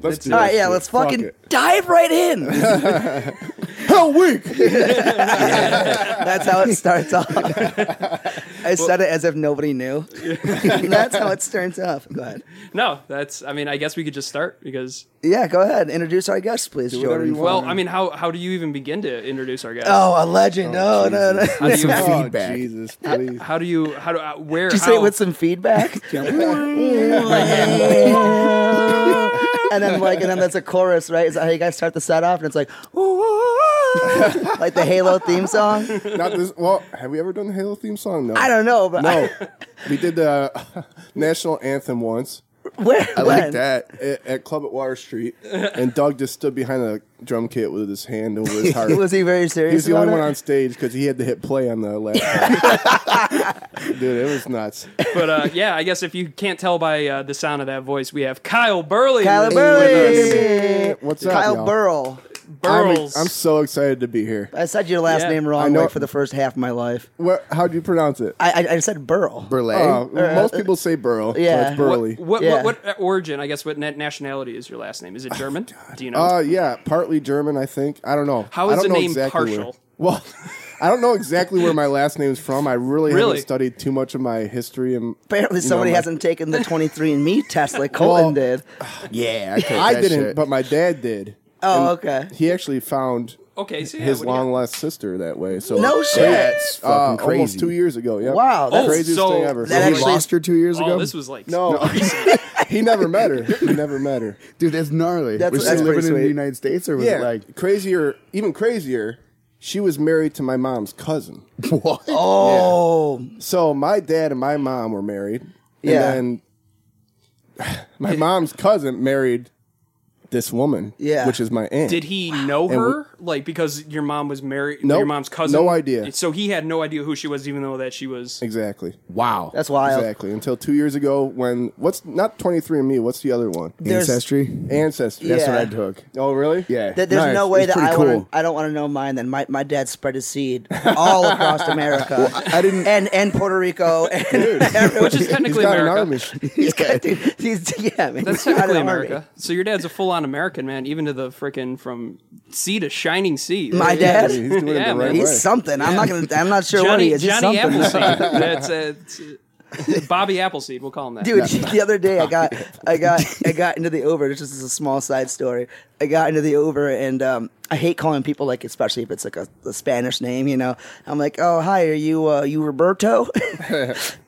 Let's do All right, this yeah, shit. let's Fuck fucking it. dive right in. Hell week. That's how it starts off. I said it as if nobody knew. That's how it starts off. Go ahead. No, that's. I mean, I guess we could just start because. Yeah, go ahead. Introduce our guest, please, whatever Jordan. you Well, I mean, how how do you even begin to introduce our guest? Oh, a legend. Oh, no, no, no. How do you, Oh, Feedback. Jesus, please. how do you how do uh, where Did you how, say it with some feedback? and then like, and then that's a chorus, right? Is that how you guys start the set off? And it's like, like the Halo theme song. Not this. Well, have we ever done the Halo theme song? No. I don't know, but No, we did the uh, national anthem once. where I when? like that at, at Club at Water Street, and Doug just stood behind a drum kit with his hand over his heart. Was he very serious? He's the about only one it? on stage because he had to hit play on the laptop. Dude, it was nuts. but uh, yeah, I guess if you can't tell by uh, the sound of that voice, we have Kyle Burley. Kyle with Burley. What's up, Kyle y'all? Burl. I'm, Burls. I'm so excited to be here. I said your last Yeah. name I wrong know- like, for the first half of my life. What, how do you pronounce it? I, I, I said Burl. Burley. Uh, most people say Burl. yeah. Yeah, it's Burley. What, what, Yeah. what, what origin? I guess what na- nationality is your last name? Is it German? Do you know? Uh, yeah, partly German, I think. I don't know. How I is don't the know name exactly partial? Where, well, I don't know exactly where my last name is from. I really, Really? haven't studied too much of my history. And Apparently, you know, somebody my- hasn't taken the 23andMe test like Colton Well, did. Yeah, I, took I that didn't, shit. but my dad did. Oh, okay. He actually found okay, so yeah, his what- long lost sister that way. So No Crazy- shit. That's uh, fucking crazy. Almost two years ago. Yeah. Wow, that's- craziest Oh, so thing ever. that He actually- lost her two years Oh, ago. this was like no, he never met her. He never met her. Dude, that's gnarly. That's- was that's she pretty living in sweet. the United States or was Yeah, it like like crazier, even crazier. She was married to my mom's cousin. what? Oh, So my dad and my mom were married. And Yeah. then my mom's cousin married this woman. Yeah. Which is my aunt. Did he know And her? like because your mom was married, Nope. your mom's cousin. No idea. So he had no idea who she was, even though that she was. Exactly. Wow. that's wild. Exactly. Until two years ago when what's not twenty three and me, what's the other one? There's- ancestry. Ancestry. That's what Yeah. I took. Oh really? Yeah. Th- there's Nice. no way It's that pretty I cool. want to. I don't want to know mine. Then my, my dad spread his seed all across America. I- I didn't- and and Puerto Rico and Which is He's technically got an America. army. he's got, dude, he's, yeah, man, That's he's got technically an army. America. So your dad's a full-on American man, even to the freaking from sea to shining sea. My Yeah, dad, He's doing it Yeah, the right man. he's way. something. I'm not gonna. I'm not sure what he Johnny, is. He's Johnny something. Appleseed. That's uh, it's, uh, Bobby Appleseed. We'll call him that. Dude, the other day I got, I got, I got into the Uber. This is just a small side story. I got into the Uber, and um, I hate calling people like, especially if it's like a, a Spanish name. You know, I'm like, oh hi, are you, uh, you Roberto?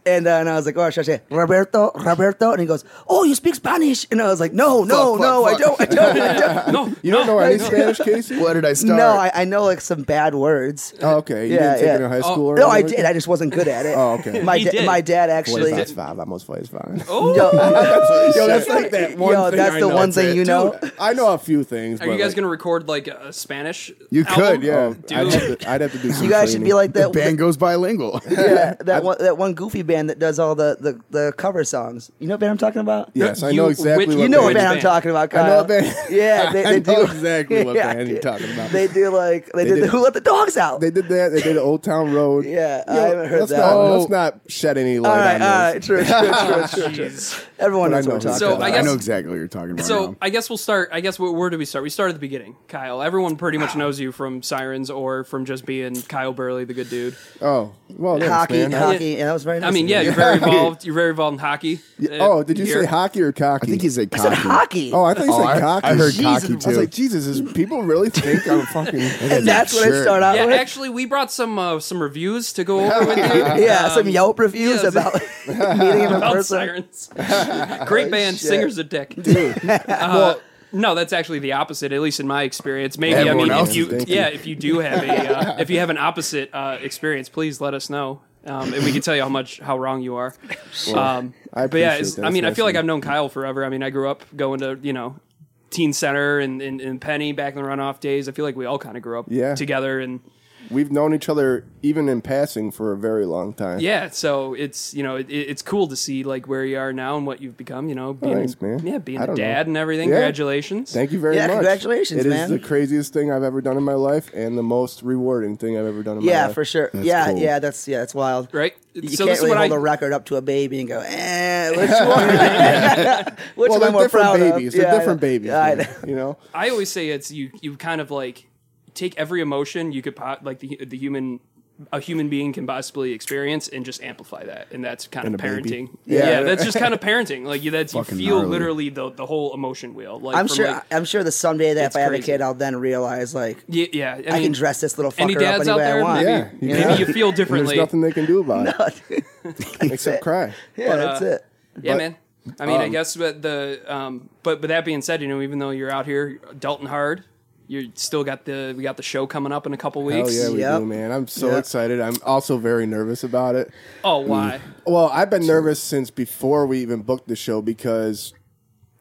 and, uh, and I was like, oh, should I say Roberto, Roberto? And he goes, oh, you speak Spanish? And I was like, no, no, Fuck, fuck, no, I fuck. don't, I don't, I don't. no, You don't no, know any no. Spanish, Casey? What did I start? No, I, I know like some bad words. Oh, okay. You didn't Yeah, take yeah. Oh, it in high school or No, I anything? did. I just wasn't good at it. Oh, okay. My He da- did. my dad actually. Voice five, almost voice five. Oh, Yo, that's like that one Yo, thing that's I the know. one thing you know. Dude, I know a few things. are but you guys like- gonna record like a Spanish? You album? Oh, could, Yeah, I'd dude. have, to, I'd have to do. Some You guys should be training. like the that. band goes bilingual. yeah, that one that one goofy band that does all the, the, the cover songs. You know what band I'm talking about? Yes, I You- know exactly. which- what You know what Which band, I'm band? talking about, I Kyle. know a band. Yeah, they, they I know do exactly what Yeah, band you're dude. talking about. They do like they, did, did- the Who Let the Dogs Out. They did that. They did Old Town Road. Yeah, I You know, haven't heard let's that Not, one. Let's not shed any light all right, on all this. right, true, true, true, true, true. Jeez. Everyone But I knows what know we're talking who So about. I I, guess- know exactly what you're talking about. So now. I guess we'll start. I guess where, where do we start? We start at the beginning. Kyle. Everyone pretty much knows you from Sirens or from just being Kyle Burley, the good dude. Oh, well, thanks, hockey, man. hockey, yeah, that was very nice. I mean, of you. yeah, you're very involved. You're very involved in hockey. Oh, did you say hockey? hockey or cocky? I think he said I said cocky. hockey. Oh, I thought you Oh, said I- cocky. I heard Jesus. cocky, I was too. like, Jesus, is people really think I'm fucking. and that's what I Sure. start out Yeah, with. actually, we brought some uh, some reviews to go over with you. yeah, some Um, Yelp reviews yeah, about meeting him in about person. sirens. Great band, shit. singer's a dick. Uh, no, that's actually the opposite, at least in my experience. Maybe Everyone I mean, else if is you thinking. yeah, if you do have a uh, if you have an opposite uh, experience, please let us know, um, and we can tell you how much how wrong you are. Um, I but yeah, appreciate it's, that. I mean, That's I feel nice like of I've known Kyle forever. I mean, I grew up going to you know teen center and, and, and Penny back in the runoff days. I feel like we all kind of grew up Yeah. together and. We've known each other even in passing for a very long time. yeah so it's you know it, it's cool to see like where you are now and what you've become you know being Thanks, man. yeah being I a don't know. dad and everything Yeah. congratulations Thank you very Yeah, much. congratulations, It is man. the craziest thing I've ever done in my life, and the most rewarding thing I've ever done in my Yeah, life. for sure. yeah, cool. yeah, that's yeah, that's wild. right You can't so this is really what hold I a record up to a baby and go, eh, which one? which Well, one they're am more different proud babies. of? They're Yeah, I different know. babies. Yeah, I man, know. you know. I always say it's you. You kind of like take every emotion you could po- like the the human a human being can possibly experience and just amplify that, and that's kind And of a baby. parenting. Yeah. Yeah. that's just kind of parenting. Like you, that's you Fucking feel gnarly. literally the the whole emotion wheel. Like I'm from, sure. like- I'm sure that someday that if It's I have a crazy. kid, I'll then realize like yeah, yeah. I, I mean, can dress this little any fucker up dads any out way I there? want. Maybe, Yeah, you maybe know? you feel There's differently. nothing they can do about it except it. cry. yeah, But, that's uh, it. Yeah, But, man. I mean, I guess, but the um, but but that being said, you know, even though you're out here adulting hard, you still got the we got the show coming up in a couple Oh weeks. yeah, we Yep. do, man. I'm so Yep. excited. I'm also very nervous about it. Oh why? Well, I've been nervous since before we even booked the show because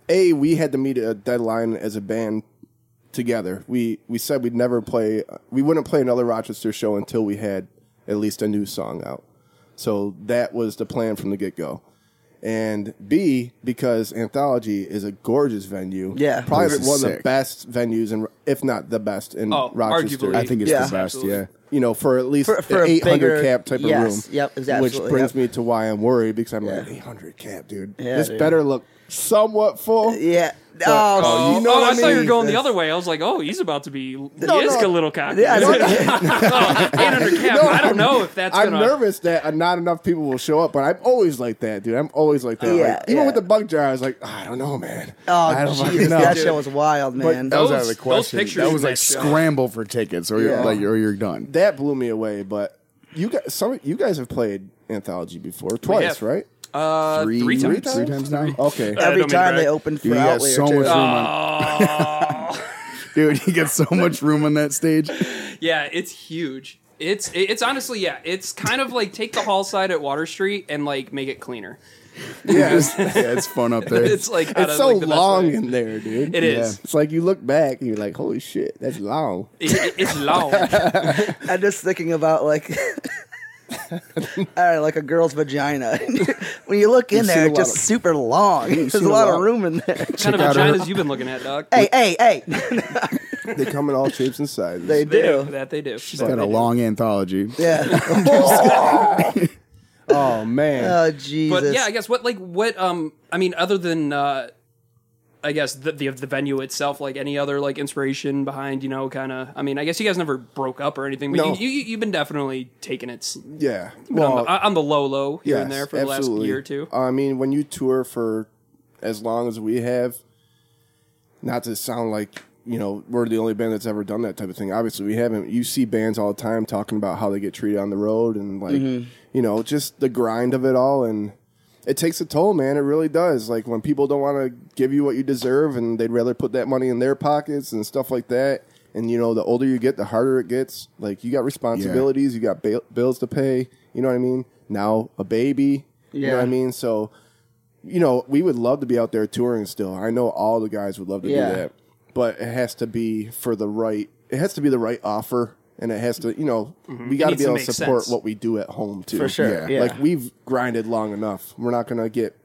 a we had to meet a deadline as a band together. We we said we'd never play, we wouldn't play another Rochester show until we had at least a new song out. So that was the plan from the get go. And B because Anthology is a gorgeous venue. Yeah. probably This is one of the sick. best venues, and if not the best in Oh, Rochester. arguably. I think it's Yeah. the best. Absolutely. Yeah. you know, for at least For- for a the 800 bigger- cap type yes, of room. yep, exactly, Which brings yep. me to why I'm worried because I'm like Yeah. 800 cap, dude. Yeah, this dude. better look somewhat full. Yeah. Oh, Oh, Oh, you know oh, what I, I thought you were mean. going the other way. I was like, oh, he's about to be. No, he is no. a little cocky. Yeah, I know. Oh, 800 cap. I don't know if that's I'm gonna. nervous that uh, not enough people will show up, but I'm always like that, dude. I'm always like that. Yeah, Like, even yeah. with the bug jar, I was like, "Ah, I don't know, man. I don't oh, fucking Jesus, know. that show was wild, man. That was out of Those- the those question. pictures that in was like that show. scramble for tickets, or Yeah. you're like, or you're done. That blew me away. But you guys, some you guys have played Anthology before, twice, have. right? Uh, three, times. three times now. Okay. I Every don't mean time they brag. opened for Dude, you got Outlier, so too. much room, on, Oh, dude. He gets so much room on that stage. yeah, it's huge. It's it- it's honestly yeah. It's kind of like take the hall side at Water Street and like make it cleaner. yeah, it's, Yeah, it's fun up there. It's like out of, so like, the best long way. in there, dude. It is. It's like you look back and you're like, holy shit, that's long. It- it- it's long. I'm just thinking about like, I don't know, like a girl's vagina. when you look in You've there, seen a it's lot just of- super long. There's seen a a lot of lot. room in there. kind of out her- vaginas you've been looking at, Doc. hey, hey, hey! They come in all shapes and sizes. They They do. do. that. They do. She's got a long anthology. Yeah. oh man. Oh Jesus. But yeah, I guess what like what um I mean other than uh I guess the the, the venue itself, like any other like inspiration behind you know kind of I mean I guess you guys never broke up or anything, but No. you, you you've been definitely taking it s- Yeah. on, the, on the low low here and yes, there for the last absolutely. year or two. I mean, when you tour for as long as we have, not to sound like, you know, we're the only band that's ever done that type of thing. Obviously, we haven't. You see bands all the time talking about how they get treated on the road and, like, you know, just the grind of it all. And it takes a toll, man. It really does. Like, when people don't want to give you what you deserve and they'd rather put that money in their pockets and stuff like that. And, you know, the older you get, the harder it gets. Like, you got responsibilities responsibilities, You got ba- bills to pay. You know what I mean? Now a baby. You know what I Yeah. mean? So, you know, we would love to be out there touring still. I know all the guys would love to Yeah. do that, but it has to be for the right. It has to be the right offer, and it has to. You know, Mm-hmm. we got to needs be to able make to support sense. what we do at home too. For sure, yeah. Like we've grinded long enough. We're not gonna get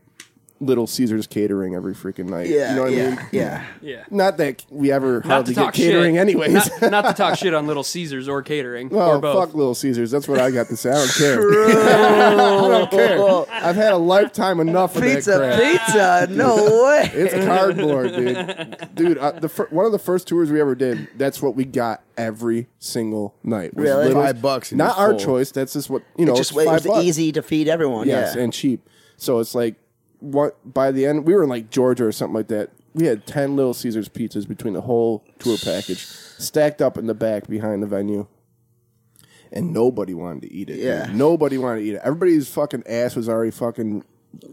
Little Caesars catering every freaking night. yeah, You know what yeah, I mean? yeah. Yeah. Not that we ever Not to hardly talk get catering, shit. anyways. Not, not to talk shit on Little Caesars or catering Well, or both. fuck Little Caesars. That's what I got to say. I don't care. I don't care. I've had a lifetime enough of that Pizza, crap. pizza. No way. It's cardboard, dude. Dude, uh, the fir- one of the first tours we ever did. That's what we got every single night. was Really? Little- Five bucks and Not you're our full. choice. That's just what you know. Just it's it was five bucks. easy to feed everyone. Yes, yeah. and cheap. So it's like what by the end we were in like Georgia or something like that. We had ten Little Caesars pizzas between the whole tour package, stacked up in the back behind the venue. And nobody wanted to eat it. dude. Yeah. Nobody wanted to eat it. Everybody's fucking ass was already fucking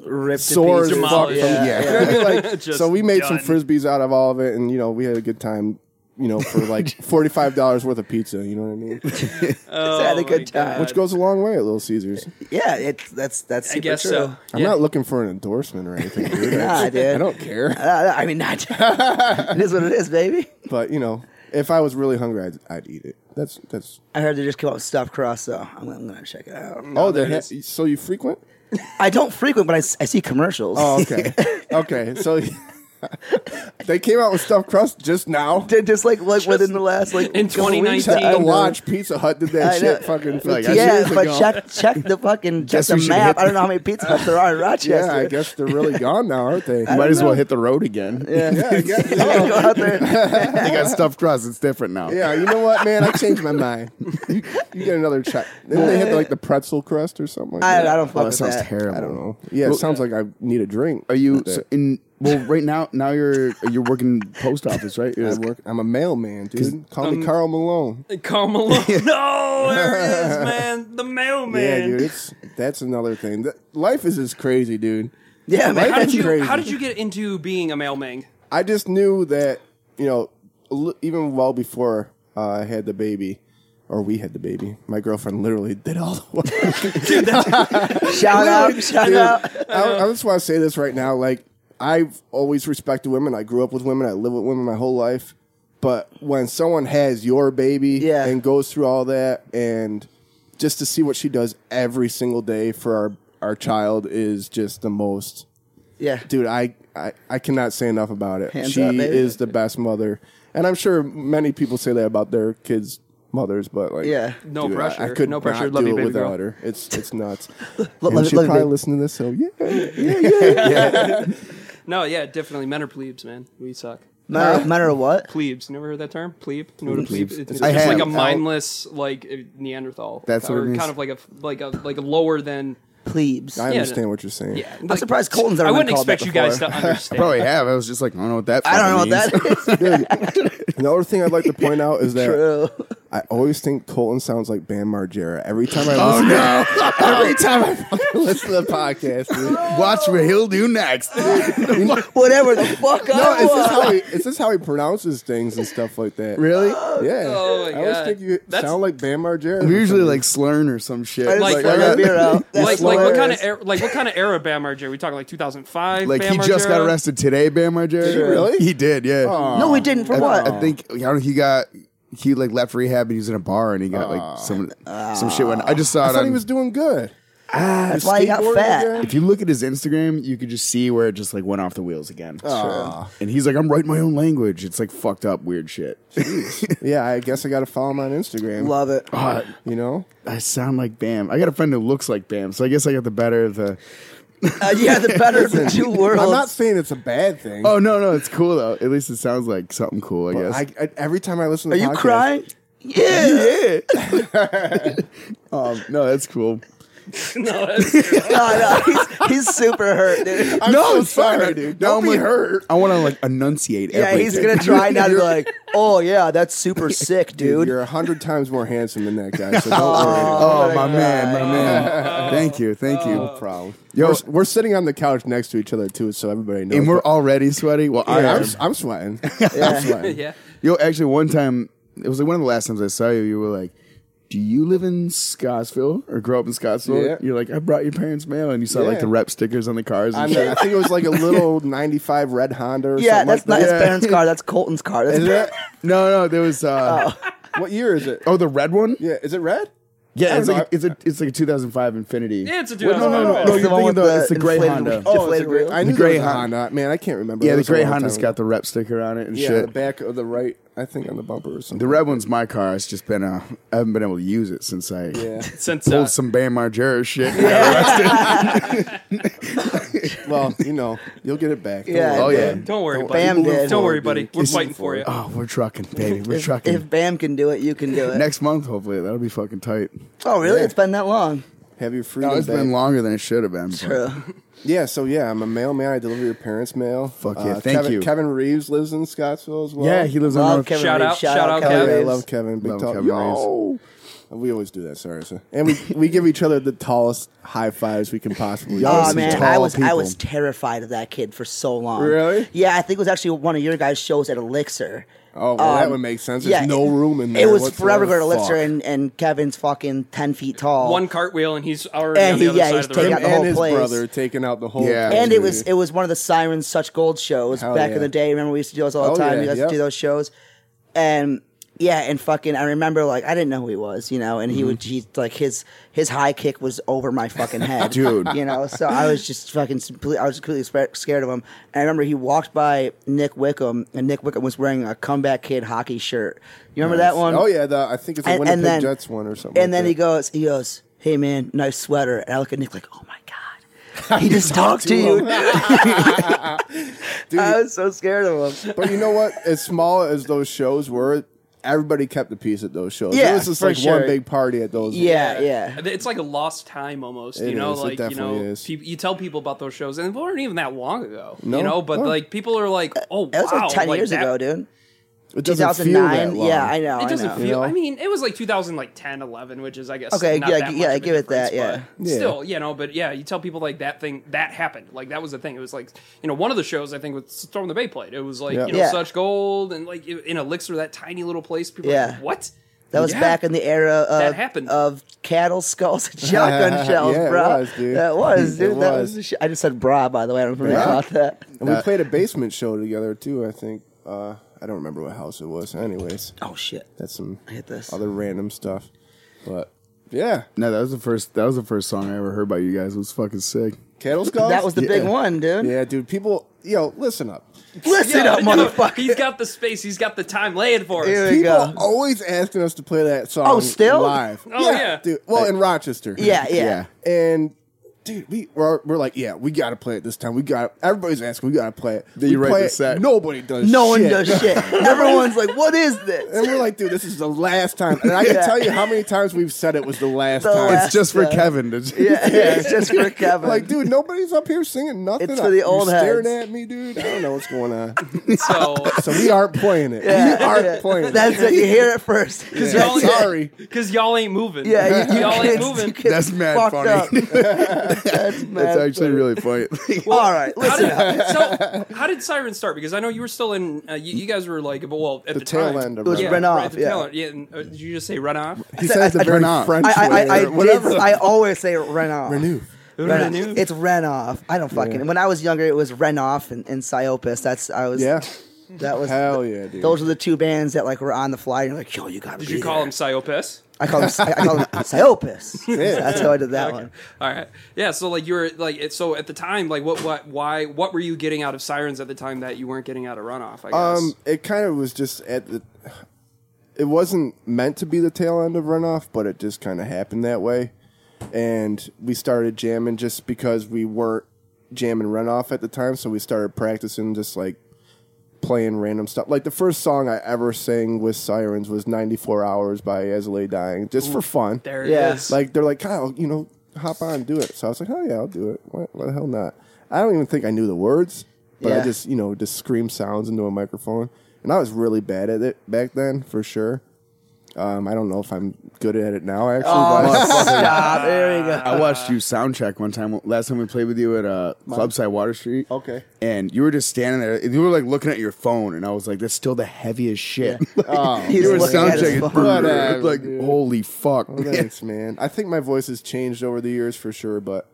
Ripped to sore as pieces. fuck. Demolished. from- Yeah, You know what I mean? Like, Just so we made some done. frisbees out of all of it, and you know we had a good time. You know, for like forty five dollars worth of pizza. You know what I mean? Oh, had a good my time. Which goes a long way at Little Caesars. Yeah, it's that's that's I super guess true. so. I'm not looking for an endorsement or anything. Dude. Nah, dude. I don't care. Uh, I mean, not. it is what it is, baby. but you know if I was really hungry, I'd, I'd eat it. That's that's. I heard they just came out with stuffed crust, so I'm, I'm gonna check it out. oh, they there it ha- so you frequent? I don't frequent, but I, s- I see commercials. Oh, okay, okay. So they came out with stuffed crust just now. They're just like like within the last like in couple weeks, 2019. Check I the don't know. watch. Pizza Hut did that I shit. know. Fucking for Like, two I- Yeah, years ago. but check check the fucking check Guess the we should map. hit- I don't know how many pizza huts there are in Rochester. yeah, I guess they're really gone now, aren't they? Might as well hit the road again. Yeah. yeah, I guess- You gotta go out there. they got stuffed crust. It's different now. Yeah, you know what, man? I changed my mind. You, you get another check. Then they hit like the pretzel crust or something like I, I that. don't fuck Oh, that with sounds that. terrible. I don't know. Yeah, it sounds like I need a drink. Are you so in? Well, right now, now you're you're working post office, right? You're I work. I'm a mailman, dude. Call me Carl Malone. Carl Malone. no, there it is, man. The mailman. Yeah, dude. It's that's another thing. That, life is just crazy, dude. Yeah, man. How did you? crazy. How did you get into being a mailman? I just knew that you know, l- even well before uh, I had the baby, or we had the baby, my girlfriend literally did all the work. Shout out, shout Dude, out. I, I just want to say this right now. Like, I've always respected women. I grew up with women. I live with women my whole life. But when someone has your baby Yeah. and goes through all that, and just to see what she does every single day for our, our child is just the most. Yeah, Dude, I, I, I cannot say enough about it. Hands she up, baby. is the best mother. And I'm sure many people say that about their kids' mothers, but like, Yeah. No dude, I- pressure. I, could No pressure. Not Love do you, it baby without girl. her. It's it's nuts. Lo- And love- she'll love you, probably babe. listen to this. So yeah, No, yeah, definitely. Men are plebes, man. We suck. matter, matter of what? Plebes. You never heard that term? Plebe. You know what a plebe? is? It's, it's I just have. like a mindless, like uh, Neanderthal. That's what or it means. kind of like a like a like a lower than. Plebes. I I, Yeah. understand what you're saying. Yeah, I'm surprised Colton's ever I been wouldn't called that expect you guys to understand. Probably have. I was just like, I don't know what that. don't know what fucking that means. is. Another thing I'd like to point out is that True. I always think Colton sounds like Bam Margera every time I listen. Oh, every time I fucking listen to the podcast. dude. Watch what he'll do next. Whatever the fuck I No, is this want. how he is this how he pronounces things and stuff like that? really? Yeah. Oh my I always God. think you That's- sound like Bam Margera. We're usually like slurring or some shit. I just Like, like, let my beer out. like, That's like what kind of hilarious. era, like what kind of era Bam Margera? We talking like 2005. Like, Bam he just got Margera? arrested today, Bam Margera. he really? He did. Yeah. No, we didn't. For I, what? I think I don't. know, He got he like left rehab and he was in a bar and he got like some some shit. Went. I just saw I it. thought on, he was doing good. That's why he got skateboarding fat. again? If you look at his Instagram, you could just see where it just like went off the wheels again. And he's like, I'm writing my own language. It's like fucked up weird shit. Yeah, I guess I got to follow him on Instagram. Love it. Oh. You know, I sound like Bam. I got a friend who looks like Bam, so I guess I got the better of the. Uh, yeah, the better of the two worlds. I'm not saying it's a bad thing. Oh no, no, it's cool though. At least it sounds like something cool. I but guess. I, I, every time I listen, to Are you podcasts- crying? Yeah. um, no, that's cool. No, that's- no, no, he's, he's super hurt, dude. I'm no, so it's fine. sorry, dude. No, Don't I'm be like- hurt. I want to like enunciate. Yeah, he's everything. gonna try not to be like, oh yeah, that's super sick, Dude, dude. you're a hundred times more handsome than that guy. So don't worry. Oh, my my man, my man. Thank you, thank No you. problem. Yo- we're, we're sitting on the couch next to each other too, so everybody knows. And we're that- already sweaty. Well, I Yeah, am. I'm, I'm sweating. Yeah. I'm sweating. yeah. Yo, actually, one time it was like one of the last times I saw you. You were like, "Do you live in Scottsville or grow up in Scottsville?" Yeah. You're like, "I brought your parents' mail," and you saw Yeah. like the rep stickers on the cars. I, And mean, shit. I think it was like a little '95 red Honda. Or yeah, something that's like not his that. parents' car. That's Colton's car. That's Is it? no, no, there was. Uh, oh. What year is it? the red one. Yeah, is it red? I Yeah, it's don't like it's a it's like a 2005 Infinity. Yeah, it's a Well, no, no, no, It's no. the You're one thinking with the, the it's the gray inflated- Honda. Oh, it's a Deflated gray- wheel? I knew The gray there was a Honda. Honda. Man, I can't remember. yeah, That the was a gray long Honda's time got ago. the rep sticker on it and yeah shit. the back of the right. I think on the bumper or something. The red one's my car. It's just been a I haven't been able to use it since I Yeah. Since uh, pulled some Bam Margera shit. Well, you know, you'll get it back. Don't Yeah. worry. oh yeah. don't worry, buddy. Bam did. Don't worry, buddy. We're It's- fighting for you. Oh, we're trucking, baby. We're if, trucking. if Bam can do it, you can do it. Next month, hopefully, that'll be fucking tight. oh, really? Yeah. It's been that long. Have your freedom. No, it's back. been longer than it should have been. but- True. Yeah, so yeah, I'm a mailman. I deliver your parents' mail. Uh, Fuck yeah, thank Kevin, you. Kevin Reeves lives in Scottsville as well. Yeah, he lives on Love North. Kevin Shout Reeves. out- shout out Yeah, Kevin I Reeves. love Kevin. Big Love talk. Kevin Yo! We always do that. Sorry, sir. And we we give each other the tallest high fives we can possibly. do. Oh some man, tall I was I people. was terrified of that kid for so long. Really? Yeah, I think it was actually one of your guys' shows at Elixir. Oh, well, that Um, would make sense. There's no room in there. It was whatsoever. forever go to Elixir, Fuck. and, and Kevin's fucking ten feet tall. One cartwheel, and he's already And on the he- other yeah, side he's of the taking room. him out the and whole his place. brother taking out the whole. Yeah. and it country. was it was one of the Sirens Such Gold shows Hell back yeah. in the day. Remember we used to do those all the Oh, time. yeah, we used yep. to do those shows. and yeah, and fucking, I remember like I didn't know who he was, you know, and he Mm-hmm. would he like his his high kick was over my fucking head, Dude. You know, so I was just fucking, simple- I was completely spa- scared of him. And I remember he walked by Nick Wickham, and Nick Wickham was wearing a comeback kid hockey shirt. You remember that one? Oh yeah, the, I think it's a and, Winnipeg and then Jets one or something. And like then that. he goes, he goes, "Hey man, nice sweater." And I look at Nick like, "Oh my god, he just talked to you." I was so scared of him. But you know what? As small as those shows were, everybody kept a piece at those shows. Yeah, it was just for like sure. one big party at those. Yeah, yeah. It's like a lost time almost, It you know. is, it Like you know, definitely is. peop- you tell people about those shows, and they weren't even that long ago, No, you know. But no. like people are like, "Oh, That was wow!" like ten like, years that- ago, dude. It Two doesn't thousand feel that nine. long. Yeah, I know. It doesn't I know. feel. know? I mean, it was like 2010, 11, which is I guess Okay, Not yeah, that g- yeah, much of I a give it that, difference, but yeah. Yeah. Still, you know, but yeah, you tell people like that thing that happened. Like that was the thing. It was like you know one of the shows I think was Storm the Bay played. It was like Yeah. you know Yeah. such gold and like in Elixir that tiny little place. People were Yeah. like, what? That was Yeah. back in the era of, That happened. of cattle skulls and shotgun shells, Yeah, it bro. was, dude. That was, It dude. That was. was. the sh- I just said bra, by the way. I don't remember Yeah. about that. And we played a basement show together too. I think uh, I don't remember what house it was. Anyways, Oh shit! that's some hit this. other random stuff. But yeah, No, that was the first. That was the first song I ever heard by you guys. It was fucking sick. cattle skulls. That was the yeah. big one, dude. Yeah, dude. People, yo, listen up. Listen Yeah, up, no, motherfucker. He's got the space. He's got the time laying for us. Here we People go. always asking us to play that song. Oh, still? live. Oh, yeah. dude. Well, in Rochester. Yeah, yeah. Yeah. And dude, we we're, we're like, yeah, we gotta play it this time. We got everybody's asking, we gotta play it. Then We you write play the it, set. Nobody does. No one shit. does shit. Everyone's like, "What is this?" And we're like, dude, this is the last time. And I can Yeah. tell you how many times we've said it was the last The time. last- It's just for Yeah. Kevin. To Yeah, yeah, it's just for Kevin. like, dude, nobody's up here singing nothing. It's for the You're old staring heads. at me, dude. I don't know what's going on. So so we aren't playing it. Yeah, we aren't yeah. playing That's it. it. You hear it first. Yeah, y'all- sorry. because y'all ain't moving. Yeah, you, you all ain't kids, moving. you kids That's mad fucked funny. up. That's mad. That's actually really funny. All right, How listen. did, so, how did Siren start? Because I know you were still in. Uh, you, you guys were like, well, at the, tail time, end of It was Run yeah, Off. Run Off, right at the yeah. tail end. yeah. and, uh, did you just say run off? He says the I- very I- French I, I, I, way. I or whatever. did. I always say Renoff. Renew. Renew. Renoff. It's Renoff. I don't fucking. When I was younger, it was Renoff and, and Psyopus. That's I was. Yeah. That was. Hell yeah, dude. Those were the two bands that like were on the fly. And you're like, yo, you got. Did you call him Psyopus? I call him. I I call him Psyopus. That's how I did that one. All right. Yeah. So like you were like it, so at the time like what what why what were you getting out of sirens at the time that you weren't getting out of runoff? I guess. Um, it kind of was just at the. It wasn't meant to be the tail end of runoff, but it just kind of happened that way, and we started jamming just because we weren't jamming runoff at the time, so we started practicing just like playing random stuff. Like the first song I ever sang with sirens was "94 Hours" by Azalea Dying, just for fun. there it is. yeah. Like they're like Kyle, you know, hop on, do it. So I was like, oh yeah, I'll do it. Why, why the hell not? I don't even think I knew the words, but I Yeah. just you know just scream sounds into a microphone, and I was really bad at it back then for sure. Um, I don't know if I'm good at it now actually. Oh, but Stop. There we go. I watched you soundtrack one time. Last time we played with you at uh, Clubside Water Street. Okay. And you were just standing there. You were like looking at your phone, and I was like, "That's still the heaviest shit." Oh, He's you were looking at his soundchecking. phone. Whatever, like, dude. holy fuck! thanks, man. I think my voice has changed over the years for sure, but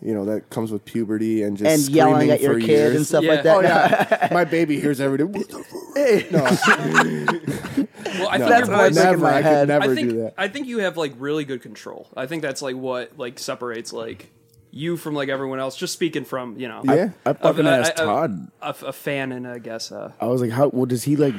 you know that comes with puberty and just and yelling screaming at your for kid years. and stuff Yeah. like that. Oh yeah, my baby hears every day. "What the fuck?" Well, I think That's your what I voice. think in Never, my I could head. never I think do that. I think you have like really good control. I think that's like what like separates like you from like everyone else. Just speaking from you know. Yeah. I fucking a- asked a- Todd. a, a fan, and I guess uh, I was like, "How? Well, does he like?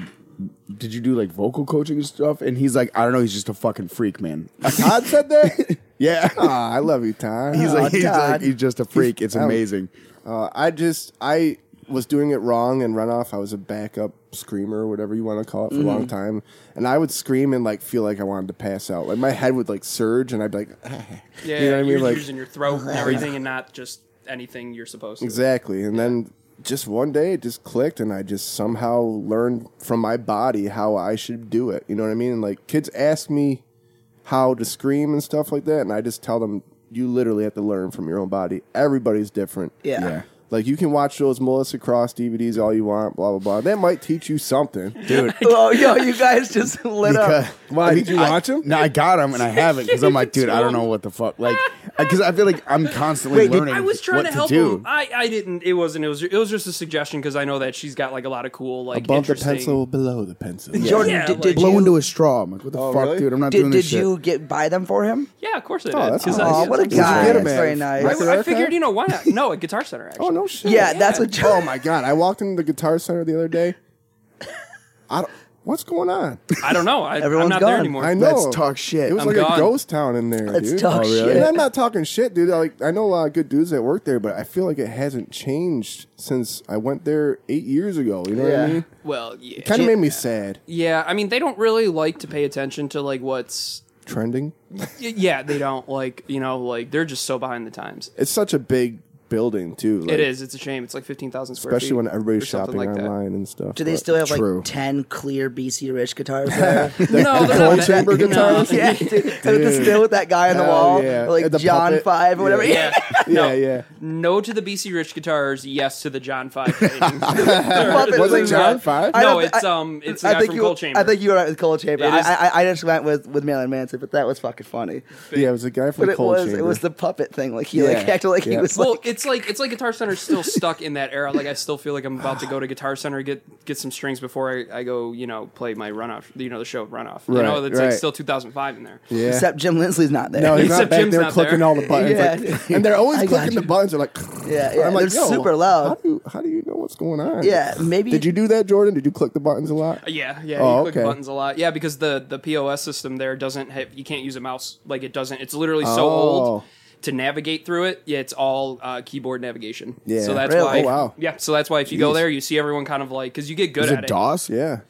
Did you do like vocal coaching and stuff?" And he's like, "I don't know. He's just a fucking freak, man." Todd said that. yeah. Ah, I love you, Todd. He's like, he's like, Todd. he's just a freak. It's I don't- amazing. Uh, I just I was doing it wrong in runoff. I was a backup screamer, whatever you want to call it, for a long time, and I would scream and like feel like I wanted to pass out. Like my head would like surge, and I'd be like, "Ah." yeah, you know what I you're mean? Like using your throat and everything, and not just anything you're supposed to. exactly. And then just one day it just clicked, and I just somehow learned from my body how I should do it. You know what I mean? And like kids ask me how to scream and stuff like that, and I just tell them you literally have to learn from your own body. Everybody's different. Yeah. Yeah. Like you can watch those Melissa Cross DVDs all you want, blah blah blah. That might teach you something, dude. Oh, yo, you guys just lit up. Why did you watch him? No, I got him and I haven't because I'm like, dude, I don't Tom. know what the fuck. Like, because I feel like I'm constantly Wait, did- learning. I was trying to what help do. him. I, I didn't. It wasn't. It was. It was just a suggestion because I know that she's got like a lot of cool like Above the interesting. pencil, below the pencil. Jordan, Yeah, did, like- did Blow you, into a straw. I'm like, what the Oh, fuck, really? dude? I'm not doing did, this did shit. you get buy them for him? Yeah, of course I did. that's 'cause nice. Oh, I, what a Where'd you guy! get 'em That's at? very Right I, nice. there? I figured you know why not? No, at Guitar Center. Actually. Oh no shit! Yeah, that's what. Oh my god! I walked into the Guitar Center the other day. I don't, what's going on? I don't know. I, I'm Everyone's not there gone. anymore. I know. Let's talk shit. It was I'm like a gone. ghost town in there. Let's dude. talk Oh, really? shit. And I'm not talking shit, dude. I, like I know a lot of good dudes that work there, but I feel like it hasn't changed since I went there eight years ago. You know Yeah. what I mean? Well, yeah, Kind of made me sad. yeah. I mean, they don't really like to pay attention to like what's. Trending. y- Yeah, they don't like you know like they're just so behind the times. It's such a big building too. Like, It is. It's a shame. It's like fifteen thousand square especially feet, when everybody's or something shopping like that. online and stuff. Do they but- still have True. like ten clear BC Rich guitars? There? No, they're Coal not that- chamber no. guitars? yeah, dude. With the still with that guy on the Hell wall, yeah. or, like And the John puppet. Five or whatever. Yeah. Yeah. Yeah, yeah. No to the BC Rich guitars. Yes to the John Five. paintings. puppet Was it was John like- Five? I no, don't thi- it's I- um, it's the guy from you, Gold Chamber. I think you were right with Cold Chamber. It I, is- I, I just went with, with Marilyn Manson, but that was fucking funny. Yeah, it was a guy But from it Cold was Chamber. it was the puppet thing. Like he like Yeah. acted like he Yeah. was well, like it's like it's like Guitar Center's still stuck in that era. Like I still feel like I'm about to go to Guitar Center get get some strings before I, I go you know play my runoff you know the show runoff you know Right, it's right. like still 2005 in there. yeah. except Jim Lindsay's not there. no, he's not Except back Jim's there not clicking there. all the buttons, Yeah. like- and they're always I got clicking the you. buttons. They're like, Yeah, yeah, I'm like, they're "Yo, super loud." How do you how do you know what's going on? Yeah, maybe- Did you do that, Jordan? Did you click the buttons a lot? Uh, Yeah, yeah. Oh, you click okay. buttons a lot. Yeah, because the the POS system there doesn't have you can't use a mouse. Like it doesn't. It's literally so old Oh. to navigate through it. Yeah, it's all uh, keyboard navigation. Yeah. So that's Really? why. Oh, wow. Yeah. So that's why if you go Jeez. there, you see everyone kind of like because you get good Is at it DOS? Yeah.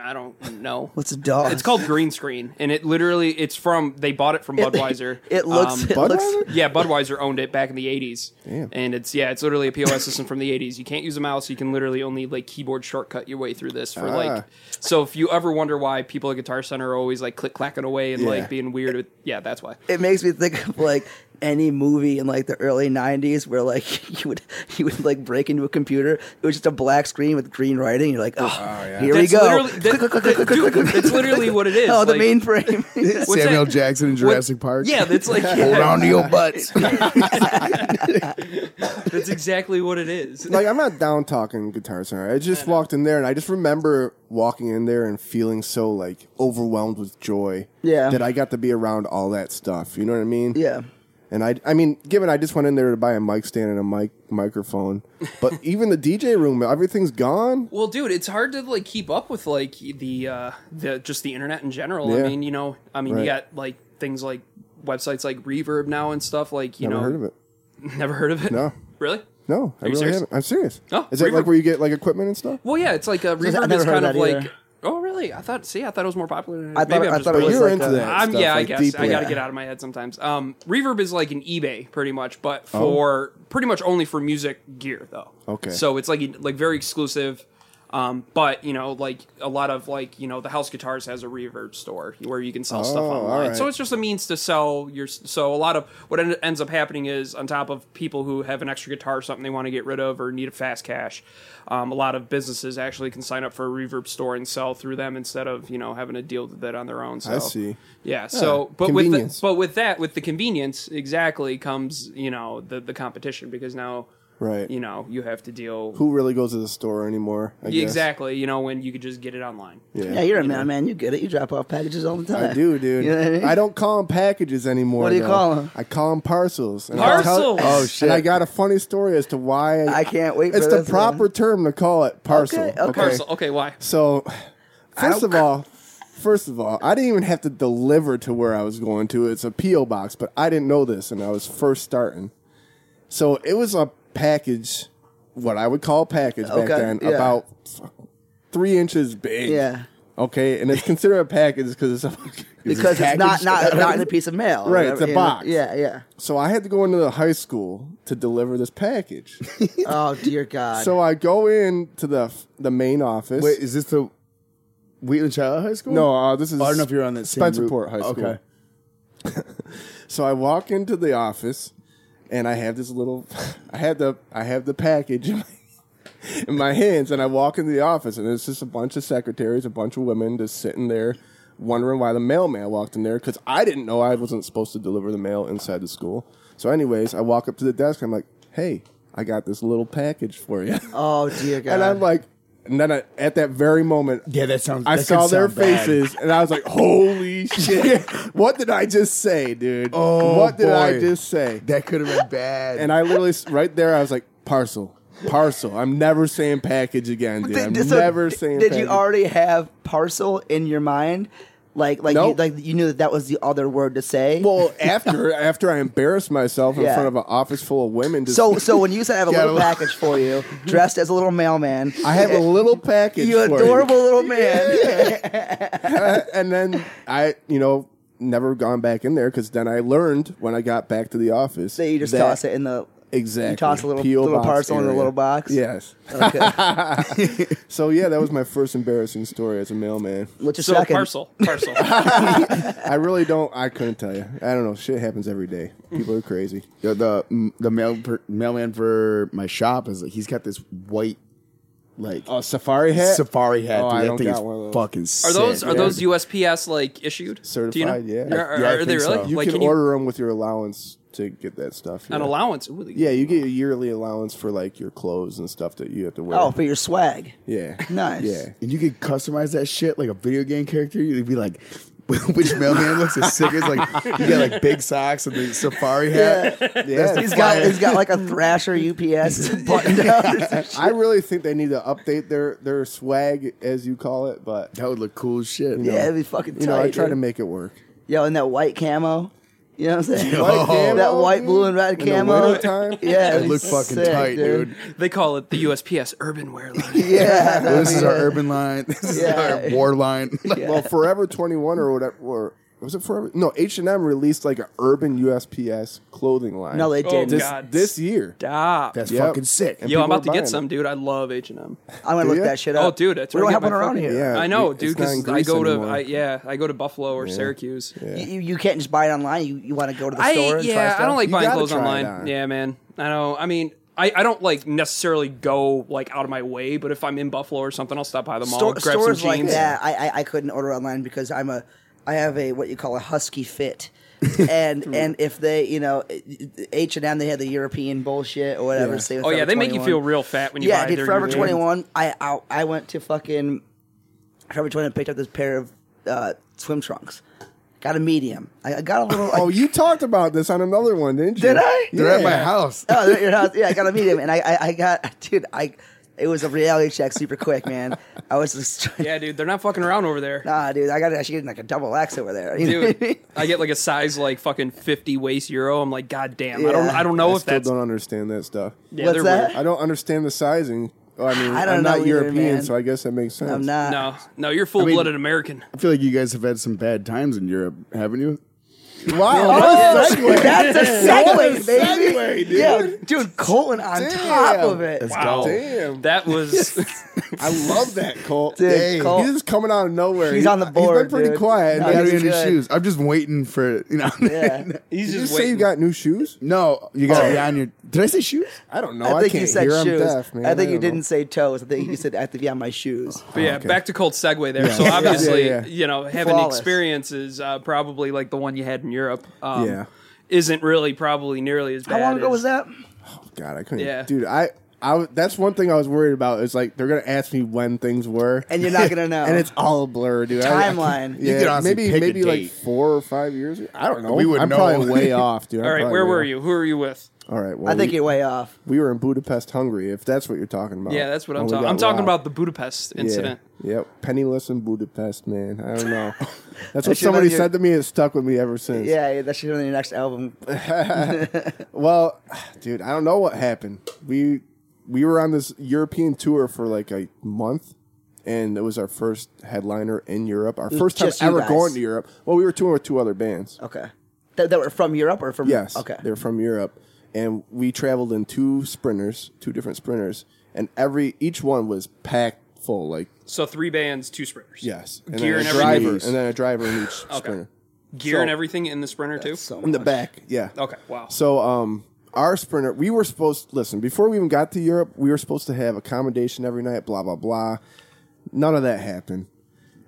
I don't know. What's a dog? It's called green screen, and it literally it's from they bought it from Budweiser. It looks. Um, it Budweiser? looks. yeah, Budweiser owned it back in the '80s, Damn. and it's yeah, it's literally a POS system from the '80s. You can't use a mouse; you can literally only like keyboard shortcut your way through this for Ah. like. So if you ever wonder why people at Guitar Center are always like click clacking away and Yeah. like being weird, with, yeah, that's why. It makes me think of like any movie in like the early '90s where like you would you would like break into a computer. It was just a black screen with green writing. You're like, oh, here That's we go. literally- that- that- dude, that's literally what it is. Oh, the like- mainframe. What's Samuel that? Jackson in What- Jurassic Park. Yeah, that's like Hold yeah, on to your butts. that's exactly what it is. Like I'm not down talking guitar center. I just walked in there and I just remember walking in there and feeling so like overwhelmed with joy. Yeah. That I got to be around all that stuff. You know what I mean? yeah. And I, I mean, given I just went in there to buy a mic stand and a mic microphone, but even the DJ room, everything's gone. Well, dude, it's hard to like keep up with like the uh the just the internet in general. Yeah. I mean, you know, I mean, Right. you got like things like websites like Reverb now and stuff. Like, you Never know, heard of it. Never heard of it. No. really? No, I you really serious? haven't. I'm serious. Oh, Is that Reverb- like where you get like equipment and stuff? Well, yeah, it's like a I Reverb never is heard kind of that of like. either. Oh, really? I thought. See, I thought it was more popular. Than I thought Maybe it- I'm I just thought it brain- was you're like into a- that. I'm stuff, yeah, I like, guess deeply. I gotta get out of my head sometimes. Um, Reverb is like an eBay, pretty much, but for pretty much only for music gear though. Oh. Okay. So it's like like very exclusive. Um, but you know, like a lot of like you know, the house guitars has a reverb store where you can sell stuff Oh, all online. So right. it's just a means to sell your. So a lot of what en- ends up happening is on top of people who have an extra guitar, or something they want to get rid of or need a fast cash. Um, a lot of businesses actually can sign up for a reverb store and sell through them instead of you know having to deal with it on their own. So I see. yeah. So, but with the, convenience. but with that, with the convenience, exactly comes you know the the competition because now Right. you know you have to deal Who really goes to the store anymore? I guess. exactly you know when you could just get it online. Yeah. Yeah, you're a man, man. You get it. You drop off packages all the time. I do, dude. You know what I mean? don't call them packages anymore. What do you though. call 'em? I call them parcels. And Parcels! oh Oh, shit! And I got a funny story as to why I can't wait It's for the this proper term to call it parcel. Okay, okay. Parcel. Okay. Why? So, first of all, first of all, I didn't even have to deliver to where I was going to. It's a PO box, but I didn't know this, and I was first starting. So it was a package, what I would call a package back Okay, then, yeah. about three inches big. Yeah. Okay, and it's considered a package because it's a because it's not packaged- not not in a piece of mail. or Right, it's whatever, a you know? box. Yeah, yeah. So I had to go into the high school to deliver this package. Oh dear God. so I go in to the the main office. Wait, is this the Wheatland Child High School? No, uh, this is. Oh, I don't know if you're on that same route. Spencerport High School. Okay. So I walk into the office, and I have this little, I have the I have the package in my, in my hands, and I walk into the office, and it's just a bunch of secretaries, a bunch of women just sitting there, wondering why the mailman walked in there because I didn't know I wasn't supposed to deliver the mail inside the school. So, anyways, I walk up to the desk. I'm like, "Hey, I got this little package for you," Oh dear God. and I'm like, and then I, at that very moment, Yeah, that sounds. I that saw could their sound bad. faces and I was like, "Holy shit! what did I just say, dude? Oh, what did I boy. just say?" That could have been bad. And I literally s- right there, I was like, "Parcel, parcel. I'm never saying package again, dude. I'm Did- so never d- saying." Did package. you already have parcel in your mind? Like, like, you, Nope. like you knew that that was the other word to say. Well, after after I embarrassed myself in Yeah. front of an office full of women, just, so, so when you said I have a Yeah, little well- package for you, dressed as a little mailman, I have a little package. you for adorable little man. and then I, you know, never gone back in there because then I learned when I got back to the office So you just that- toss it in the Exactly. You toss a little P.O. little box parcel in a area. little box. Yes. Okay. So yeah, that was my first embarrassing story as a mailman. What's your So second? parcel, parcel. I really don't. I couldn't tell you. I don't know. Shit happens every day. People are crazy. the the, the mail per, mailman for my shop is he's got this white like Oh, safari hat. safari hat. Oh, dude. I that don't thing got is one of those. fucking. sick. Are those are dude. those USPS like issued? Do you know? Certified, yeah. Are, are, Yeah, I are they think really? so. you like, can, you- order them with your allowance to get that stuff. Yeah. an allowance. Ooh, Yeah, you get a yearly allowance for like your clothes and stuff that you have to wear. Oh, for your swag. yeah. Nice. Yeah. And you could customize that shit like a video game character. You'd be like, which mailman looks as sick as like you got like big socks and the safari hat. Yeah. He's got he's got like a Thrasher UPS button down. I really think they need to update their their swag as you call it, but That would look cool as shit. yeah, it'd be fucking tight. you know, I try dude. to make it work. Yo, in that white camo. You know what I'm saying? White camo, Oh. that white, blue, and red In the camo. wintertime? Yeah, That it'd be look fucking sick, tight, dude. They call it the USPS urban wear line. Yeah, that'd This be is our it. urban line. This is Yeah. our war line. Well, Forever 21 or whatever or was it Forever? No, H&M released like an urban USPS clothing line. No, they Oh, didn't. this, God. this year. Stop. That's Yep. fucking sick. And Yo, I'm people about to are get buying some, it. dude. I love H and M. I'm gonna Do look ya? that shit Oh, up. dude, that's we where don't I have get one my around fucking- here. Yeah, I know, it's dude. not in Because I Greece go to, anymore. I, yeah, I go to Buffalo or Syracuse. You, you you can't just buy it online. You, you want to go to the I store and try yeah, stuff. I don't like You buying gotta clothes try it online. on. Yeah, man. I know. I mean, I, I don't like necessarily go like out of my way, but if I'm in Buffalo or something, I'll stop by the mall, Store, grab some stores like jeans. that. I, I I couldn't order online because I'm a I have a what you call a husky fit. and and if they you know H and M they had the European bullshit or whatever. Yeah. say Oh yeah, Forever they make 21. you feel real fat when you yeah, buy dude. their Forever European- Twenty One. I, I I went to fucking Forever Twenty One. Picked up this pair of uh, swim trunks. Got a medium. I, I got a little. Oh, you talked about this on another one, didn't you? Did I? They're at my Yeah. house. Oh, they're at your house. Yeah, I got a medium, and I, I, I got, dude, I, it was a reality check super quick, man. I was just, trying, Yeah, dude, they're not fucking around over there. nah, dude, I got actually getting like a double X over there. You know what I mean? Dude, I get like a size like fucking fifty waist euro. I'm like, god damn, I don't, Yeah. I don't know I if still that's don't understand that stuff. yeah, What's they're that? weird. I don't understand the sizing. Oh, I mean, I don't am know not either, European, man. so I guess that makes sense. I'm not. No, no, you're full blooded American. I feel like you guys have had some bad times in Europe, haven't you? Wow, Oh, what a segue. That's a segue, What a baby. segue, dude. Yeah, dude, Colton on top of it. Let's Wow, go. Damn. that was I love that Colt. Dude, Dang. Colt- He's just coming out of nowhere. He's on the He's board, been pretty dude. quiet. No, I Did gotta be he's in his good. shoes. I'm just waiting for you know. Yeah. he's you just say you waiting. got new shoes? No, you gotta be on your. Did I say shoes? I don't know. I I, think can't you said hear. I'm shoes. deaf, man. I think you don't know. Oh, didn't say toes. I think you said I have to be on my shoes. But yeah, back to cold segue there. So obviously, Yeah, yeah. you know, having Flawless. experiences uh, probably like the one you had in Europe, um, Yeah. isn't really probably nearly as How bad. long ago as- was that? God, I couldn't. Yeah. dude, I, I, w- that's one thing I was worried about. Is like they're gonna ask me when things were, And you're not gonna know. and it's all a blur, dude. I- I, Timeline. yeah, You could honestly maybe pick a maybe like date. four or five years. ago. I don't know. We would I'm know. probably way off, dude. All right, where were you? Who are you with? All right, well, I think we, you're way off. we were in Budapest, Hungary. If that's what you're talking about. Yeah, that's what I'm When Oh, we talking. got I'm talking robbed. about the Budapest Yeah. incident. Yep. Penniless in Budapest, man. I don't know. That's That what should have somebody been your- said to me. It stuck with me ever since. Yeah, yeah, that should be on your next album. Well, dude, I don't know what happened. We we were on this European tour for like a month, and it was our first headliner in Europe. Our first time just you ever guys. going to Europe. Well, we were touring with two other bands. Okay. That, that were from Europe or from Yes. Okay. They're from Europe, and we traveled in two sprinters, two different sprinters, and every each one was packed full. Like So three bands, two sprinters. yes, and Gear then and a everything. driver, and then a driver in each sprinter. gear So- and everything in the sprinter too. So In the back, yeah. okay, wow. So, um, our sprinter, we were supposed listen before we even got to Europe. We were supposed to have accommodation every night. Blah blah blah. None of that happened.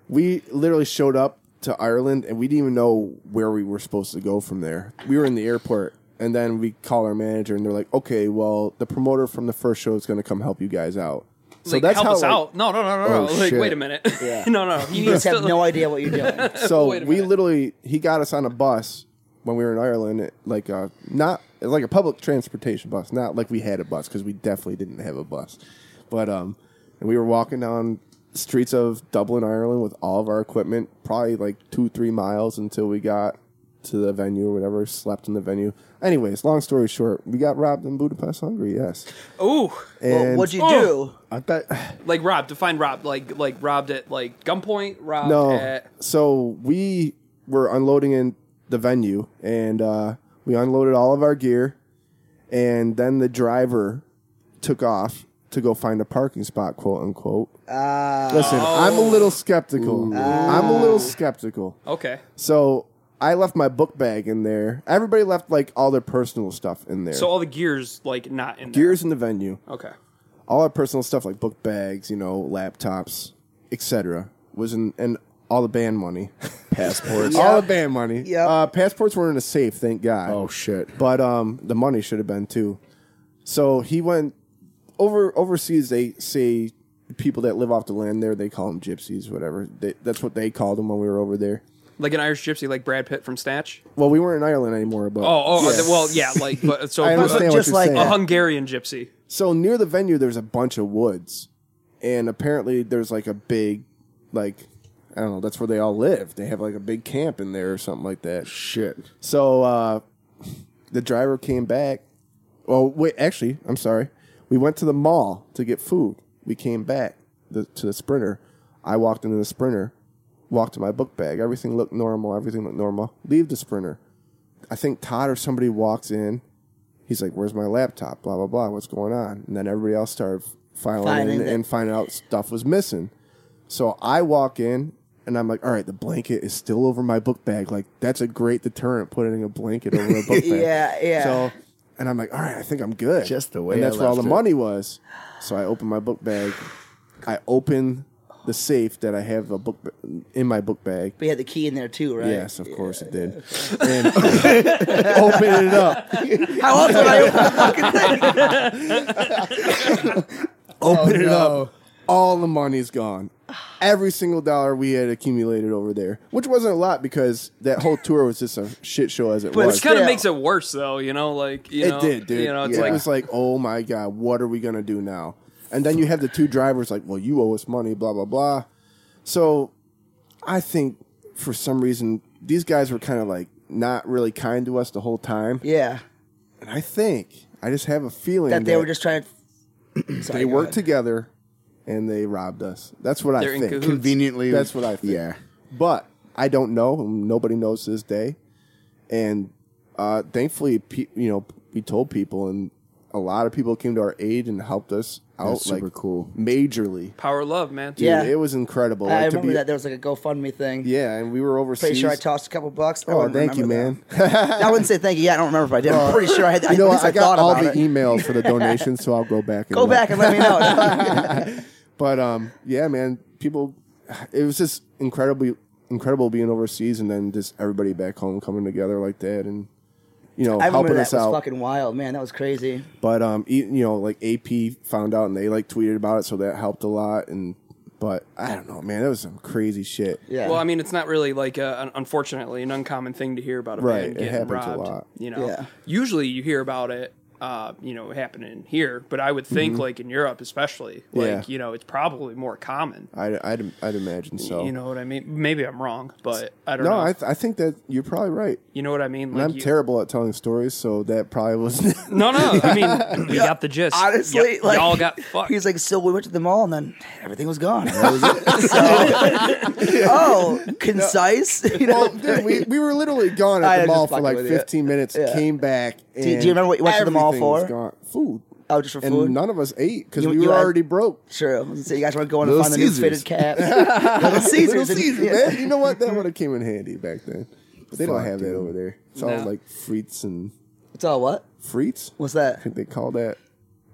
We literally showed up to Ireland, and we didn't even know where we were supposed to go from there. We were in the airport, and then we call our manager, and they're like, "Okay, well, the promoter from the first show is going to come help you guys out." So like, that's help how us like, out. No, no, no, no, Oh, no. Like, shit. wait a minute. no, no. You You need guys to have no idea what you're doing. Wait So we a minute. literally he got us on a bus when we were in Ireland, it- like a not it was like a public transportation bus, not like we had a bus because we definitely didn't have a bus, but um, and we were walking down streets of Dublin, Ireland, with all of our equipment, probably like two three miles until we got to the venue or whatever. Slept in the venue. Anyways, long story short, we got robbed in Budapest, Hungary. Yes, Ooh, and Well, what'd you do? Oh. I thought. like robbed. Define robbed. Like like robbed at like gunpoint. Robbed No. at So we were unloading in the venue, and uh, we unloaded all of our gear, and then the driver took off to go find a parking spot, quote unquote. Listen, I'm a little skeptical. I'm a little skeptical. okay. So I left my book bag in there. Everybody left like all their personal stuff in there. So all the gears like not in there. gears in the venue Okay. all our personal stuff like book bags, you know, laptops, etc. was in and all the band money, passports, all the band money. Yep. Uh, passports were in a safe, thank God. Oh shit! But um, the money should have been too. So he went over overseas. They say people that live off the land there, they call them gypsies, whatever. They, that's what they called them when we were over there. Like an Irish gypsy, like Brad Pitt from Snatch. Well, we weren't in Ireland anymore, but Oh, oh, uh, well, yeah, like but so I understand what just you're like- saying. a Hungarian gypsy. So near the venue, there's a bunch of woods, and apparently there's like a big, like I don't know, that's where they all live. They have like a big camp in there or something like that. Shit. So uh, the driver came back. Well, wait, actually, I'm sorry. We went to the mall to get food. We came back the, to the Sprinter. I walked into the Sprinter, walked to my book bag. Everything looked normal. Everything looked normal. Leave the Sprinter. I think Todd or somebody walks in. He's like, "Where's my laptop?" Blah blah blah. What's going on? And then everybody else started filing Finding in it. and finding out stuff was missing. So I walk in and I'm like, all right, the blanket is still over my book bag. Like that's a great deterrent, putting a blanket over a book bag. Yeah, yeah. So, and I'm like, all right, I think I'm good. Just the way And that's I where all the left it. money was. So I open my book bag. I open the safe that I have a book ba- in my book bag. We had the key in there too, right? Yes, of course it did. And open it up. How else would I open Oh, Open it no. up. All the money's gone. Every single dollar we had accumulated over there, which wasn't a lot because that whole tour was just a shit show as it But was. Which kind of still- makes it worse, though. You know, like you It know, did, dude. You know, it's Yeah. like it was like, oh my god, what are we gonna do now? And then you have the two drivers like, well, you owe us money, blah blah blah. So, I think for some reason these guys were kind of like not really kind to us the whole time. Yeah, And I think I just have a feeling that they were just trying. to... Sorry, uh, they go worked ahead. together and they robbed us. That's what They're I in think. cahoots. Conveniently, That's what I think. Yeah. But I don't know. and Nobody knows to this day. And uh, thankfully, pe- you know, we told people, and a lot of people came to our aid and helped us out. That's super like, cool. Majorly. power of love, man. Dude, Yeah. It was incredible. Like, I to remember be- that there was like a GoFundMe thing. Yeah, and we were overseas. Pretty sure I tossed a couple bucks. I Oh, wouldn't thank you, remember man. that. I wouldn't say thank you. Yeah, I don't remember if I did. I'm pretty sure I had. I, you know, at what? least I, I, got thought all about the it. emails for the donations, so I'll go back. And Go look. back and let me know. But um, yeah, man, people, it was just incredibly incredible being overseas and then just everybody back home coming together like that and you know I remember helping that us was out. fucking wild, man. That was crazy. but um, e- you know, like AP found out and they like tweeted about it, so that helped a lot. And but I don't know, man, that was some crazy shit. Yeah. Well, I mean, it's not really like a, un- unfortunately an uncommon thing to hear about a Right, band it getting happens a robbed. lot. You know, Yeah. usually you hear about it, uh, you know, happening here, but I would think like in Europe, especially, like Mm-hmm. Yeah. you know, it's probably more common. I'd, I'd, I'd imagine so. You know what I mean? Maybe I'm wrong, but I don't no, know. I, th- I think that you're probably right. you know what I mean? And Like I'm you- terrible at telling stories, so that probably was. No, no. I mean, we got the gist. Honestly, Yep, like y'all got fucked. He's like, so we went to the mall and then everything was gone. So- oh, concise. You know, well, dude, we, we were literally gone at I the was mall just for fucking like with you. 15 minutes, came back. And do you remember what you went to the mall everything was for? Gone. Food. oh, just for and food. none of us ate because You- we you were had- already broke. Sure. So you guys were going Little to find the new Caesars. fitted caps. Little Caesars. Little and- Caesar, yeah. man. You know what? That would have came in handy back then. But they don't Fuck, have that dude. over there. It's all No. like frites and It's all what? frites. What's that? I think they call that.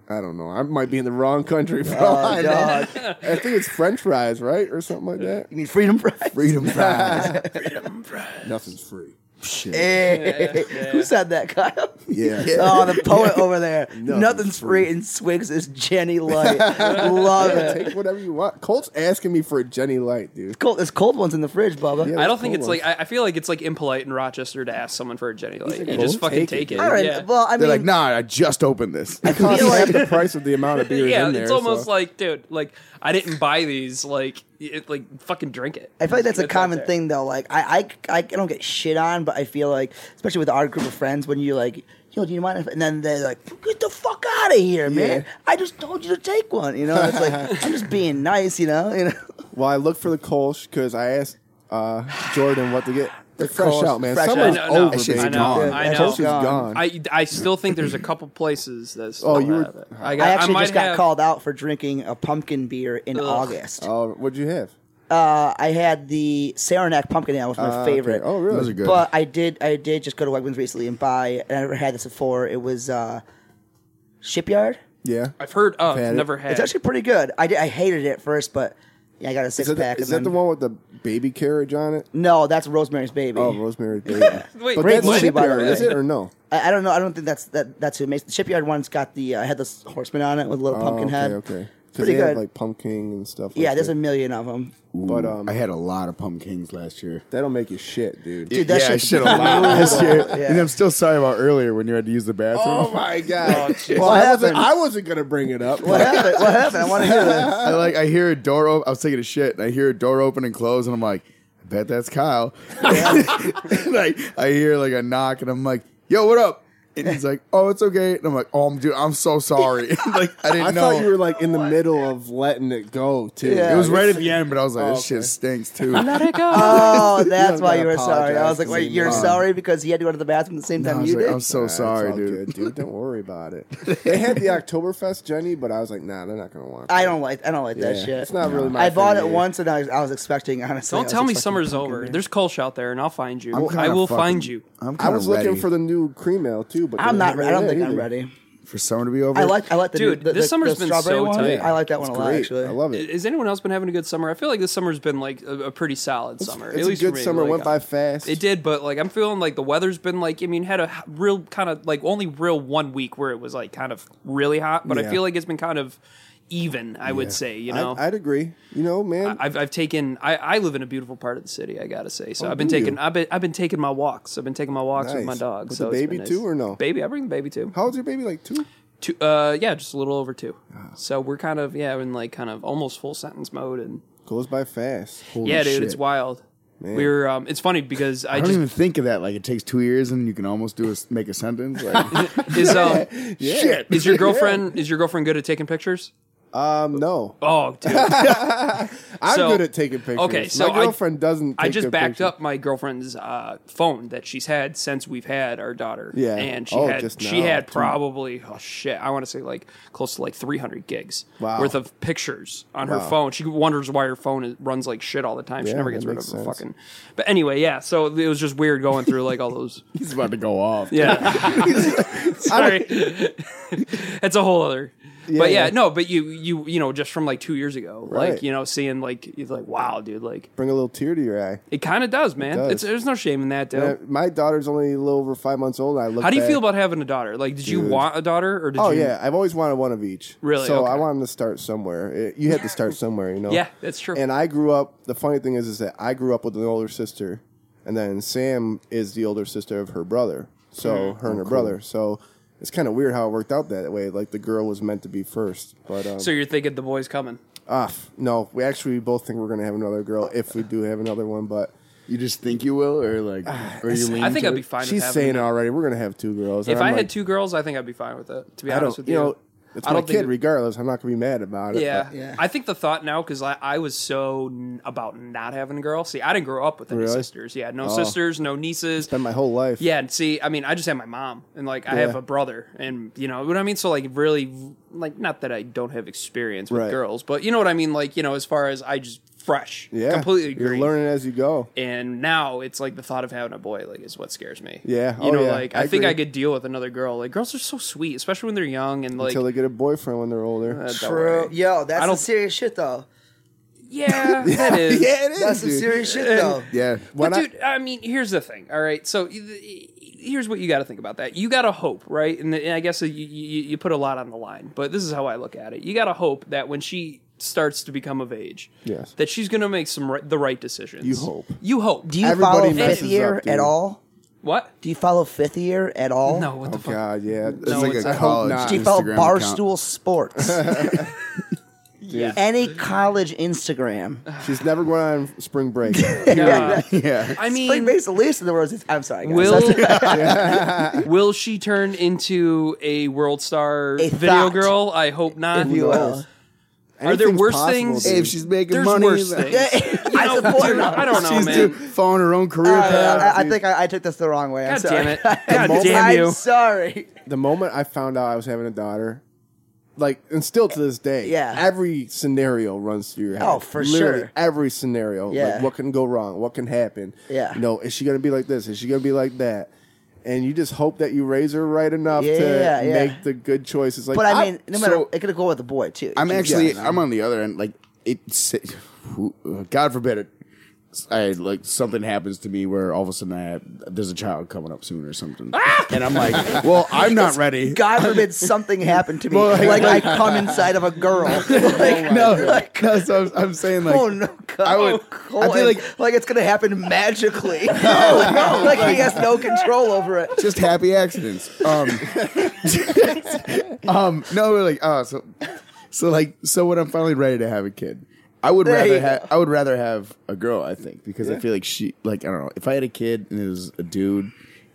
I don't know. I might be in the wrong country. For all I, know. Oh, dog. I think it's French fries, right, or something like that. You mean freedom fries? Freedom fries. Nothing's free. Shit. Hey. Who said that, Kyle? Yeah. Oh, the poet over there. Nothing's, free. free. and Swigs is Jenny Light. Love it. Take whatever you want. Colt's asking me for a Jenny Light, dude. Cold, there's cold ones in the fridge, Bubba. Yeah. I don't think cool it's like I, I feel like it's like impolite in Rochester to ask someone for a Jenny like, Light. you "Well, just we'll fucking take take it, it. All right. Yeah, Well, I They're mean, like, nah, I just opened this. It costs half the price of the amount of beer yeah in there. it's almost so- like, dude, like I didn't buy these. Like, it, like fucking drink it. I feel like that's a It's out common there. thing, though. Like, I, I, I don't get shit on, but I feel like, especially with our group of friends, when you like, yo, do you mind if? And then they're like, get the fuck out of here, man! Yeah. I just told you to take one. You know, it's like I'm just being nice. You know, you know. Well, I look for the Kolsch because I asked uh, Jordan what to get. They're fresh Kolsch, out, man. fresh Summer's out. I know, over, I baby. know, I know, Gone. I know. Kolsch is Gone. gone. I, I still think there's a couple places that's. Oh, you were- I, got, I actually might just got have- called out for drinking a pumpkin beer in August. Oh, what'd you have? Uh, I had the Saranac pumpkin ale, which was my Uh, favorite. okay. Oh, really? Those are good. But I did I did just go to Wegmans recently and buy and I never had this before. It was uh, Shipyard. Yeah. I've heard of, had it. never had. It's actually pretty good. I, did, I hated it at first, but yeah, I got a six Is that, pack. the, is and that the then- one with the baby carriage on it? No, that's Rosemary's Baby. Oh, Rosemary's Baby. Wait, but great that's movie, by the shipyard, way. is it or no? I, I don't know. I don't think that's that. That's who makes the Shipyard one's got the uh, headless horseman on it with a little Oh, pumpkin okay, head. okay. Because Pretty they good. have like pumpkin and stuff. Like yeah, there's that. a million of them. But um, I had a lot of pumpkins last year. that'll make you shit, dude. Dude, that yeah, I shit's shit a lot last year. Yeah. And I'm still sorry about earlier when you had to use the bathroom. Oh my god! shit. well, What I wasn't, happened? I wasn't gonna bring it up. What happened? What happened? I want to hear this. I like I hear a door open. I was taking a shit and I hear a door open and close and I'm like, I bet that's Kyle. like I hear like a knock and I'm like, Yo, what up? And he's like, Oh, it's okay. And I'm like, Oh, dude, I'm so sorry. like I didn't I know. thought you were like in the middle of letting it go too. Yeah. it was right at the end, but I was like, This okay. shit stinks too. Oh, that's don't why gotta you were sorry. I apologize was like, to wait, me, you're Mom. sorry because he had to go to the bathroom at the same I time was you like, did? I'm so Nah, it's sorry, all dude. good, dude. Don't worry about it. They had the Oktoberfest Jenny, but I was like, nah, they're not gonna want. I it. don't like I don't like that Yeah, shit. It's not really my. I bought thing, it dude. once and I was, I was expecting honestly. I Don't was tell me expecting summer's pumpkin over. beer. There's Kolsch out there, and I'll find you. I'm I kinda will fucking- find you. I'm I kinda was looking ready for the new cream ale too, but I'm they not. didn't I don't have think it I'm either. ready. for summer to be over. I like I like the Dude, the, this the- summer's the been strawberry so one. tight. I like that It's one a lot great. actually. I love it. Has anyone else been having a good summer? I feel like this summer's been like a, a pretty solid summer. It's at a least good for me. summer. Like, went by fast. It did, but like I'm feeling like the weather's been like I mean had a h- real kind of like only real one week where it was like kind of really hot, but I Yeah. feel like it's been kind of even. I would say you know. I, I, would agree. You know, man. have I've taken. I, I live in a beautiful part of the city. I gotta say, so Oh, I've been do taking. you? I've been I've been taking my walks. I've been taking my walks with Nice. my dog. With so the it's baby been too, nice. or no? Baby, I bring the baby too. How old's your baby? Like two? two uh, yeah, just a little over two. Ah. So we're kind of yeah in like kind of almost full sentence mode and Goes by fast. Holy yeah, dude, shit. it's wild. We're um, it's funny because I, I don't just even think of that. Like it takes two years and you can almost do a s- make a sentence. Like, is um Shit. is your girlfriend is your girlfriend good at taking pictures? Um, no. Oh, dude. I'm so- good at taking pictures. okay, so my I- girlfriend doesn't. Take I just good backed pictures. up my girlfriend's uh, phone that she's had since we've had our daughter. Yeah. and she Oh, had just she now, had too. probably oh shit, I want to say like close to like 300 gigs Wow. worth of pictures on her Wow. phone. She wonders why her phone is, runs like shit all the time. she Yeah, never gets that rid of makes her sense. fucking. But anyway, yeah. So it was just weird going through like all those. he's about to go off. Yeah. Sorry. That's a whole other. but yeah, yeah. no, but you you you know just from like 2 years ago, like Right. you know seeing like you're like wow, dude, like Bring a little tear to your eye. it kind of does, man. does. It's there's no shame in that, dude. Uh, My daughter's only a little over five months old. And I look. How do you back- feel about having a daughter? Like, did you Dude. want a daughter, or did Oh you? yeah, I've always wanted one of each. Really? So Okay. I wanted to start somewhere. It- you had to start somewhere, you know. Yeah, that's true. And I grew up. The funny thing is, is that I grew up with an older sister, and then Sam is the older sister of her brother. So Hmm. her Oh, and her brother. So it's kind of weird how it worked out that way. Like the girl was meant to be first, but um, So you're thinking the boy's coming? ah, f- no, we actually both think we're gonna have another girl if we do have another one. But You just think you will, or like, or you lean I think to I'd it? be fine. with she's having saying them. already we're gonna have two girls. if And I I'm had like, two girls, I think I'd be fine with it. To be I don't, honest with you know, it's I my don't think kid. it- Regardless, I'm not gonna be mad about it. Yeah. but- Yeah. I think the thought now because I, I was so n- about not having a girl. See, I didn't grow up with any Really? Oh. sisters. Yeah, no sisters, no nieces. Spend uh, my whole life. Yeah, and see, I mean, I just have my mom, and like I have Yeah. a brother, and you know what I mean. So like, really, like, not that I don't have experience with Right. girls, but you know what I mean. Like, you know, as far as I just fresh. Yeah, completely You're green. learning as you go. and now it's like the thought of having a boy like is what scares me. Yeah. you Oh, know, yeah. like I I, think agree. I could deal with another girl. Like girls are so sweet, especially when they're young and like Until they get a boyfriend when they're older. uh, don't True. worry. Yo, that's I some don't- serious shit though. Yeah, that is. yeah, it is. That's some dude. serious shit though. Yeah. Why But not- dude, I mean, here's the thing. All right, so y- y- here's what you got to think about that. You got to hope, right? And, the, and I guess you, you you put a lot on the line, but this is how I look at it. You got to hope that when she starts to become of age, Yes. that she's going to make some ri- the right decisions. You hope. You hope. Do you Everybody follow messes fifth year up, dude. at all? what? Do you follow fifth year at all? No, what the Oh fuck? God, yeah. It's No, It's like it's- a I hope college not. Do you Instagram follow account. Barstool Sports? Any college Instagram? She's never going on spring break. Yeah. Yeah. I Spring mean, Break's the least of the worst. I'm sorry, guys. will That's- will she turn into a world star A video thought. girl? I hope not. if you will. Are there Anything's worse possible, things? dude. If she's making There's money, worse then- things. I I, support dude, her. I don't know, she's man. Uh, doing- following her own career All right, path. I, I think I, I took this the wrong way. I'm God sorry. damn it. God moment- damn I'm you. sorry. the moment I found out I was having a daughter, like, and still to this day, Yeah. every scenario runs through your head. Oh, for Literally sure. every scenario. Yeah. Like, what can go wrong? What can happen? Yeah. You know, is she going to be like this? Is she going to be like that? And you just hope that you raise her right enough Yeah, to yeah. make the good choices. Like, But I mean, no matter, so- it could go with the boy too. I'm actually Yes. I'm on the other end. Like it, sa- who- uh, God forbid it. I like something happens to me where all of a sudden I have, there's a child coming up soon or something, Ah! and I'm like, well, I'm not ready. God forbid something happened to me. Well, like, like- I come inside of a girl. Oh Like, no, no, so I'm, I'm saying like, oh no, God. I would- I Cole, feel and- like- like it's gonna happen magically. no, no, like he has no control over it. just happy accidents. Um, um, no, we're like, oh, so, so like, so when I'm finally ready to have a kid, I would There you rather go. have, I would rather have a girl, I think, because I feel like she, like, I don't know, if I had a kid and it was a dude,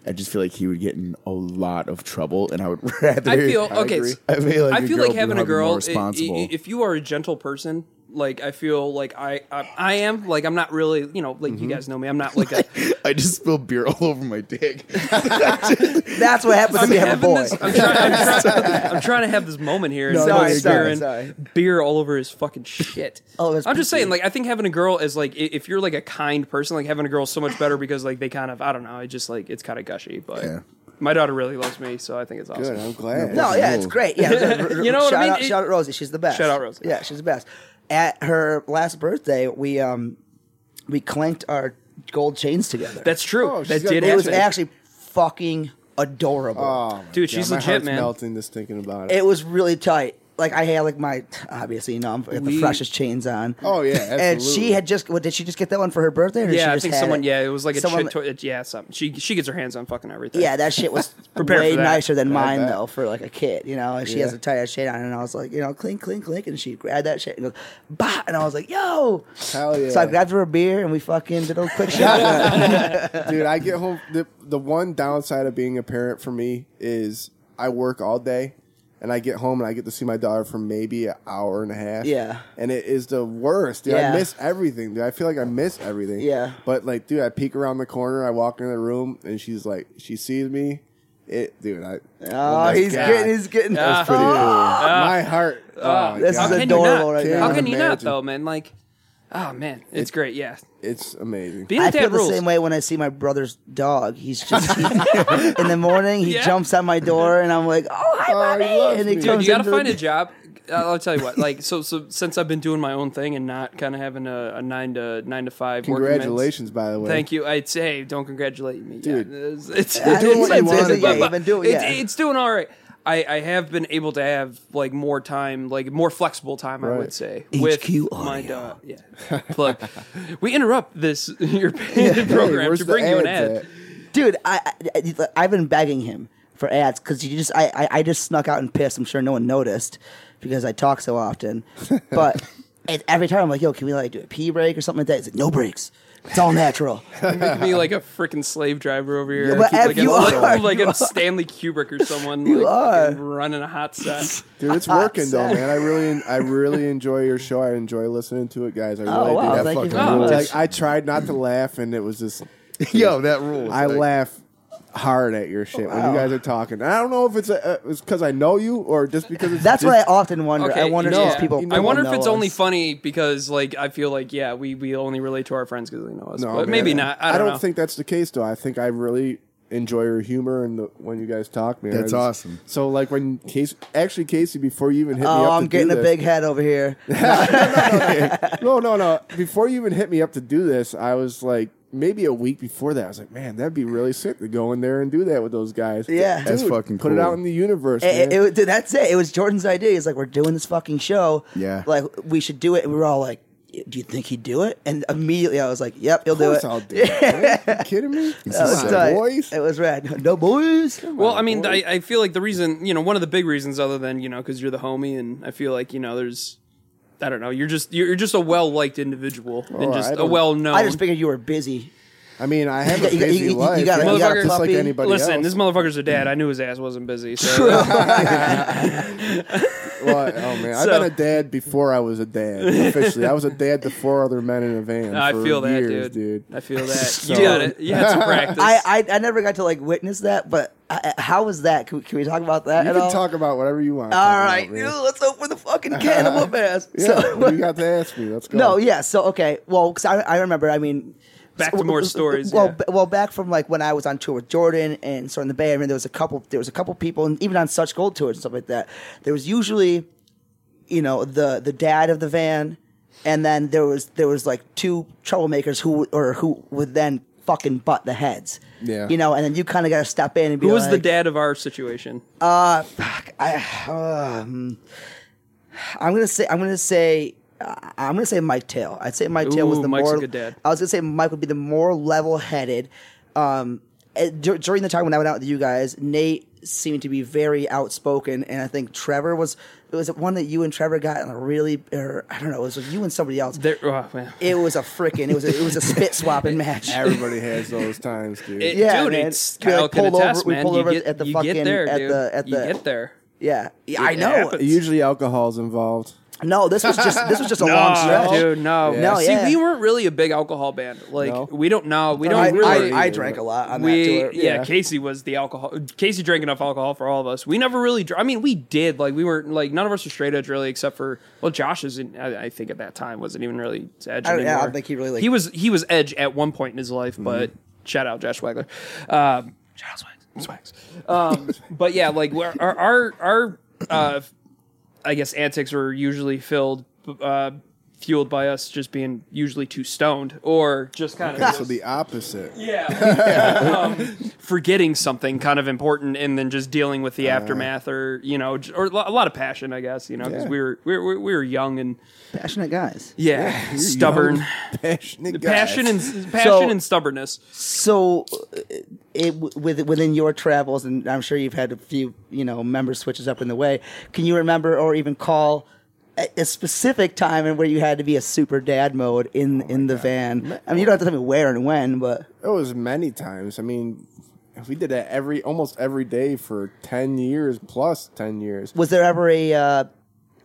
I just feel like he would get in a lot of trouble, and I would rather. I feel okay. agree. s- I feel like, I feel girl like would having probably a be girl. i- more i- responsible. if you are a gentle person, like I feel like I I, I am. Like I'm not really. You know, like you guys know me. I'm not like a. I just spilled beer all over my dick. That's what happens I'm when you have a having boy. this. I'm trying, I'm, trying, I'm trying to have this moment here. and No, someone's no, you're spearing sorry, sorry. Beer all over his fucking shit. Oh, that's I'm just pretty saying. Like I think having a girl is like i- if you're like a kind person, like having a girl is so much better because like they kind of I don't know. It just like it's kind of gushy, but. Yeah. My daughter really loves me, so I think it's awesome. good. I'm glad. No, yeah, it's great. Yeah, r- r- You know what I shout mean? Out, It- shout out Rosie, she's the best. Shout out Rosie. Yeah, she's the best. At her last birthday, we um we clanked our gold chains together. That's true. Oh, she's that got did it was happen. actually fucking adorable. Oh, my Dude, she's God, my legit, heart's man. melting just thinking about it. It was really tight. Like I had like my obviously you know I'm got the We- freshest chains on. Oh, yeah, and absolutely. she had just what did she just get that one for her birthday? Or she Yeah, I just think had someone. It? Yeah, it was like a Someone- chick toy. Yeah, something. She she gets her hands on fucking everything. Yeah, that shit was Prepare way for that. nicer than mine bet. though for like a kid. You know, and she has a tight ass chain on, and I was like, you know, clink, clink, clink, and she grabbed that shit and goes, bah, and I was like, yo, Hell yeah. So I grabbed her a beer and we fucking did a quick shot. Dude, I get home. The, the one downside of being a parent for me is I work all day and I get home and I get to see my daughter for maybe an hour and a half. Yeah. And it is the worst. Dude, Yeah. I miss everything, dude. I feel like I miss everything. Yeah. But, like, dude, I peek around the corner, I walk in the room, and she's like, she sees me. It, dude, I. Oh, oh, my he's God. getting, he's getting. That's pretty cool. my heart. oh, this God. is can you adorable not? right Can't now. How can you not imagine. though, man? Like, oh man, it's great. Yeah, It's amazing. being a I dad feel the rules. same way when I see my brother's dog. He's just he, in the morning. He Yeah. jumps at my door, and I'm like, "Oh, Oh, he hi, mommy!" loves and he me. Dude, comes you gotta into find the- a job. I'll tell you what. Like, so so since I've been doing my own thing and not kind of having a, a nine to nine to five. working mens- Congratulations, by the way. Thank you. I'd say don't congratulate me, Dude. Yeah, it's, it's, doing what you it's- wanna it's- do. Yeah, you've been doing- it's- yeah. it's doing all right. I, I have been able to have like more time, like more flexible time, I Right. would say, HQ with audio. my dog. Yeah, plug. we interrupt this your program where's to the bring you an ads ad. at? dude. I, I I've been begging him for ads because you just I, I I just snuck out and pissed. I'm sure no one noticed because I talk so often, but. and Every time I'm like, yo, can we like do a pee break or something like that? He's like, no breaks. It's all natural. Make me like a freaking slave driver over here. Yeah, but like you a, like, are, like you a are. Stanley Kubrick or someone like are. fucking running a hot set. Dude, it's working though, man. I really, I really enjoy your show. I enjoy listening to it, guys. I really Oh, wow, do. thank That you fucking very rules. much. Like, I tried not to laugh, and it was just Yo, that rule. I laugh hard at your shit when you guys are talking. I don't know if it's a, uh, it's because I know you or just because it's That's just, what I often wonder. I wonder no, if these people. you know- I wonder if know it's only us. funny because, like, I feel like, yeah, we, we only relate to our friends because they know us. No, but man, maybe not. I don't, know. think that's the case though. I think I really enjoy your humor and the, when you guys talk, man. That's I just- awesome. So like when Casey, actually Casey, before you even hit me Oh, up, I'm to getting do a this- big head over here. no, no, no. Before you even hit me up to do this, I was like, maybe a week before that, I was like, man, that'd be really sick to go in there and do that with those guys. Yeah. That's Dude, fucking Put it cool. out in the universe. It- man. it- it- dude, that's it. It was Jordan's idea. He's like, we're doing this fucking show. Yeah. Like, we should do it. And we were all like, do you think he'd do it? And immediately I was like, yep, he'll of do course it. I'll do it. man. you kidding me? That was Come on, tight. boys. It was rad. No boys. Well, I mean, I, I feel like the reason, you know, one of the big reasons, other than you know, because you're the homie, and I feel like you know, there's, I don't know, you're just you're, you're just a well liked individual and I just a don't- well known. Oh, Oh. I just figured you were busy. I mean, I have You a got- you- busy you- you life. got a- man, you got a just like puppy? anybody Listen, else. this motherfucker's a Mm. dad. I knew his ass wasn't busy. So Well, I- oh man, I've So- been a dad before I was a dad. Officially, I was a dad to four other men in a van. I for feel that, years, dude. dude. I feel that. So- You got it. You had some practice. I, I I never got to like witness that, but I, I- how was that? Can we, can we talk about that You at can all? talk about whatever you want. to all talk about, right, man. dude, let's open the fucking can of whoop ass. Yeah, So- you got to ask me. Let's go. No, yeah. So okay, well, 'cause I, I remember. I mean, uh, Back to more stories, Well, yeah. b- well, back from like when I was on tour with Jordan and sort of in the Bay. I mean, there was a couple. There was a couple people, and even on such gold tours and stuff like that. There was usually, you know, the the dad of the van, and then there was there was like two troublemakers who or who would then fucking butt the heads. Yeah. You know, and then you kind of got to step in and be Who was the like, dad of our situation? uh, fuck, I, um, I'm gonna say I'm gonna say I- I'm gonna say Mike Tail. I'd say Mike Tail was Ooh, the Mike's a more. good dad. I was gonna say Mike would be the more level-headed. Um, and dur- during the time when I went out with you guys, Nate seemed to be very outspoken, and I think Trevor was. It was one that you and Trevor got in a really, or I don't know, it was you and somebody else. There, oh, man. it was a freaking, it was a, it was a spit swapping match. everybody has those times, dude. It- yeah, dude, man. it's We, like, Kyle can pulled over- attest, we man. pulled You over get, at the you fucking- get there, at dude. the- at the- you get there. Yeah, I know. happens. Usually, alcohol's involved. No, this was just this was just a long stretch. Oh, dude, no, Yeah. No, See, yeah. we weren't really a big alcohol band. Like, No. we don't know. We don't I, really. I, I drank a lot on we, that tour. yeah, yeah. Casey was the alcohol. Casey drank enough alcohol for all of us. We never really. dr- I mean, we did. Like, we weren't like none of us were straight edge really, except for well, Josh isn't. I, I think at that time wasn't even really edge I- Oh, yeah, I anymore. don't think he really, like- Mm-hmm. he was he was edge at one point in his life, but shout out Josh Wagler. Um, shout out Swags. Swags. Um, but yeah, like we're- our our our. Uh, I guess antics were usually filled, uh, fueled by us just being usually too stoned or just kind of So the opposite. yeah, um, forgetting something kind of important and then just dealing with the Uh-huh. aftermath or you know j- or lo- a lot of passion, I guess you know because Yeah. we, were, we were we were young and Passionate guys. yeah, You're stubborn. young, passionate, guys. Passion and passion So- and stubbornness. So, uh, it, with within your travels, and I'm sure you've had a few, you know, member switches up in the way. Can you remember or even call a, a specific time and where you had to be a super dad mode in in the van? I mean, you don't have to tell me where and when, but It was many times. I mean, we did that every almost every day for ten years plus ten years. was there ever a uh,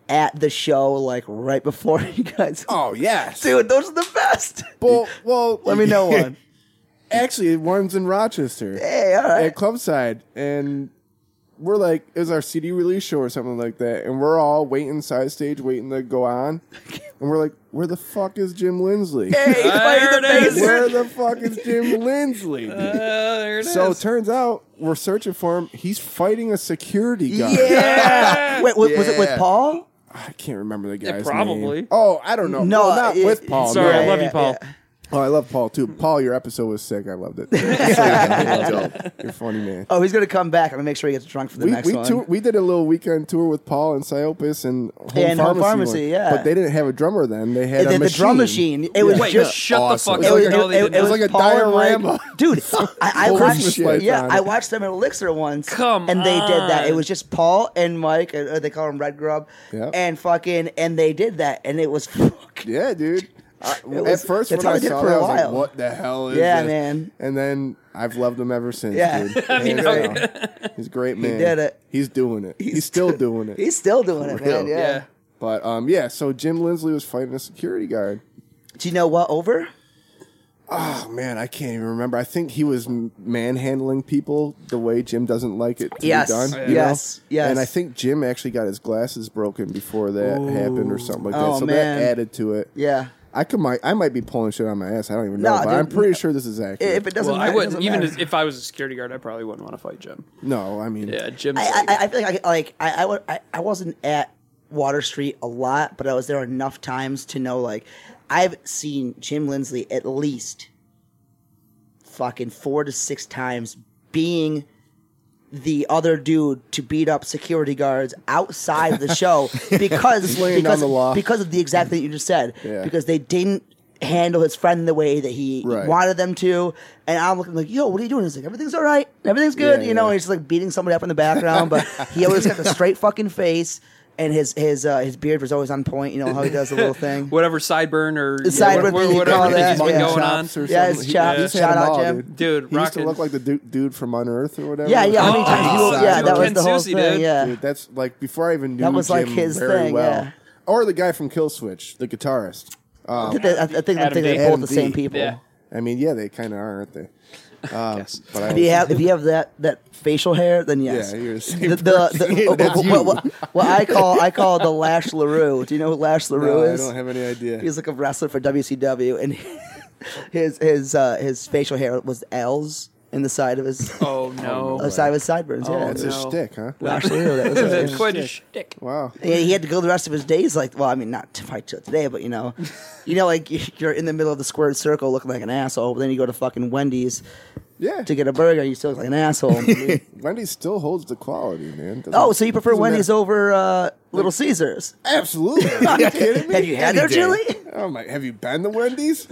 at the show like right before you guys? Oh yes, Dude, those are the best. Well, well, Let me know one. Actually, one's in Rochester. Hey, all right. at Clubside, and we're like, it was our CD release show or something like that, and we're all waiting side stage, waiting to go on, and we're like, where the fuck is Jim Lindsley? Hey, There play the it is. bass. Where the fuck is Jim Lindsley? Uh, there it is. so turns out we're searching for him. He's fighting a security guard. Yeah. Wait, wa- was it with Yeah. Paul? I can't remember the guy's probably. name. Oh, I don't know. No, No, not it- with Paul. Sorry, no. I love you, Paul. Oh, I love Paul too. Paul, your episode was sick. I loved it. You're a funny man. Oh, he's gonna come back. I'm gonna make sure he gets drunk for the we, next we, one. tour- we did a little weekend tour with Paul and Psyopus and Home And Pharmacy. Home Pharmacy, one. yeah. But they didn't have a drummer then. They had And a then the machine. drum machine. It was Wait, just. shut awesome. the It fuck was, up. it, No, they it- did it not. was like a Paul and Mike. diorama. dude. I, I Holy watched, shit. yeah, I watched them at Elixir once. Come and they did that. It on. was just Paul and Mike. uh, Uh, they call him Red Grub, Yep. and fucking, and they did that, and it was fucking Yeah, dude. I, was- at first, that's when how I I did saw for that, a I was while. like, "What the hell is Yeah, this?" man. And then I've loved him ever since. Yeah. dude. I mean, Hands okay. down. he's a great man. did it. He's doing it. He's, still doing it. He's still doing it, man. real. Yeah. Yeah. But um, yeah. So Jim Lindsley was fighting a security guard. Do you know what over? oh man, I can't even remember. I think he was m- manhandling people the way Jim doesn't like it to Yes. be done. you know? Yes. Yes. And I think Jim actually got his glasses broken before that happened or something like that. Oh, so man. that added to it. Yeah. I could might I might be pulling shit on my ass. I don't even know, No, but dude, I'm pretty no. sure this is I- accurate. If it doesn't, Well, I matter, it wouldn't doesn't even matter. if I was a security guard, I probably wouldn't want to fight Jim. no, I mean, Yeah, Jim's. I, like- I, I feel like I, like I, I, wa- I, I wasn't at Water Street a lot, but I was there enough times to know like I've seen Jim Lindsley at least fucking four to six times being the other dude to beat up security guards outside of the show because laying down because, the law. because of the exact thing you just said Yeah. because they didn't handle his friend the way that he Right. wanted them to and I'm looking like yo what are you doing he's like everything's all right everything's good Yeah, you know yeah. he's just like beating somebody up in the background but he always got the straight fucking face and his his uh, his beard was always on point you know how he does the little thing whatever sideburn or yeah, sideburn wha- thing they whatever call it is that, been yeah. going on. Chops or Yeah, his something. He- chops. he's had Shout them out, all, Jim. Dude, he used to rockin'. look like the du- dude from Unearthed or whatever. yeah yeah how many Oh, times he was- Side yeah burn. that was Ken the whole Susie, thing dude. yeah Dude, that's like before I even knew That was, Jim like, his very thing, well. yeah. Or the guy from Killswitch, the guitarist. I think they- I think I'm Adam thinking D. they're both Adam the D. same people Yeah. I mean, yeah, they kind of are, aren't they? Um, Yes. But I If you have if you have that that facial hair, then yes. Yeah, you're the same person. what- That's what, you. what- what I call I call the Lash Larue. Do you know who Lash Larue no, I is? don't have any idea. He's like a wrestler for WCW, and his his uh, his facial hair was L's in the side of his Oh no, the side of his sideburns. yeah, That's no. a shtick, huh? Lash Larue. That was it. that's quite a shtick. Wow. Yeah, he had to go the rest of his days like, well, I mean, not to fight till today, but you know, you know, like you're in the middle of the squared circle looking like an asshole, but then you go to fucking Wendy's Yeah. to get a burger, you still look like an asshole. Wendy still holds the quality, man. Doesn't- Oh, so you prefer doesn't Wendy's matter- over uh, Little Caesars? Absolutely. Are you kidding me? Have you had their day. chili? Oh my! Have you been to Wendy's?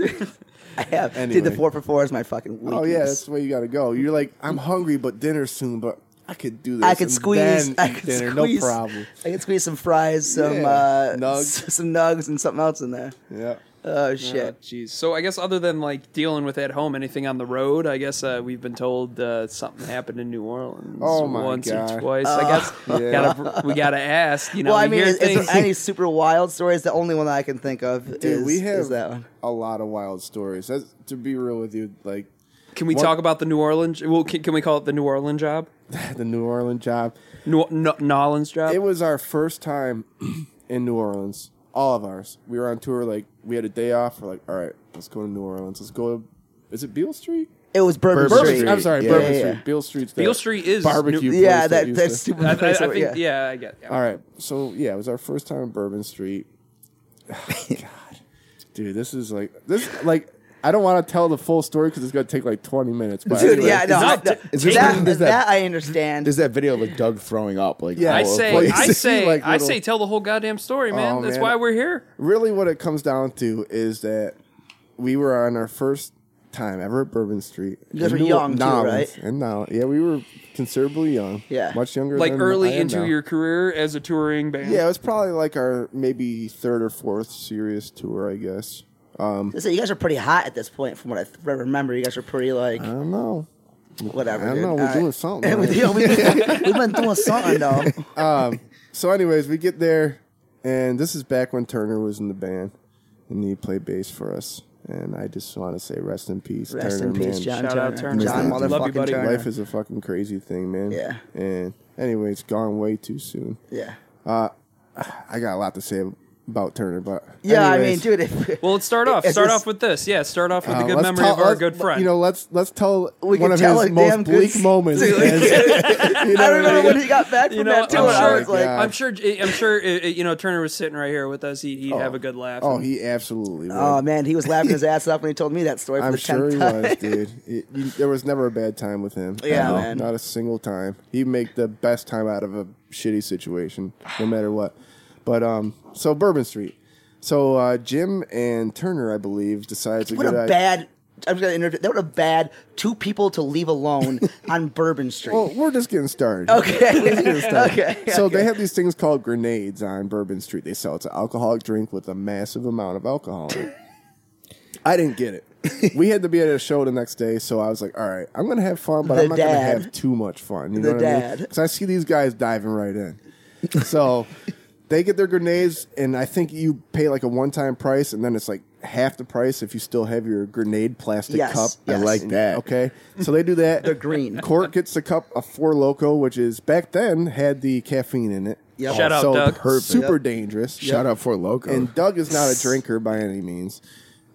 I have. Did the Anyway. four for four is my fucking weakness. Oh yeah, that's where you got to go. You're like, I'm hungry, but dinner soon. But I could do this. I could and then squeeze. I eat could dinner, squeeze. no problem. I could squeeze some fries, some Yeah, uh, nugs. s- some nugs, and something else in there. Yeah. Oh shit! Oh, Jeez. So I guess other than like dealing with at home, anything on the road, I guess uh, we've been told uh, something happened in New Orleans Oh, my once or God. twice. I guess Yeah. gotta, we gotta ask. You know, well, I we mean, hear is, is things- there any super wild stories? The only one that I can think of Dude, is, we have is that one. a lot of wild stories. That's, to be real with you, like can we What- talk about the New Orleans? Well, can, can we call it the New Orleans job? the New Orleans job. New N- Nolans job. It was our first time in New Orleans. All of ours. We were on tour. Like we had a day off. We're like, all right, let's go to New Orleans. Let's go. to, Is it Beale Street? It was Bourbon, Bourbon Street. Street. I'm sorry, Yeah, Bourbon yeah, yeah. Street. Beale Street's that Beale Street is barbecue. New- place Yeah, that, that used that to- stupid I, I, place. I over- think. yeah. Yeah, I get. All right. So yeah, it was our first time in Bourbon Street. God, dude, this is like this like I don't want to tell the full story because it's gonna take like 20 minutes. But Dude, anyway, yeah, no, I- that- that, is that, there something- that, is that- I understand. There's that video of like Doug throwing up. Like Yeah. all I over the say, place. I say, Like I little- say, tell the whole goddamn story, man. Oh, That's man. why we're here. really, what it comes down to is that we were on our first time ever at Bourbon Street. You guys were young too, right? And now, yeah, we were considerably young. Yeah. much younger. Like than I early am into now. your career as a touring band. Yeah, it was probably like our maybe third or fourth serious tour, I guess. Listen, you guys are pretty hot at this point, from what I th- remember. You guys are pretty like I don't know. whatever. Uh, I don't dude. know. We're All right. doing something. Yeah, we, right? yeah, we, we've been doing something though. So, anyways, we get there, and this is back when Turner was in the band, and he played bass for us. And I just want to say, rest in peace, Rest Turner, in peace, man. John. Shout Turner. out Turner. John Love you, motherfucking buddy. Turner. Life is a fucking crazy thing, man. Yeah. And anyway, it's gone way too soon. yeah. I got a lot to say about Turner, but Yeah, I mean, anyways, dude, if, Well, let's start off. Is Start this- off with this. Yeah, start off with uh, a good let's memory tell- of our let's- good friend. You know, let's let's tell one We can of tell his a damn most good bleak s- moments. Dude, as- you know I what remember mean? when he got back from you know, that I'm tour, sure, I was like, God. I'm sure, I'm sure, uh, you know, Turner was sitting right here with us. He, he'd have a good laugh. Oh, And- he absolutely. would. oh man, he was laughing his ass off when he told me that story for I'm the sure tenth he time. was, dude. It- you- there was never a bad time with him. At Yeah, all. man. not a single time. He'd make the best time out of a shitty situation, no matter what. But um, so Bourbon Street. So uh, Jim and Turner, I believe, decides a What good a i- bad. I'm just gonna interrupt. That would have bad two people to leave alone on Bourbon Street. Well, we're just getting started. okay. okay. So they have these things called grenades on Bourbon Street. They sell it's an alcoholic drink with a massive amount of alcohol in it. I didn't get it. We had to be at a show the next day, so I was like, "All right, I'm gonna have fun, but The I'm not gonna dad. have too much fun." You The know what I mean? dad. Because I see these guys diving right in. So they get their grenades, and I think you pay like a one-time price, and then it's like half the price if you still have your grenade plastic Yes, cup. I yes. like that. Okay, so they do that. They're green. Court gets the cup of Four Loco, which is back then had the caffeine in it. Yep. Shout out, so Doug. Perfect. Super dangerous. Shout out for Loco. And Doug is not a drinker by any means.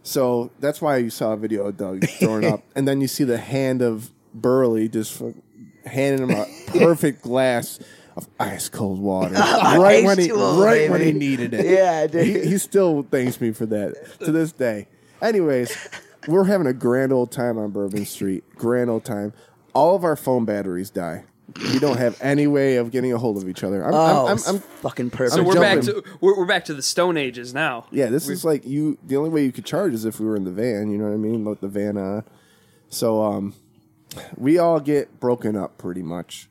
So that's why you saw a video of Doug throwing up. And then you see the hand of Burley just fu- handing him a perfect glass of ice cold water. right when he oh, H2O, right when he baby. needed it. Yeah, dude. He, he still thanks me for that to this day. Anyways, we're having a grand old time on Bourbon Street. Grand old time. All of our phone batteries die. We don't have any way of getting a hold of each other. I'm, I'm- Oh, I'm- it's I'm fucking perfect. So I'm we're back jumping. to we're, we're back to the Stone Ages now. Yeah, this is like you. The only way you could charge is if we were in the van. You know what I mean? Like the van. Uh, so um, we all get broken up pretty much.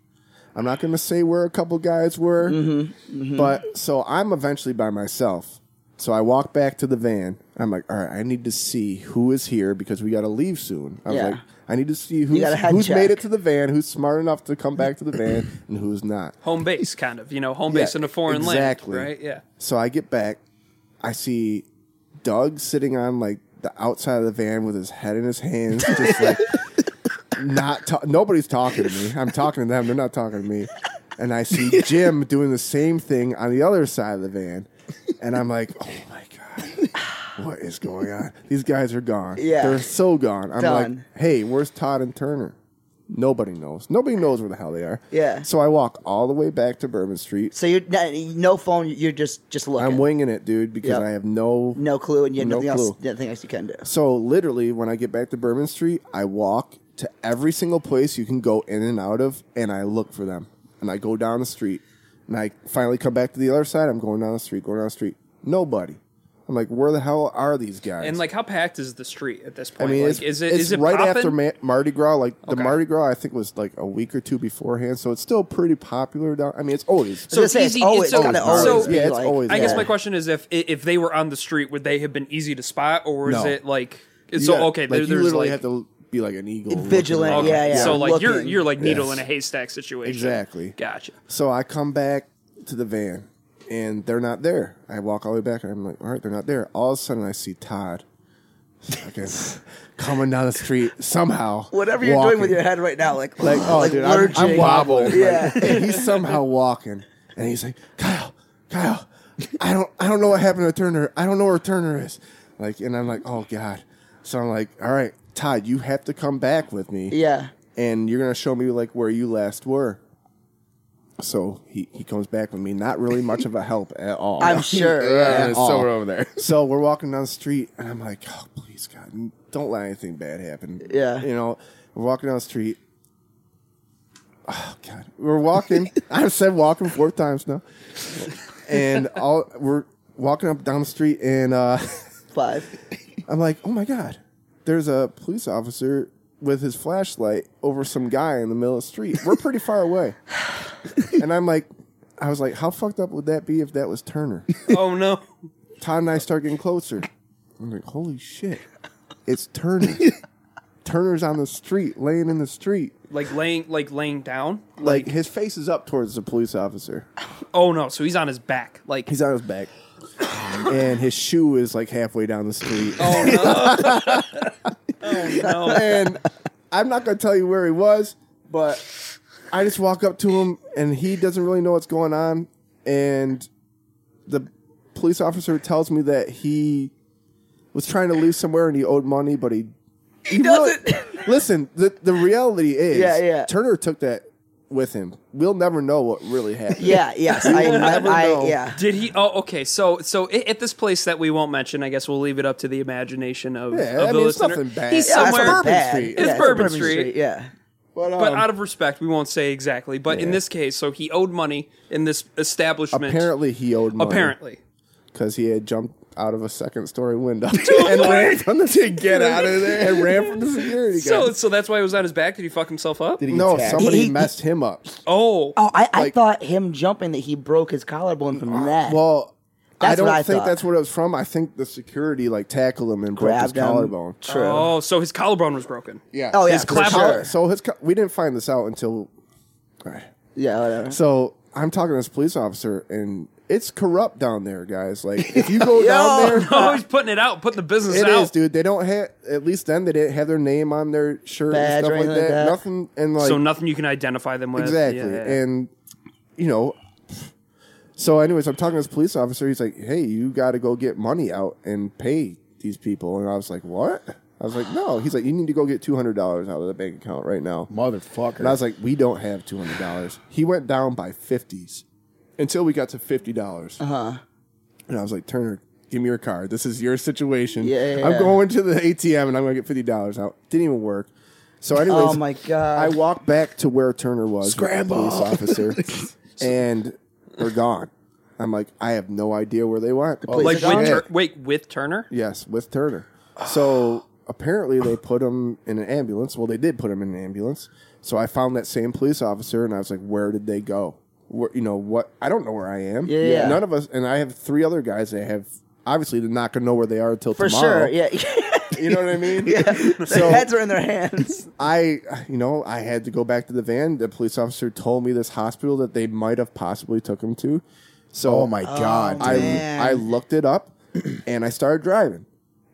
I'm not gonna say where a couple guys were, Mm-hmm, but so I'm eventually by myself. So I walk back to the van. I'm like, all right, I need to see who is here because we got to leave soon. I was Yeah. like, I need to see who's, got a head who's made check. it to the van, who's smart enough to come back to the van, and who's not. Home base, kind of. You know, home base Yeah, in a foreign exactly. land. Right? Yeah. So I get back. I see Doug sitting on like the outside of the van with his head in his hands, just like not. Ta- nobody's talking to me. I'm talking to them. They're not talking to me. And I see Jim doing the same thing on the other side of the van, and I'm like, oh my god. What is going on? These guys are gone. Yeah. They're so gone. I'm Done. like, hey, where's Todd and Turner? Nobody knows. Nobody knows where the hell they are. Yeah. So I walk all the way back to Bourbon Street. so you're not, no phone. You're just just looking. I'm winging it, dude, because Yep. I have no. no clue, and you have No nothing else. clue. Nothing else you can do. So literally, when I get back to Bourbon Street, I walk to every single place you can go in and out of, and I look for them. And I go down the street, and I finally come back to the other side. I'm going down the street, going down the street. Nobody. I'm like, where the hell are these guys? And like, how packed is the street at this I point? mean, like, it's, is it it's is it right poppin'? after Ma- Mardi Gras. Like the Okay. Mardi Gras, I think was like a week or two beforehand, so it's still pretty popular down. I mean, it's always So Just say easy- always, so- gotta so- always be Yeah, it's like- always I guess Yeah. my question is if i- if they were on the street, would they have been easy to spot, or is No. it like You so? gotta- okay, like, there, you there's literally like have to be like an eagle, looking Vigilant, around. okay. yeah, yeah, So like you're looking. you're like needle Yes. in a haystack situation. Exactly. Gotcha. So I come back to the van and they're not there. I walk all the way back and I'm like, all right, they're not there. All of a sudden I see Todd fucking coming down the street somehow. Whatever you're doing with walking. your head right now, like like, oh, dude, I'm, I'm lurching. wobbling. Yeah. Like, and he's somehow walking and he's like, Kyle, Kyle, I don't, I don't know what happened to Turner. I don't know where Turner is. Like, and I'm like, oh God. So I'm like, all right, Todd, you have to come back with me yeah. and you're gonna show me like where you last were. So he, he comes back with me, not really much of a help at all. I'm sure. Yeah. At so all. we're over there. So we're walking down the street, and I'm like, oh, please, God, n- don't let anything bad happen. Yeah. You know, we're walking down the street. Oh, God. We're walking. I've said walking four times now. And all we're walking up down the street, and uh, Five. I'm like, oh my god, there's a police officer with his flashlight over some guy in the middle of the street. We're pretty far away, and I'm like, I was like, how fucked up would that be if that was Turner? Oh no. Todd and I start getting closer. I'm like, holy shit, it's Turner. Turner's on the street, laying in the street. Like laying like laying down. Like his face is up towards the police officer. Oh no. So he's on his back. Like He's on his back, and his shoe is like halfway down the street. oh no. oh no. and I'm not gonna tell you where he was, but I just walk up to him and he doesn't really know what's going on, and the police officer tells me that he was trying to leave somewhere and he owed money, but he he doesn't. listen, the the reality is, Yeah, yeah. Turner took that with him. We'll never know what really happened. Yeah. Yes. I. never I, know. Yeah. Did he? Oh, okay. So, so i- at this place that we won't mention, I guess we'll leave it up to the imagination of, Yeah, of I the mean, it's listener. nothing bad. He's Yeah, That's it's somewhere. Bourbon bad. Street. Yeah, It's Bourbon Street. Yeah. But, um, but out of respect, we won't say exactly. But in this case, so he owed money in this establishment. apparently he owed money. apparently. because he had jumped out of a second story window and ran from the to get out of there and ran from the security guy. So, so that's why he was on his back. Did he fuck himself up? no, attacked? somebody He- he- messed him up. Oh, Oh, I, I Like- Uh, thought him jumping that he broke his collarbone from that. Well, I That's don't what I think thought. that's what it was from. I think the security like tackled him and broke his Grabbed him. collarbone. True. oh, so his collarbone was broken. Yeah. Oh, yeah, His for collarbone- sure. So his co- we didn't find this out until. All right. Yeah. Whatever. So I'm talking to this police officer, and it's corrupt down there, guys. Like if you go down Yo, there, Always Oh, putting it out, putting the business It is, out. dude. They don't have. At least then they didn't have their name on their shirt and Badge or stuff like anything like that. that. Nothing and like so nothing you can identify them with. exactly. Yeah, yeah, yeah. And you know, so anyways, I'm talking to this police officer. He's like, "Hey, you got to go get money out and pay these people." And I was like, "What?" I was like, "No." He's like, "You need to go get two hundred dollars out of the bank account right now." Motherfucker. And I was like, we don't have two hundred dollars. He went down by fifties until we got to fifty dollars. Uh huh. Uh-huh. And I was like, Turner, give me your card. This is your situation. Yeah, yeah, I'm yeah. going to the ATM and I'm gonna get fifty dollars out. Didn't even work. So anyways, Oh, my God. I walked back to where Turner was, Scramble. with the police officer, and they're gone. I'm like, I have no idea where they went. police like Is it with on? Tur- wait with Turner. Yes, with Turner. So apparently they put him in an ambulance. Well, they did put him in an ambulance. So I found that same police officer and I was like, where did they go? Where, you know what? I don't know where I am. Yeah, yeah. None of us. And I have three other guys that have obviously they're not going to know where they are until for tomorrow. sure. Yeah, You know what I mean? yeah. So- Their heads are in their hands. I, you know, I had to go back to the van. The police officer told me this hospital that they might have possibly took him to. So oh my god. I dude. Man. I looked it up and I started driving.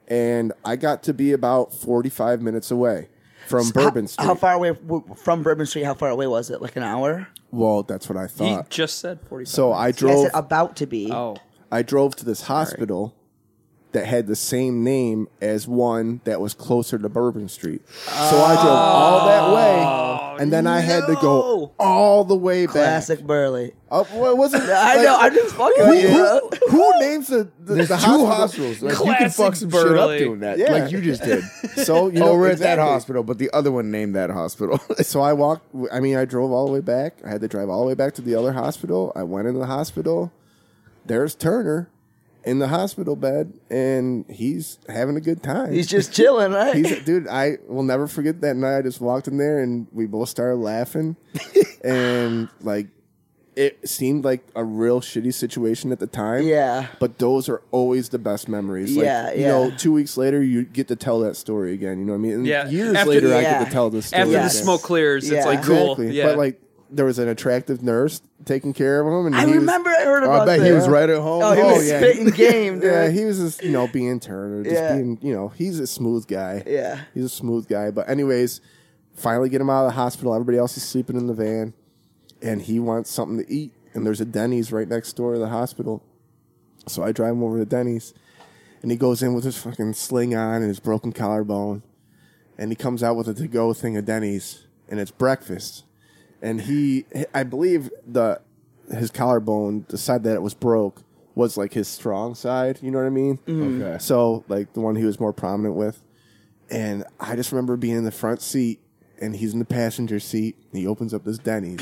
And I got to be about 45 minutes away from Bourbon Street. How, how far away w- from Bourbon Street? How far away was it? Like an hour? well, that's what I He thought. just said forty. So I Yeah, I drove said about to be. oh, I drove to this hospital that had the same name as one that was closer to Bourbon Street. So I drove all that way and then I had to go all the way back. Oh, Classic Burley. Up, what was it? I know. I'm just fucking with you. Uh, who, bro. who names the, the, There's the hospital? two hospitals. Like, you can Classic fuck some shit up Burley. doing that. Yeah. Like you just did. So you know, oh, we're at that exactly. hospital, but the other one named that hospital. so I walked. I mean, I drove all the way back. I had to drive all the way back to the other hospital. I went into the hospital. There's Turner in the hospital bed, and he's having a good time. He's just chilling, right? He's- dude. I will never forget that night. I just walked in there, and we both started laughing, and like it seemed like a real shitty situation at the time. Yeah. But those are always the best memories. Like, Yeah, You yeah. know, two weeks later, you get to tell that story again. You know what I mean? And Yeah. Years After- later, I Yeah. get to tell this story. after again. the Yes. smoke clears, Yeah. it's like cool. Exactly. Yeah. But like there was an attractive nurse taking care of him and I he was- remember I heard about I bet that. he was right at home. Oh, he was yeah. spitting game, dude. yeah, he was just you know being Turner, just Yeah. being you know he's a smooth guy. Yeah. he's a smooth guy. But anyways, finally get him out of the hospital. Everybody else is sleeping in the van, and he wants something to eat. And there's a Denny's right next door to the hospital, so I drive him over to Denny's, and he goes in with his fucking sling on and his broken collarbone, and he comes out with a to-go thing of Denny's, and it's breakfast, and he, I believe the his collarbone, the side that it was broke, was like his strong side. You know what I mean? Okay. So like the one he was more prominent with, and I just remember being in the front seat. And he's in the passenger seat, and he opens up this Denny's,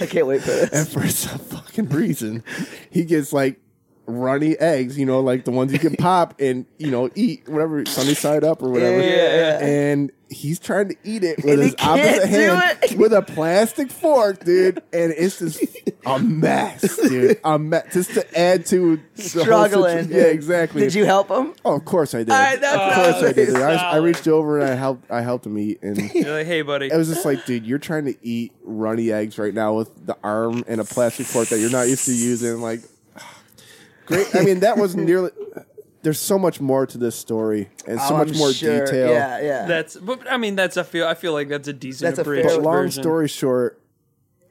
I can't wait for this. and for some fucking reason, he gets like runny eggs, you know, like the ones you can pop and you know eat, whatever, sunny side up or whatever. Yeah, yeah, yeah. And he's trying to eat it with And he his opposite can't do hand it. with a plastic fork, dude. And it's just a mess, dude. A mess. Just to add to the whole Struggling. situ- yeah, exactly. Did you help him? Oh, of course I did. All right, that's of course I did. dude. I, I solid. reached over and I helped. I helped him eat, and it You're like, hey, buddy. was just like, dude, you're trying to eat runny eggs right now with the arm and a plastic fork that you're not used to using. Like, great. I mean, that was nearly. There's so much more to this story, and so Oh, much I'm more sure. detail. Yeah, yeah. That's, but I mean, that's a feel. I feel like that's a decent That's a abridged fair- But long version. story short,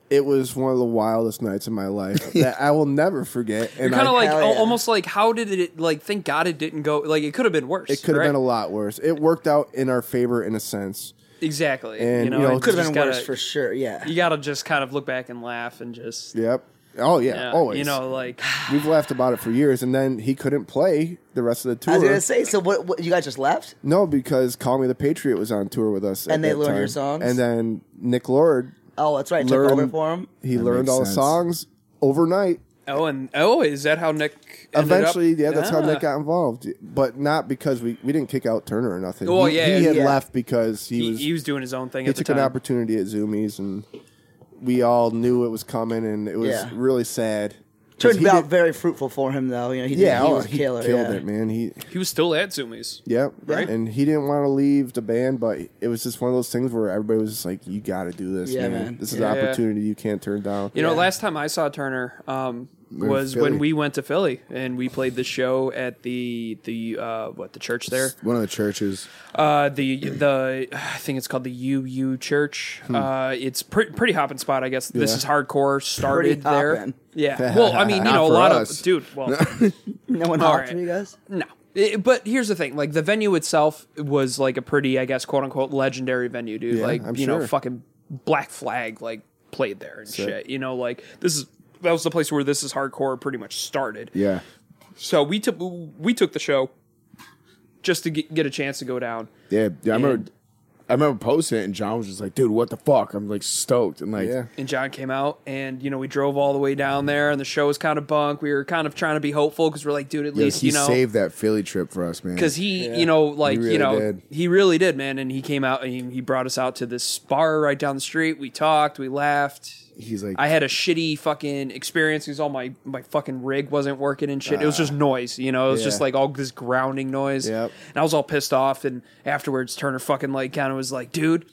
it was one of the wildest nights of my life that I will never forget. And Kind I- of like Hell al- yeah. almost like how did it like? Thank God it didn't go. Like it could have been worse. it could have right? been a lot worse. It worked out in our favor in a sense. exactly. and, you know, you know, it could have just been gotta- worse for sure. Yeah. You gotta just kind of look back and laugh and just Yep. Oh yeah, yeah, always. you know like We've laughed about it for years, and then he couldn't play the rest of the I was tour. gonna say. So what? what you guys just left? no, because "Call Me the Patriot" was on tour with us, at And they that learned your time. songs? And then Nick Lord, Oh, that's right. Learn- Took over for him. he That learned makes all the sense. songs overnight. oh and oh is that how Nick ended up- Eventually, yeah, that's how Ah. Nick got involved, but not because we, we didn't kick out Turner or nothing. Well, he, yeah, he had yeah. left because he, He, was he was doing his own thing he at the took time. an opportunity at Zoomies, and we all knew it was coming, and it was Yeah. really sad. 'Cause Turned he out did- very fruitful for him, though. You know, he, did- yeah, he oh, was a he killer. killed yeah. it, man. He he was still at Zoomies. Yep. Right? And he didn't want to leave the band, but it was just one of those things where everybody was just like, "You got to do this, Yeah, man. man. This is Yeah. an opportunity you can't turn down." You know, last time I saw Turner, um, in was Philly. when we went to Philly and we played the show at the the uh, what the church there One of the churches. uh, the the I think it's called the UU Church. Uh, it's pre- pretty hopping spot, I guess. This Hmm. Yeah. is hardcore started Pretty there. hoppin'. Yeah. Well, I mean, you Not know, a for lot us. of dude. Well, No one All hopped right. for you guys. No. It- but here's the thing: like the venue itself was like a pretty, I guess, quote unquote, legendary venue, dude. Yeah, like I'm you know, sure. fucking Black Flag like played there and shit. You know, like this is that was the place where this is hardcore pretty much started. Yeah. So we took we took the show just to get, get a chance to go down. Yeah, yeah, I And- remember. I remember posting it, and John was just like, "Dude, what the fuck?" I'm like stoked, and like, Yeah. and John came out, and you know we drove all the way down there, and the show was kind of bunk. We were kind of trying to be hopeful because we're like, dude, at yo, least he you know, saved that Philly trip for us, man. because he, you know, like really you know, did. he really did, man. And he came out and he, he brought us out to this bar right down the street. We talked, we laughed. he's like, I had a shitty fucking experience because all my my fucking rig wasn't working and shit. it was just noise, you know. It was just Ah. yeah. like all this grounding noise, Yep. and I was all pissed off. And afterwards, Turner fucking like kind of was like, "Dude,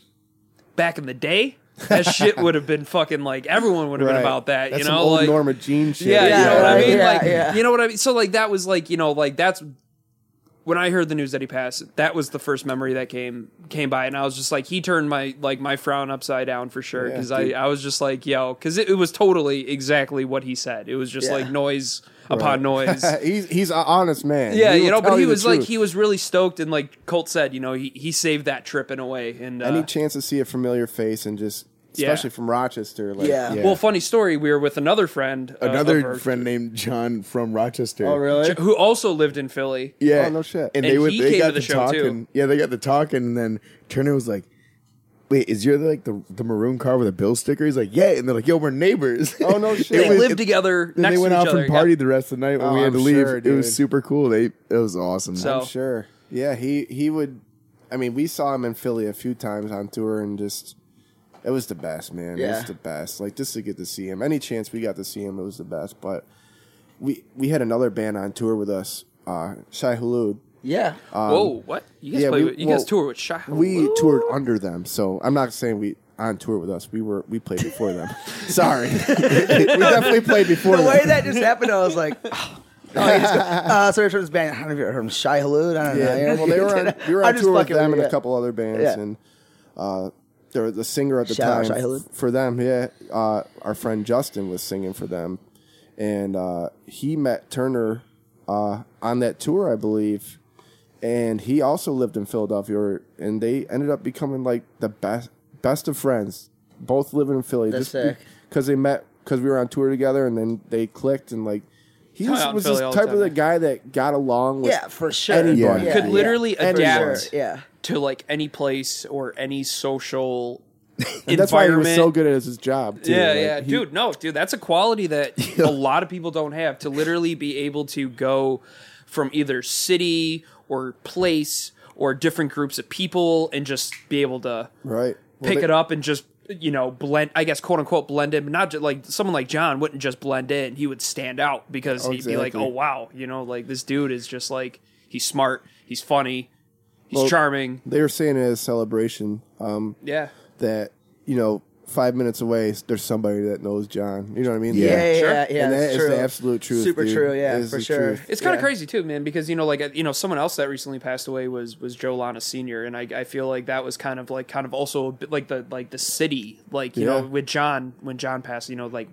back in the day, that shit would have been fucking like everyone would have Right. been about that, That's you some know, old like Norma Jean shit. yeah, you Yeah, know what right, I mean? yeah, like, yeah. you know what I mean? So like that was like, you know, like that's when I heard the news that he passed, that was the first memory that came came by and I was just like he turned my like my frown upside down for sure Yeah, cuz dude. I I was just like, yo, cuz it, it was totally exactly what he said. It was just Yeah. like noise upon noise. he's he's an honest man. Yeah, He will you know, tell but he the was like truth. he was really stoked and like Colt said, you know, he he saved that trip in a way and uh, any chance to see a familiar face and just Yeah. especially from Rochester, like Yeah. Yeah. well, funny story. We were with another friend, uh, of another ours friend named John from Rochester. Oh really? who also lived in Philly. Yeah. Oh, no shit. And, And they would he they came got to the to show, too. talking. Yeah, they got the talking and then Turner was like, Wait, is your like the the maroon car with a bill sticker? He's like, Yeah, and they're like, Yo, we're neighbors. Oh, no shit. They It was- lived together Then next they went to each out other. and got- partied the rest of the night when Oh, we had to I'm leave. sure, it was dude. super cool. They it was awesome. So- I'm sure. Yeah, he he would. I mean, we saw him in Philly a few times on tour, and just it was the best, man. It Yeah. was the best. Like just to get to see him, any chance we got to see him, it was the best. But we we had another band on tour with us, uh, Shai Hulud. Yeah. Whoa, what? You guys Um, yeah, play we- with, you well, guys tour with Shaq. We toured under them, so I'm not saying we on tour with us. We were we played before them. Sorry, we definitely played before the them. way that just happened, I was like, oh, oh, he's go- uh, sorry for this band. I don't know if you heard him, Shy Halud. I don't Yeah, know. well, they were on, we were I'm on just tour with fucking them with and you. a couple other bands, Yeah. and uh, there the singer at the Shout out time Shai Hulud. for them. Yeah, uh, our friend Justin was singing for them, and uh, he met Turner uh, on that tour, I believe, and he also lived in Philadelphia, or- and they ended up becoming like the best best of friends. Both living in Philly, That's sick. because they met because we were on tour together, and then they clicked, and like he Hung just out in was Philly this all the type time, of the yeah. guy that got along with Yeah, for sure. anybody. Yeah, could yeah. literally And sure, adapt yeah. to like any place or any social environment. That's why he was so good at his job. Too. Yeah, Like, yeah, he- dude. No, dude, that's a quality that a lot of people don't have to literally be able to go from either city or place or different groups of people and just be able to Right. Well, pick they- it up and just you know blend i guess quote unquote blend in but not just like someone like john wouldn't just blend in he would stand out because he'd be like exactly. oh wow you know like this dude is just like he's smart he's funny he's Well- charming They were saying at a celebration um, yeah that you know five minutes away there's somebody that knows John. You know what I mean? Yeah. Yeah, yeah, Sure. yeah. yeah and that that's is true. the absolute truth. Super dude. true, yeah, It is for the sure. truth. it's kind of Yeah. crazy too man because you know like you know someone else that recently passed away was was joe lana senior and i i feel like that was kind of like kind of also a bit like the like the city like you Yeah. know with john when john passed you know like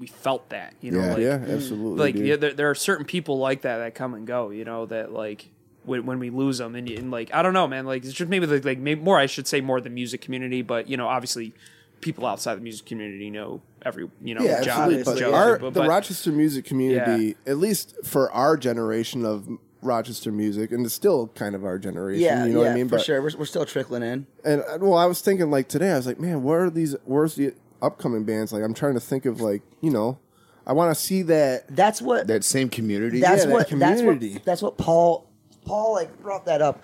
we felt that you know Yeah. like mm, Yeah, absolutely. like dude. yeah, there, there are certain people like that that come and go you know that like when, when we lose them and, you- and like i don't know man like it's just maybe like, like maybe more i should say more the music community but you know obviously people outside the music community know every you know yeah, John absolutely. and But Joe, our, but- the but- Rochester music community, at least for our generation of Rochester music, and it's still kind of our generation. Yeah, you know yeah, what I mean? for but sure. We're, we're still trickling in. and uh, well, I was thinking like today, I was like, man, what are these? Where's the upcoming bands? Like, I'm trying to think of like, you know, I want to see that. That's what. that same community. that's yeah, that what. that's community. what. That's what Paul. Paul like brought that up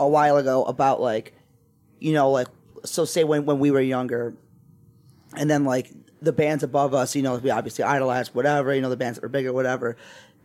a while ago about like, you know, like so say when when we were younger, and then like the bands above us, you know, we obviously idolized whatever, you know, the bands that were bigger, whatever.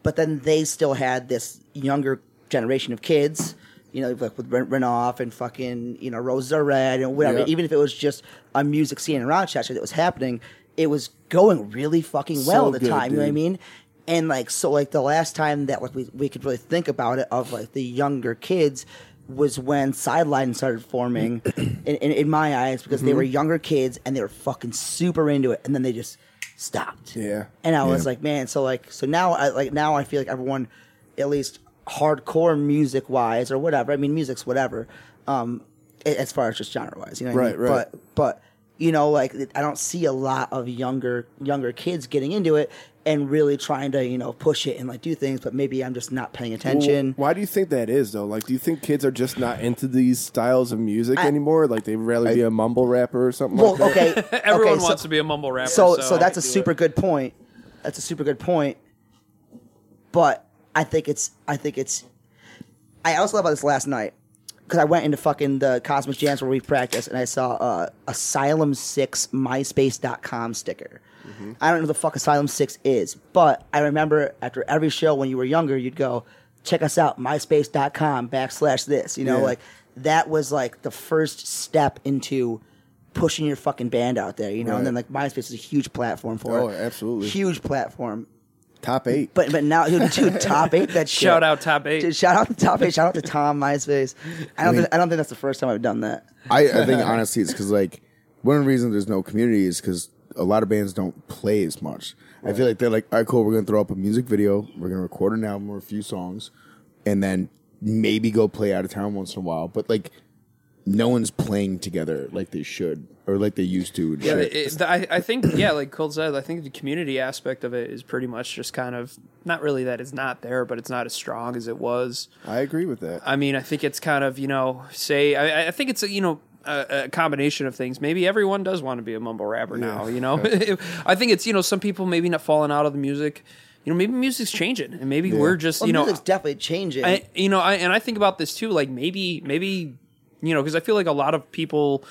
But then they still had this younger generation of kids, you know, like with Ren- Renoff and fucking, you know, Rosa Red and whatever. Yeah. Even if it was just a music scene in Rochester that was happening, it was going really fucking well So at the good, time. You know what I dude. mean? And like so, like the last time that like we we could really think about it of like the younger kids was when sideline started forming in, in, in my eyes because they were Mm-hmm. younger kids and they were fucking super into it and then they just stopped Yeah. and I was like, man, so like, so now I like now I feel like everyone, at least hardcore music wise or whatever. I mean, music's whatever, um, a- as far as just genre wise, you know. what I Right, mean? right. But but you know, like I don't see a lot of younger younger kids getting into it and really trying to you know push it and like do things. But maybe I'm just not paying attention. Why do you think that is though? Like, do you think kids are just not into these styles of music anymore? Like, they'd rather be a mumble rapper or something. Well, like that? okay, Everyone okay, so- wants to be a mumble rapper. so So, so that's I a do super it. good point. That's a super good point. But I think it's I think it's I also love about this last night because I went into fucking the Cosmos Jams where we practice and I saw uh, Asylum Six MySpace.com sticker. Mm-hmm. I don't know what the fuck Asylum Six is, but I remember after every show when you were younger, you'd go check us out MySpace.com backslash this. You know, Yeah. like that was like the first step into pushing your fucking band out there. You know, and then like MySpace is a huge platform for Oh, it. absolutely. huge platform. top eight. But but now dude, dude, top eight that shit. Shout out top eight. Dude, shout out to top eight. Shout out to Tom MySpace. I don't think, I don't think that's the first time I've done that. I, I think honestly, it's because like one of the reasons there's no community is because a lot of bands don't play as much. I feel like they're like, all right, cool, we're gonna throw up a music video, we're gonna record an album or a few songs, and then maybe go play out of town once in a while. But like, no one's playing together like they should or like they used to. And Yeah, shit. it- the- I, I think yeah, like Cold said, I think the community aspect of it is pretty much just kind of not really that it's not there, but it's not as strong as it was. I agree with that. I mean, I think it's kind of you know, say I, I think it's a, you know a, a combination of things. Maybe everyone does want to be a mumble rapper now. You know, I think it's you know some people maybe not falling out of the music. You know, maybe music's changing, and maybe we're just Well, you know music's definitely changing. I, you know, I, and I think about this too. Like maybe, maybe, you know, because I feel like a lot of people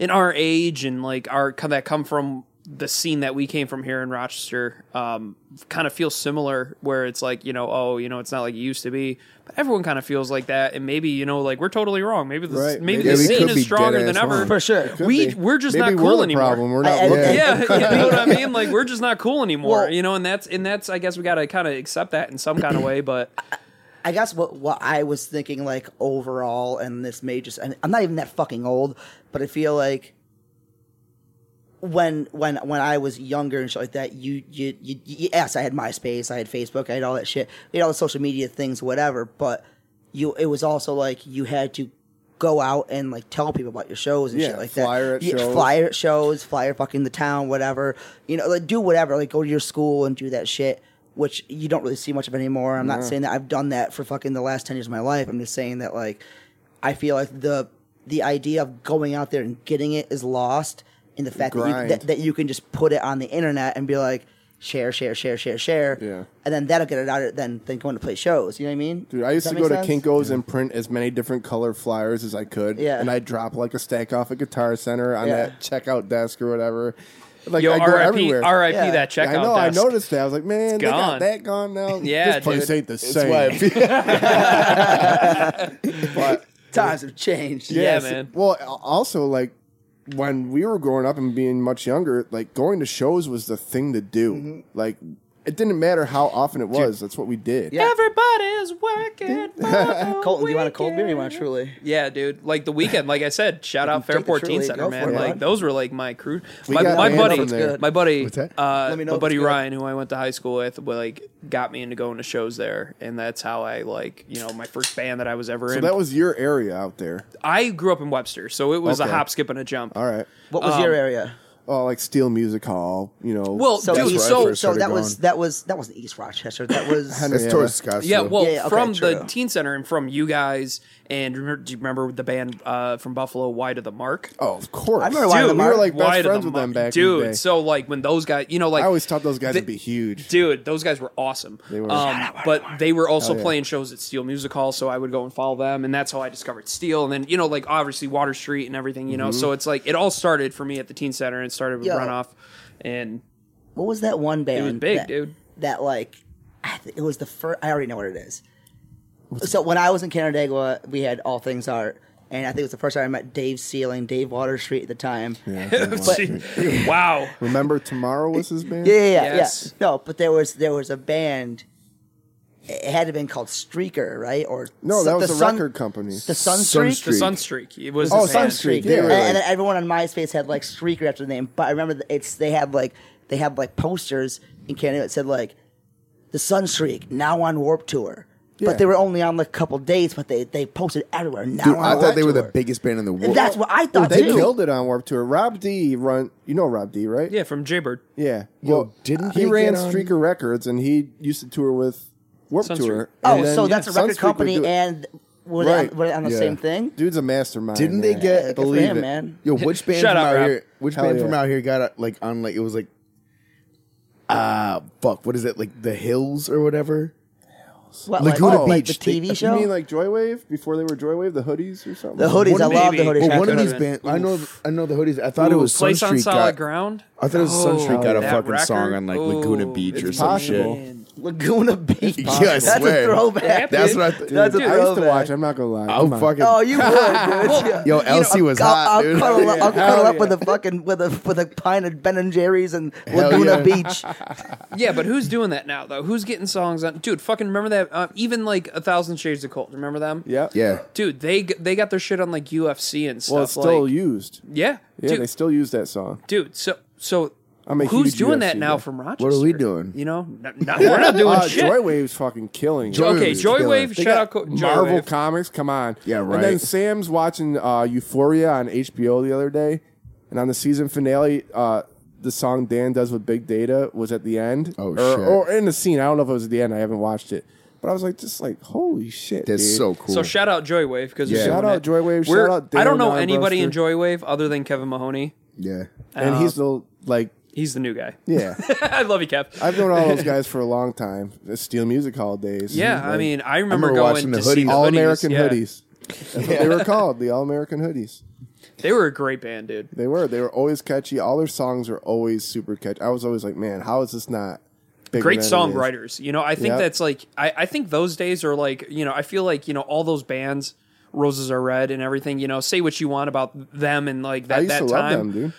in our age and like our that come from the scene that we came from here in Rochester, um, kind of feel similar. Where it's like, you know, oh, you know, it's not like it used to be. But everyone kind of feels like that, and maybe you know, like we're totally wrong. Maybe the Right. maybe Yeah, the we scene could be is stronger dead-ass than ever. wrong. for sure. We we're just Maybe not we're cool the anymore problem. We're not I- I- looking. Yeah. yeah, you know what I mean. Like we're just not cool anymore, Well- you know. And that's and that's I guess we got to kind of accept that in some kind of way. But I guess what what I was thinking like overall, and this may just and I'm not even that fucking old, but I feel like when when when I was younger and shit like that, you you, you you- yes, I had MySpace, I had Facebook, I had all that shit, you know, all the social media things, whatever. But you, it was also like you had to go out and like tell people about your shows and Yeah, shit like flyer that. at Yeah, shows. flyer at shows, flyer fucking the town, whatever. You know, like do whatever, like go to your school and do that shit. Which you don't really see much of anymore. I'm not saying that I've done that for fucking the last ten years of my life. I'm just saying that like I feel like the the idea of going out there and getting it is lost in the fact that you, Grind. that, that you can just put it on the internet and be like share, share, share, share, share, Yeah. and then that'll get it out. Then then going to play shows. You know what I mean? Dude, I used Does to that go make to sense? Kinko's and print as many different color flyers as I could. Yeah. And I'd drop like a stack off a Guitar Center on Yeah. that checkout desk or whatever. Like yo, I go RIP, everywhere. RIP Yeah. that I checkout. know. desk. I noticed that. I was like, man, they gone. got that gone now. Yeah, this place dude. ain't the That's why I same. feel- But- Times have changed. Yeah, Yes. man. Well, al- also like when we were growing up and being much younger, like going to shows was the thing to do. Mm-hmm. Like it didn't matter how often it was. That's what we did. Yeah. Everybody's working. for Colton, the do you want a cold beer? Or you want a weekend. truly? Yeah, dude. Like the weekend, like I said, shout out take the Fairport Teen Truly, Center, go man. for it, like bud. those were like my crew. We my, got my banned buddy, from there. my buddy, What's that? uh, Let me know my if buddy it's good. Ryan, who I went to high school with, wa- like got me into going to shows there, and that's how I like you know my first band that I was ever So in. that was your area out there. I grew up in Webster, so it was Okay. a hop, skip, and a jump. All right. What was your area? Oh, like Steel Music Hall. You know. Well, So dude, where I so first so that started was going. that was that wasn't East Rochester. That was It's Yeah. towards Scottsdale. Yeah, well, Yeah, okay, from the true. teen center and from you guys, and remember, do you remember the band uh, from Buffalo, Wide of the Mark? oh, of course. I remember Wide of the we were Mark. like best Wide of friends the with Mark. them back dude. in the day. So like when those guys, you know, like I always thought those guys the- would be huge. Dude, those guys were awesome. They were. um, but they were also Oh, yeah. playing shows at Steel Music Hall, so I would go and follow them, and that's how I discovered Steel. And then you know, like obviously Water Street and everything, you know. So it's like it all started for me at the teen center and started with Yo. Runoff, and what was that one band? big, that, dude. That like, I th- it was the first. I already know what it is. so when I was in Canandaigua, we had All Things Art, And I think it was the first time I met Dave Sealing, Dave Water Street at the time. Yeah, Gee, wow. Remember tomorrow was his band. yeah, yeah. yeah. Yes. No, but there was there was a band. It had to have been called Streaker, right? Or No, that Sun- was the the Sun- record company. The Sunstreak. Sunstreak. The Sunstreak. It was Oh, his band. Sunstreak. Streak, Yeah, they were and, like- and everyone on MySpace had like Streaker after the name. But I remember it's they had like they had like posters in Canada that said like the Sunstreak now on Warp Tour. Yeah. But they were only on like a couple dates, but they, they posted everywhere. Now Dude, on I Warped thought they were the Tour. biggest band in the world. And that's what I Well, thought they too. killed it on Warp Tour. Rob D run. You know Rob D, right? Yeah, from Jaybird. Yeah. Yo, Well, didn't he they ran get on- Streaker Records and he used to tour with Warp Sunstreak. Tour. Oh, and then- so that's a yeah, Sunstreak record would do company, it. and were they Right. on, were they on the Yeah. same thing? dude's a mastermind. Didn't they man. get Yeah, good for believe him, it? man. Yo, which band from Shut up, out Rob. here? Which Hell band yeah. from out here got uh, like on like it was like uh fuck, what is it? Like the Hills or whatever? What, like, Laguna oh, like Beach, the they- TV you You show, mean like Joywave before they were Joywave, the hoodies or something? the hoodies. I Maybe. love the hoodies. Well, Well, one could've of these been. bands. I know. I know the hoodies. I thought it Ooh, was Place on Sunstreet. Solid Got, Ground. Oh, I thought it was Sunstreet got a that fucking song record? on like Ooh. Laguna Beach or It's some possible. shit. Laguna Beach. Yeah, I that's a swear. throwback. That's what I. Th- That's a Dude, I used to throwback. watch. I'm not gonna lie. I'll Come on. fucking. Oh, you would, dude. Yeah. yo, Elsie was I'll, hot, I'll dude. cuddle, up- Hell I'll cuddle up yeah. with a fucking with a with a pint of Ben and Jerry's and Hell Laguna yeah. Beach. Yeah, but who's doing that now though? Who's getting songs on? Dude, fucking remember that? Uh, even like a Thousand Shades of Cold. Remember them? Yeah. Yeah. Dude, they g- they got their shit on like UFC and stuff. Well, it's still like- used. yeah, Yeah, dude, they still use that song. dude. So so. I'm a Who's huge doing that UFC now guy. from Rochester? What are we doing? You know, N- not- we're not doing Uh, shit. Joywave's fucking killing. it. okay, Joywave's killer. Joywave. They Shout got out Co- Marvel Joywave. Comics. Come on. Yeah, And then right. Sam's watching uh, Euphoria on HBO the other day, and on the season finale, uh, the song Dan does with Big Data was at the end. Oh, or, shit. Or in the scene. I don't know if it was at the end. I haven't watched it, but I was like, just like, holy shit, That's dude. so cool. So shout out Joywave because Yeah. Shout out Joywave, We're, shout out I don't know Darren anybody in Broster. Joywave other than Kevin Mahoney. yeah. And Uh, he's the like, He's the new guy. yeah. I love you, Kev. I've known all those guys for a long time. The Steel Music Hall days. yeah, I Like, mean, I remember, remember going watching the to see hoodies. the All American yeah. hoodies. That's what they were called. The All American hoodies. They were a great band, dude. They were. They were always catchy. All their songs were always super catchy. I was always like, man, how is this not bigger than great it is? songwriters you know i think Yep. that's like I, I think those days are like you know i feel like you know all those bands roses are red and everything you know say what you want about them and like I that used that to love time them, dude.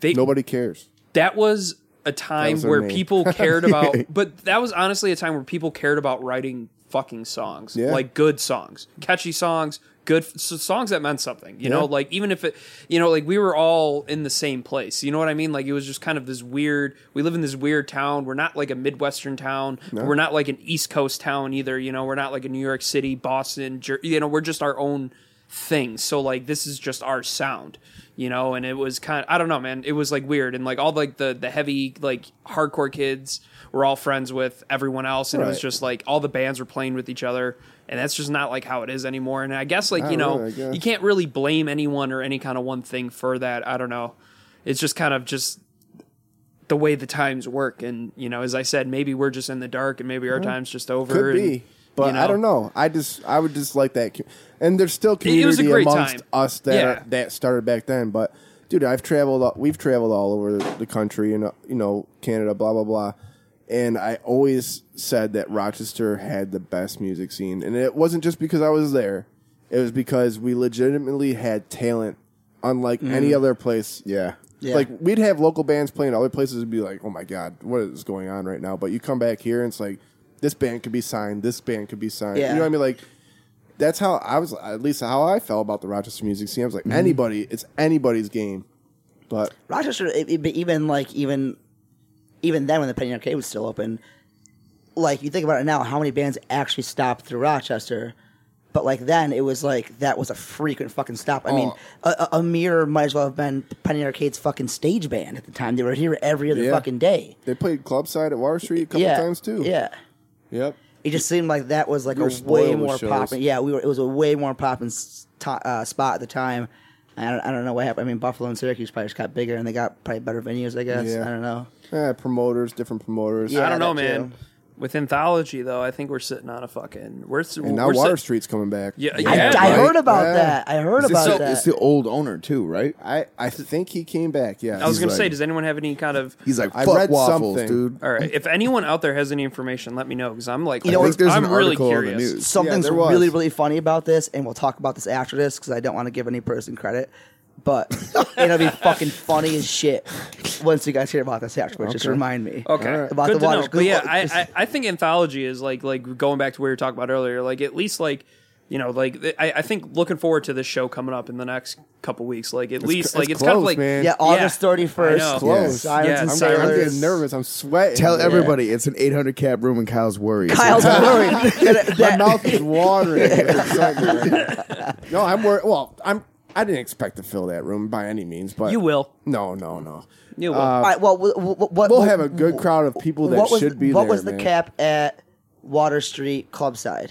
They, Nobody cares. that was a time was their where name. people cared about but that was honestly a time where people cared about writing fucking songs Yeah. like good songs catchy songs good so songs that meant something you know Yeah. like even if it you know like we were all in the same place you know what i mean like it was just kind of this weird we live in this weird town we're not like a midwestern town but we're not like an east coast town either you know we're not like a new york city boston Jer- you know we're just our own thing. So like this is just our sound, you know, and it was kind of I don't know, man. It was like weird and like all like the the heavy like hardcore kids were all friends with everyone else and it was Right. just like all the bands were playing with each other and that's just not like how it is anymore. And I guess like, you Not know, really, I guess. you can't really blame anyone or any kind of one thing for that. I don't know. It's just kind of just the way the times work and you know as i said maybe we're just in the dark and maybe our time's just over Could and, be. But you I don't know. I just I would just like that. co- And there's still community was a great amongst time. us that Yeah. are, that started back then. But dude, I've traveled. all- We've traveled all over the country and uh, you know Canada, blah blah blah. And I always said that Rochester had the best music scene, and it wasn't just because I was there. It was because we legitimately had talent, unlike any other place. Yeah. Mm-hmm. Yeah. Like we'd have local bands playing other places and be like, "Oh my god, what is going on right now?" But you come back here and it's like this band could be signed, this band could be signed. Yeah. You know what I mean? Like that's how I was at least how I felt about the Rochester music scene. I was Mm-hmm. like, "Anybody, it's anybody's game." But Rochester, it, it, but even like even even then when the Penny Arcade was still open, like you think about it now, how many bands actually stopped through Rochester? But like then, it was like that was a frequent fucking stop. I mean, Oh. a, a, a mirror might as well have been Penny Arcade's fucking stage band at the time. They were here every other Yeah. fucking day. they played Clubside at Water Street a couple yeah, times too. Yeah, Yep. it just seemed like that was like were a way spoiled with more shows. popping. Yeah, we were. It was a way more popping s- to, uh, spot at the time. I don't, I don't know what happened. I mean, Buffalo and Syracuse probably just got bigger and they got probably better venues. I guess Yeah. I don't know. Eh, promoters, different promoters. Yeah. I don't know, that man. too. With anthology though, I think we're sitting on a fucking we're s- And now we're Water sit- Street's coming back. Yeah, I, yeah. I right? heard about Yeah. that. I heard It's, about still, that. it's the old owner too, right? I, I think he came back. Yeah, I was He's gonna like- say, does anyone have any kind of He's like, I fuck read waffles, something. dude. all right? If anyone out there has any information, let me know because I'm like, You know I what? think there's I'm an really article on the curious. news. something's there was. really really funny about this and we'll talk about this after this because i don't want to give any person credit but it'll be fucking funny as shit once you guys hear about this afterwards just remind me Okay, about good the water to know. But yeah, I, I I think anthology is like like going back to what we were talking about earlier. Like at least like you know like th- I, I think looking forward to this show coming up in the next couple weeks. Like at least like it's kind of close, like man. yeah august yeah, I 31st know. Close. Sirens Yeah, I'm, getting- and I'm I'm Sailors. getting nervous. I'm sweating. Tell everybody it's an 800 cab room and Kyle's worried. kyle's worried that, My that- mouth is watering. with excitement right now. no, I'm worried. Well, I'm. I didn't expect to fill that room by any means, but You will. No, no, no. You will. uh, all right well wh- wh- wh- what, We'll have a good crowd of people that what was, should be what there. was the man. cap at water street clubside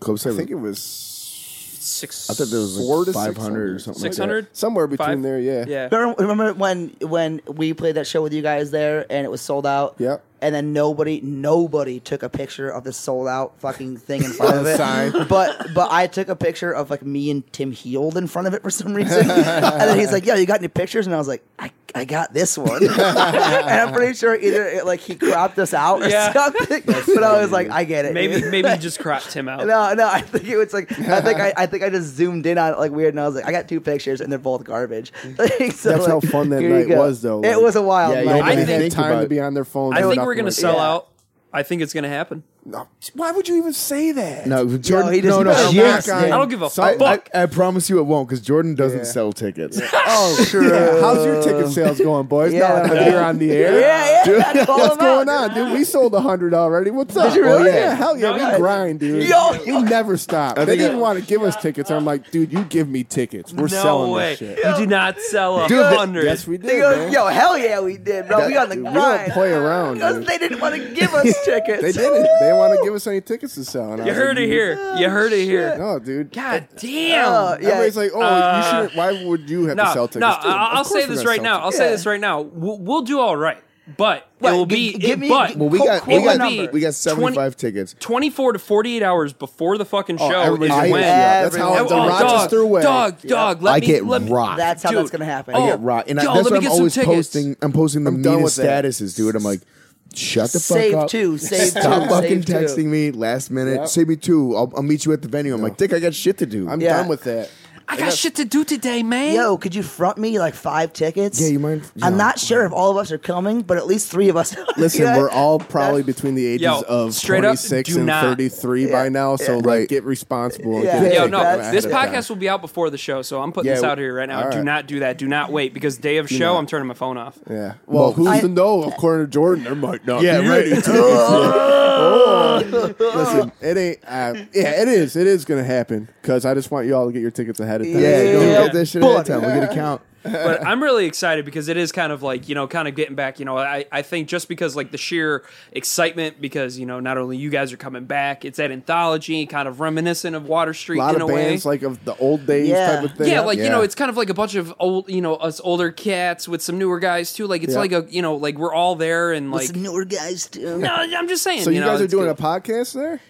Club I think seven. it was six. I thought there was four to like 500 or something. like that. 600? somewhere between Five? there. Yeah, yeah. Remember, remember when when we played that show with you guys there and it was sold out? Yep. And then nobody nobody took a picture of the sold out fucking thing in front of the it. sign. But but I took a picture of like me and Tim Heald in front of it for some reason. and then he's like, "Yo, you got any pictures?" And I was like, "I, I got this one." and I'm pretty sure either it, like he cropped us out or Yeah. something. but I was like, "I get it." Maybe dude." maybe you just cropped him Oh. out. No, no. I think it was like I think I, I think I just zoomed in on it like weird, and I was like, I got two pictures, and they're both garbage. Like, so, That's how fun that here you night go. was, though, It like- was a wild Yeah, you night. don't Nobody I had think time about to it. be on their phone. I think we're going gonna to sell Yeah. out. I think it's gonna happen. Why would you even say that? No, Jordan. he just- no, no, Yes, yes, man. man. I don't give a I, fuck. I, I promise you it won't because Jordan doesn't Yeah. sell tickets. Oh, sure. How's your ticket sales going, boys? Yeah. Now that I'm here on the air. yeah, yeah. I called What's him out. going on, dude? We sold a hundred already. What's up? you Oh, really? yeah, hell yeah, we grind, dude. Yo, we never stop. They think didn't I- want to give us tickets. I'm like, dude, you give me tickets. We're no selling way. this shit. You do not sell a Dude, that- hundred. Yes, we They did. go, man. Yo, hell yeah, we did, bro. we on the Dude, we grind. don't play around. Because Dude. they didn't want to give us tickets. They didn't. They didn't want to give us any tickets to sell. And I You was heard like, it here. You heard it here. No, dude. God Oh, damn. yeah. Everybody's like, oh, Uh, you shouldn't. Why would you have to No, sell no. tickets? I- Dude, of I'll course say we're this gonna right sell now. I'll tickets. say Yeah. this right now. We'll, we'll do all right, but What, it will gi- be. give it- me- but Well, we Quote- got quote we my got number. we got seventy five tickets. 24 to 48 hours before the fucking show everybody's is I- when. Oh, yeah, that's how Oh, Everyone- the oh, Rochester dog, way. Dog, dog, let I me, get let me, rocked. That's how Dude. that's gonna happen. Oh, I get rocked, and I, yo, let me that's why I'm get some always tickets. posting. I'm posting the done meanest with that. statuses, dude. I'm like, shut the fuck Save up. two, save Stop two, fucking save two. texting me last minute. Yep. Save me two. I'll, I'll meet you at the venue. I'm like, Dick, I got shit to do. I'm Yeah. done with that. I got shit to do today, man. Yo, could you front me like five tickets? Yeah, you mind- I'm yeah. not sure if all of us are coming, but at least three of us. Listen, Yeah. we're all probably between the ages Yo, of straight up, 26 do and not. 33 by now, so like Right. get responsible. and Yeah. get Yo, it no, ahead this of time. podcast will be out before the show, so I'm putting Yeah, this w- out here right now. all Do right. not do that. Do not wait because day of show, I'm turning my phone off. Yeah. Well, who's I- to know? According to Jordan, there might not. Yeah, be right. any tickets left. oh, listen, it ain't. Uh, yeah, it is. It is gonna happen because I just want you all to get your tickets ahead of time. yeah, Yeah. go Yeah. get that shit ahead of time. We'll get a count. but I'm really excited because it is kind of like you know, kind of getting back. You know, I, I think just because like the sheer excitement, because you know, not only you guys are coming back, it's that anthology, kind of reminiscent of Water Street A lot in of a way. bands like of the old days Yeah. type of thing. yeah, like you know, Yeah. it's kind of like a bunch of old, you know, us older cats with some newer guys too. Like it's Yeah. like a, you know, like we're all there and With like. some newer guys too. no, I'm just saying. So you, know, guys are it's doing cool. a podcast there?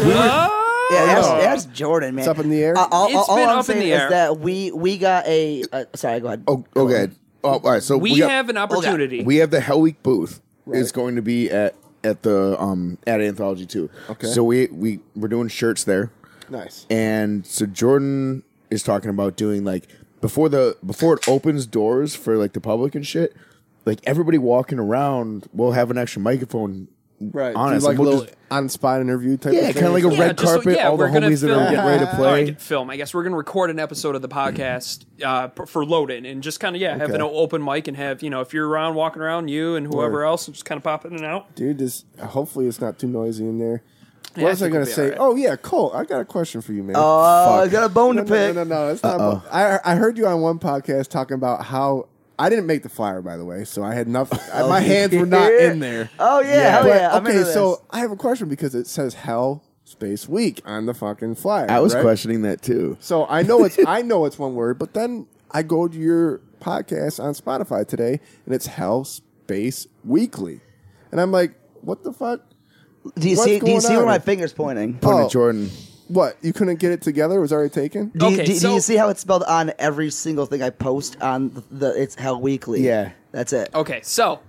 Oh! Yeah, that's, that's Jordan, man. It's up in the air? Uh, all, It's all- all been I'm up in saying the air. is that we we got a. Uh, sorry, go ahead. Oh, okay. Oh, all right. So we, we, got- have an opportunity. We have the Hell Week booth. It's going to be at at the um at Anthology too. Okay. So we we we're doing shirts there, Nice. and so Jordan is talking about doing like before the before it opens doors for like the public and shit. Like everybody walking around will have an extra microphone. Right. On it. Honest, like We'll little just- on spot interview type. Yeah, of kind of like a Yeah, red just so- carpet. yeah, all the we're gonna homies that film- are getting ready to All play. right, film. I guess we're gonna record an episode of the podcast uh, p- for loading and just kind of yeah, have an Okay. open mic and have you know if you're around walking around you and whoever else just kind of pop in and out. dude. Just hopefully it's not too noisy in there. What Yeah, I was I think gonna we'll be say? all right. Oh yeah, Cole, I got a question for you, man. Uh, I fuck. got a bone no, to no, no, pick. no, no, it's not. about- I I heard you on one podcast talking about how I didn't make the flyer, by the way, so I had nothing. my hands were not in there. Oh yeah, hell But, yeah. okay, I remember this. so I have a question because it says Hell Space Week on the fucking flyer. I was right? questioning that too. So I know it's I know it's one word, but then I go to your podcast on Spotify today, and it's Hell Space Weekly, and I'm like, what the fuck? Do you What's see? Do you going see where on? my finger's pointing? Pointing Oh. at Jordan. What? You couldn't get it together? It was already taken? Do you, Okay, do, do so- you see how it's spelled on every single thing I post on the, the It's Hell Weekly? Yeah. that's it. Okay, so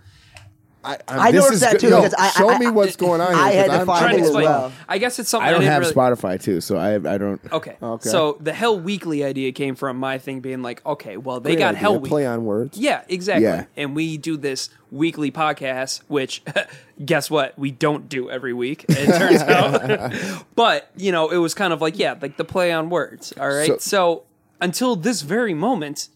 I This noticed is that good- too yo, because I, Show I, me what's going on here. I had 'cause to I'm trying find trying to it as explain. well. I guess it's something I don't didn't have really, Spotify too, so I I don't. Okay. Okay. So the Hell Weekly idea came from my thing being like, okay, well they Great got idea. Hell Week. Play on words. Yeah, exactly. Yeah. And we do this weekly podcast, which guess what? We don't do every week, it turns out. but, you know, it was kind of like, yeah, like the play on words. All right. So- So, until this very moment,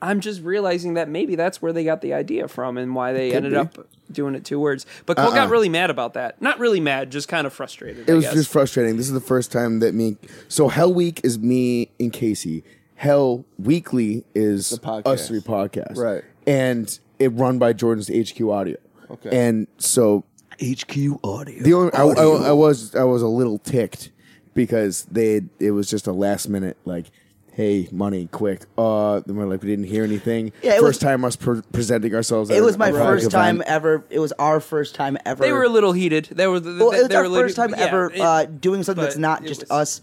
I'm just realizing that maybe that's where they got the idea from and why they ended be. up doing it two words. But Cole Uh-uh. got really mad about that. Not really mad, just kind of frustrated. It I was guess. just frustrating. This is the first time that me. So Hell Week is me and Casey. Hell Weekly is podcast. us three podcasts, Right. And it run by Jordan's HQ Audio. Okay. And so HQ Audio. the only I, I, I was I was a little ticked because they it was just a last minute like. Hey, money, quick! Uh, then we're like, we didn't hear anything. Yeah, it first was- time us pre- presenting ourselves. at it was an my erotic first event. time ever. It was our first time ever. They were a little heated. They were. They, well, it was they our were first little- time yeah, ever it- uh, doing something but that's not it just was- us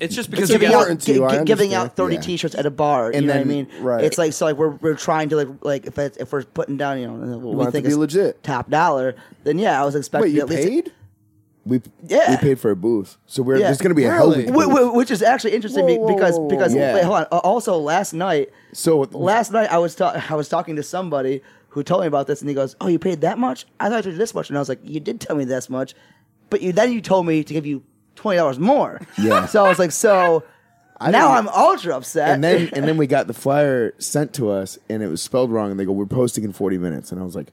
it's just because you giving guys, important out, to you, I giving out understand. thirty Yeah. t-shirts at a bar. you And know then- what I mean? right. It's like so like we're we're trying to like like if it's, if we're putting down you know what we want it think to be is legit. top dollar, then yeah, I was expecting Wait, you at least paid? We Yeah. we paid for a booth, so we're Yeah. there's going to be a Hell Really? Week. Wh- booth. wh- which is actually interesting be- Whoa, whoa, because whoa, whoa, because whoa. Yeah. wait, hold on. Uh, Also, last night, So last night I was ta- I was talking to somebody who told me about this, and he goes, "Oh, you paid that much? I thought you did this much." And I was like, "You did tell me this much, but you then you told me to give you twenty dollars more." Yeah. So I was like, "So now I'm didn't- ultra upset." and then and then we got the flyer sent to us, and it was spelled wrong, and they go, "We're posting in 40 minutes," and I was like,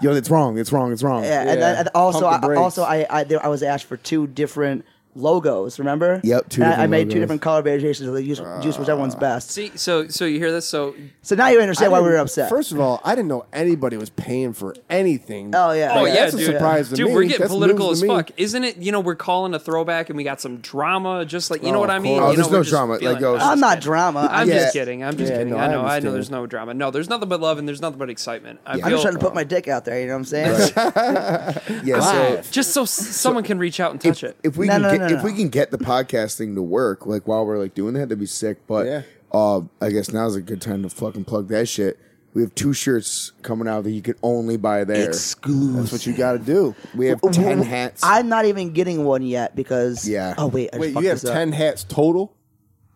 "Yo, that's wrong. It's wrong. It's wrong." yeah, and, Yeah. then- and also Pump the I, brakes. also I I, there, I was asked for two different logos. Remember? Yep, two And I- I different made two logos. different color variations. Like, use, use whichever one's best. See, so so you hear this? So so now you I understand why we didn't- were upset. First of all, I didn't know anybody was paying for anything. Oh, yeah. Oh Like, yeah, that's dude. a surprise to dude, me. we're getting That's political news as to me. fuck, isn't it? You know, we're calling a throwback, and we got some drama. Just like you know Oh, what I of mean? course. Oh, You know, there's we're no just drama. feeling- Like, yo, I'm not drama. I'm Yeah. just kidding. I'm just Yeah, kidding. no, I I know. I, know. understand. There's no drama. No, there's nothing but love, and there's nothing but excitement. I I'm feel just trying to put my dick out there. You know what I'm saying? yeah. So just so s- someone can reach out and touch if, it. if we No, can no, get, no, if no. we can get the podcasting to work, like while we're like doing that, that'd be sick. But Yeah. uh, I guess now's a good time to fucking plug that shit. We have two shirts coming out that you can only buy there. That's what you got to do. we have ten hats. I'm not even getting one yet because. Yeah. Oh wait, I Wait, fucked you have this up. 10 hats total?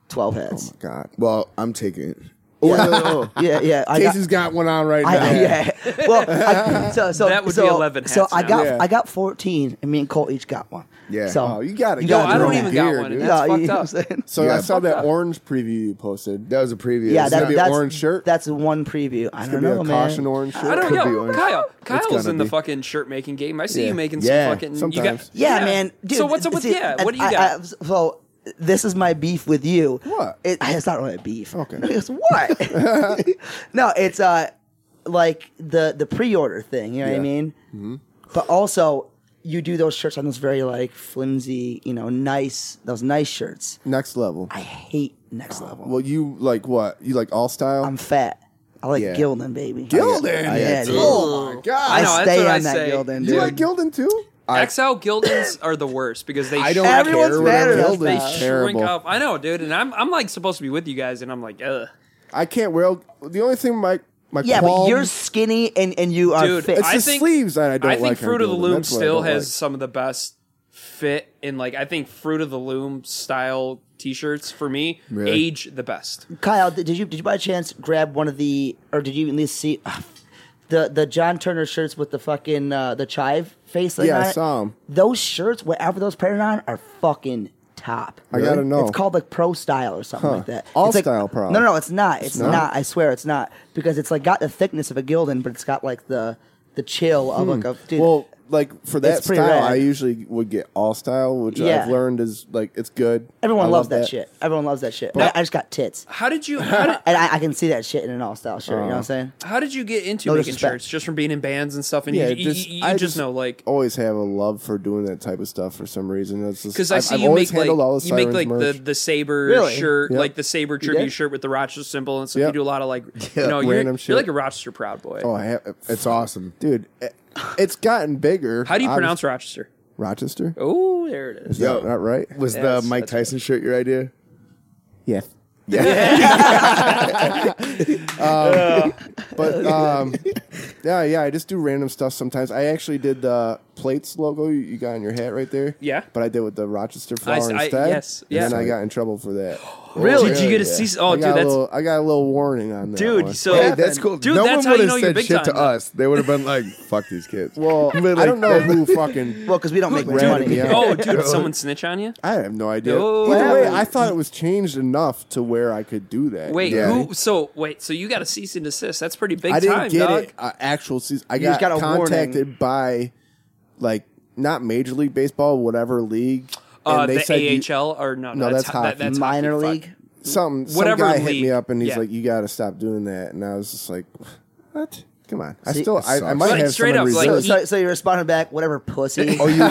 twelve heads. God. well, I'm taking it. yeah, yeah. I got, Casey's got one on right now. I, yeah. Well, I, so so That would be so, 11 So hats I now. got Yeah. I got fourteen, and me and Cole each got one. Yeah. So Oh, you got it. You Yo, gotta I do don't that. even Here, got one. dude. And Yeah, that's you know what I'm fucked up. saying? So Yeah. I saw that up. orange preview you posted. That was a preview. Yeah, It's that, gonna be that's orange shirt? That's one preview. I don't Could be know, a man. caution orange shirt. I don't Could be know. orange. Kyle, It's Kyle's gonna in the be. fucking shirt making game. I see Yeah. you making Yeah, some fucking. You got, sometimes. Yeah, man. Dude, so what's up with see, yeah? I- What do you I- got? I- so this is my beef with you. What? It, it's not really a beef. Okay. It's what? no, it's uh like the the pre-order thing. You know what I Yeah. mean? Mm-hmm. But also, you do those shirts on those very like flimsy, you know, nice those nice shirts. Next level. I hate next level. Oh, Well, you like what? You like all style? I'm fat. I like Yeah. Gildan, baby. Gildan? Yeah, Yeah, dude. Oh my god! I know, that's stay what on I that say. Gildan, you dude. like Gildan too? XL Gildens are the worst because they I don't shrink- Everyone's care. mad at whatever. us. they now. It's shrink terrible. up. I know, dude, and I'm I'm like supposed to be with you guys, and I'm like, ugh. I can't wear. The only thing my my Yeah, but qualms- you're skinny and, and you are Dude, fit. it's I the think- sleeves that I don't I think like. on Fruit of the Gildan. Loom That's what I still don't has like. some of the best fit in like I think Fruit of the Loom style t-shirts for me age the best. Kyle, did did you did you by chance grab one of the or did you at least see ah, the the John Turner shirts with the fucking uh, the chive face? thing Yeah, on I it? saw 'em. Those shirts, whatever those printed on, are fucking top. I gotta know. It's called like pro style or something like that. All It's like- style, probably. No, no, no, it's not. It's, not. not? I swear, it's not because it's like got the thickness of a gildan, but it's got like the the chill of like a dude. Hmm. Well, like for that It's pretty style, rad. I usually would get all style, which Yeah. I've learned is like it's good. Everyone I loves love that, shit. Everyone loves that shit. I, I just got tits, How did you how did, and I, I can see that shit in an all style shirt. you Uh-huh. know what I'm saying? how did you get into No making disrespect. shirts just from being in bands and stuff? And Yeah, you, you, just- you, you I just, just- know like Always have a love for doing that type of stuff for some reason. That's just because I I've- see I've you always make like handled all the you make Sirens like the, merch. the saber Really? shirt, Yep. like the saber did? tribute shirt with the Rochester symbol and stuff. Yep. You do a lot of like, Yeah, you know, you're, random Oh, you're shit. like a Rochester proud boy. Oh, I have, It's awesome. dude. It's gotten bigger. How do you obvi- pronounce Rochester? Rochester? Oh, there it is. Is that not right? Was Yes, the Mike that's right. Tyson shirt your idea? Yeah. Yeah. um, but um, yeah, yeah, I just do random stuff sometimes. I actually did the plates logo you- you got on your hat right there. Yeah. But I did with the Rochester I flower s- I- instead. yes, And yeah. then I got in trouble for that. Really? Did you get a Yeah. cease? Oh, I dude, got a that's little- I got a little warning on that. dude. one. So Hey, that's cool. Dude, no one that's how would you have know you're said big shit time. to us. They would have been like, "Fuck these kids." well, But, I like, don't know who fucking. Well, because we don't make much Red, money. yeah. Oh, dude, did someone snitch on you? I have no idea. No. Either way, Whatever. I thought it was changed enough to where I could do that. Wait, Yeah. who? So wait, so you got a cease and desist? That's pretty big I didn't time, get dog. it. Uh, actual season. I just got, got a warning. contacted by, like, not Major League Baseball, whatever league. Uh, and they the said you- AHL or no? No, No, that's, that's ho- that, hockey. that's Minor hockey, fuck. league. something. Whatever some guy hit league. me up and he's Yeah. like, "You got to stop doing that." And I was just like, "What? Come on." I See, still. it I, I sucks. might Like, have straight some up, like, reserve. So, he- so, so you responded back, whatever pussy. Oh, you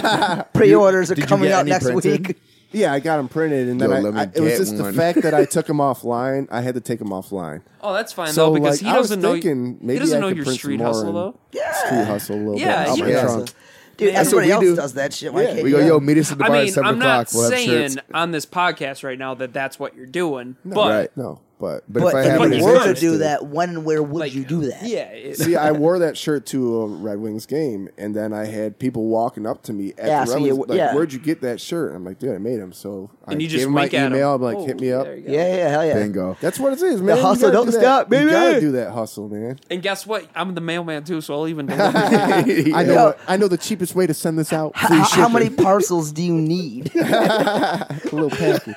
Pre-orders are did you coming get out any next printed? week. yeah, I got them printed, and then Yo, I, let me I- it was get just one. the fact that I took them offline. I had to take them offline. Oh, that's fine So though because like, he I was doesn't know. thinking maybe he doesn't I know could your print some street more hustle and though. Street hustle a little Yeah, bit. out you my can trunk. hustle. Dude, That's what everybody we else do. does that shit. Why Yeah. can't we you? go, "Yo, meet us at the I bar mean, at seven I'm o'clock. not We'll have saying shirts." on this podcast right now that that's what you're doing, but Right. No, but But, But if I if have you an it's were to interested. do that, when and where would like, you do that? Yeah, it, See, I wore that shirt to a Red Wings game, and then I had people walking up to me at Yeah, the so Red you- Wings, like, yeah. "Where'd you get that shirt?" And I'm like, "Dude, I made him." So I and you gave just him my wink at him. email. I'm like, Oh, "Hit me up." there you go. yeah, yeah, hell yeah. bingo. That's what it is, man. You hustle gotta don't do that. stop, You baby. gotta do that hustle, man. And guess what? I'm the mailman too, so I'll even deliver. I know. Yo. I know the cheapest way to send this out. How, how many parcels do you need? A little packet.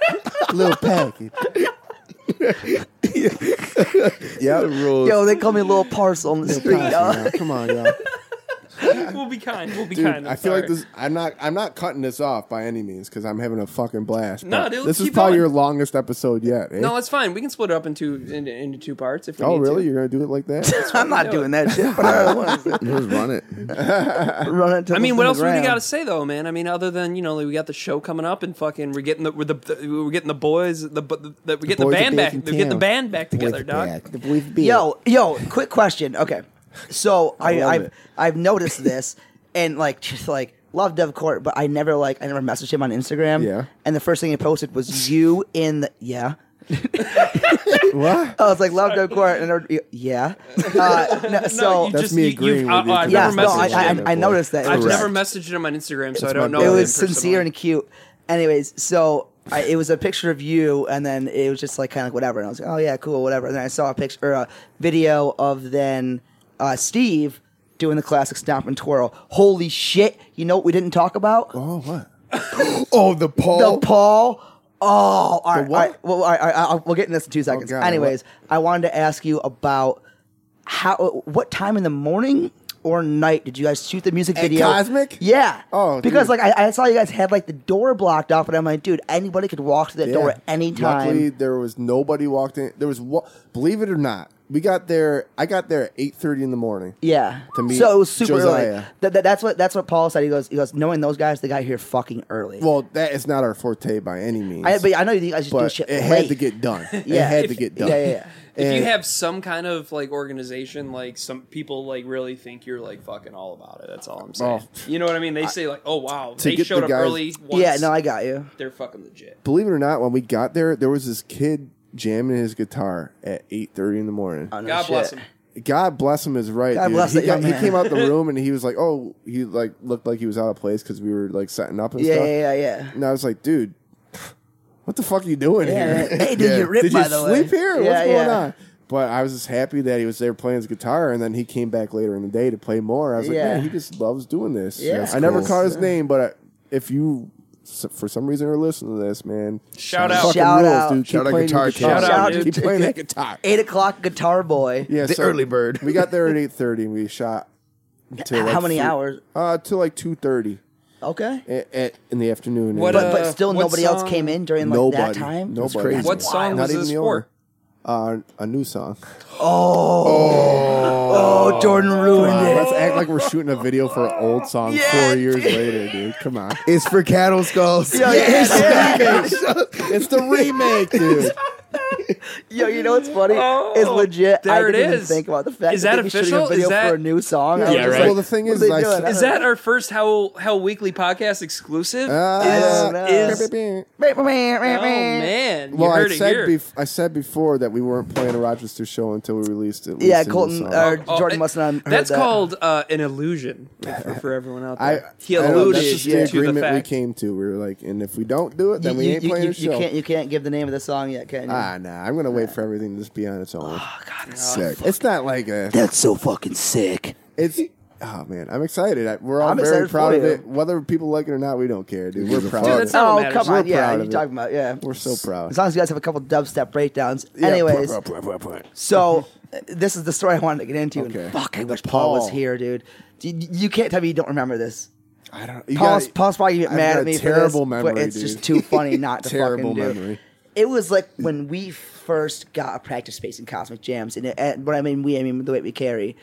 A little packet. Yeah, the rules. Yo, they call me little parcel on the street. dog. Y'all, Come on, y'all. we'll be kind. We'll be Dude, kind. I feel like this. I'm not. I'm not cutting this off by any means because I'm having a fucking blast. No, but dude, this is keep probably going. your longest episode yet. eh? No, that's fine. We can split it up into into, into two parts if we oh, need really? to. You're gonna do it like that? I'm not doing that shit. But I Just run it. run it I mean, what else we got to say though, man? I mean, other than you know, like, we got the show coming up and fucking we're getting the we're, the, we're getting the boys the, bu- the, the we're getting the, boys are band back back in we're getting the town. band back together, dog. Yo, yo, quick question. Okay, so I, love I've it. I've noticed this, and like just like love Dev Court, but I never like I never messaged him on Instagram. Yeah. And the first thing he posted was you in the yeah. What? I was like love Dev Court, and I, never- yeah. Uh, no, so you That's just- me you- agreeing you've- with uh, you uh, I've Yeah, yeah, never never no, I, messaged I, him. I noticed that. It I've was- never Correct. messaged him on Instagram, so I my don't know. bad. it him was sincere personally. and cute. Anyways, so I, it was a picture of you, and then it was just like kind of whatever. And I was like, oh yeah, cool, whatever. And then I saw a picture or a video of then uh, Steve doing the classic stomp and twirl. Holy shit! You know what we didn't talk about? Oh, what? Oh, the Paul. The Paul. Oh, all right. what? all right. well, all right, all right, I'll- we'll get into this in two seconds. God, Anyways, I wanted to ask you about how, what time in the morning or night did you guys shoot the music video? Cosmic? Yeah. Oh, because dude. like I, I saw you guys had like the door blocked off, and I'm like, dude, anybody could walk to that door at any time. Luckily, there was nobody walked in. There was wa- believe it or not, we got there. I got there at eight thirty in the morning. yeah. To meet so it was super early. Josiah. That, that, that's what that's what Paul said. He goes, he goes, knowing those guys, they got here fucking early. Well, that is not our forte by any means. I, but I know you guys just do but shit it late. had to get done. Yeah. It had to If- get done. yeah, yeah, yeah. If you And- have some kind of like organization, like some people like really think you're like fucking all about it. That's all I'm saying. you know what I mean? They say like, "Oh wow, they Oh. get showed the up guys- early." Once. yeah. No, I got you. they're fucking legit. believe it or not, when we got there, there was this kid jamming his guitar at eight thirty in the morning. Oh, no God shit. bless them. God bless him is right. God dude. bless he, that got- young he man. came out the room and he was like, "Oh, he like looked like he was out of place because we were like setting up and Yeah, stuff." yeah, yeah, yeah. And I was like, "Dude, what the fuck are you doing here? Yeah, yeah. Hey, dude, Yeah. you ripped, Did by you the way. sleep here? Yeah, What's going yeah. on?" But I was just happy that he was there playing his guitar, and then he came back later in the day to play more. I was like, Yeah. "Man, he just loves doing this." Yeah. I never That's caught his name, but I, if you s- for some reason are listening to this, man, Shout out. fucking Shout rules, out. dude. Keep Shout out playing Guitar your Kid. guitar. Shout out, Keep dude. playing that guitar. Eight o'clock, guitar boy. Yeah, The so- early bird. we got there at eight thirty. and We shot. Till How like many three- hours? Uh, till like two thirty Okay. at, at in the afternoon. What, And But, but still, Uh, what nobody else song- came in during like that nobody, time. nobody. crazy. What song Not was even this the for? owner. Uh, a new song. Oh, Jordan ruined Uh, Let's act like we're shooting a video for an old song Yeah, four years later, dude. Come on, It's for cattle skulls. Yo, yeah, yeah. it's the remake, dude. Yo, you know what's funny? Oh, it's legit. I there it didn't even is. think about the fact Is that, that they shooting a official? Is video that- for a new song. I was Yeah, just right. like, Well, the thing what is, are they I s- doing? I Is don't that our first Hell Hell Weekly podcast exclusive? Uh, Is- is- well, oh man, you I heard it said here. bef- I said before that we weren't playing a Rochester show until we released it. Yeah, Colton, uh, Jordan Oh, it- must not have heard That's that. called uh, an illusion for, for everyone out I, there. he I don't know, alluded that's just the to the agreement we fact. came to. We were like, and if we don't do it, then we You- ain't you- playing you- the you show. can't you can't give the name of the song yet, can you? Ah, nah. I'm gonna wait for everything to just be on its own. Oh, God, that's Sick. It's not like a. That's so fucking sick. It's. Oh man, I'm excited. I, we're all I'm very excited proud for of you. it. Whether people like it or not, we don't care, dude. We're Dude, proud. that's of it. That's all oh that matters. come on, We're yeah, proud you're of it. talking about yeah. We're so proud. As long as you guys have a couple dubstep breakdowns. Yeah, Anyways, put, put, put, put, put. so uh, this is the story I wanted to get into. Okay. And fuck, I wish Paul was Paul. here, dude. You, you can't tell me you don't remember this. I don't. You Paul's, gotta- Paul's probably gonna I've get mad got at me a Terrible for this, memory, but it's dude. just too funny not to Terrible fucking do. memory. It was like when we first got a practice space in Cosmic Jams, and, it, and what I mean we, I mean the way we carry,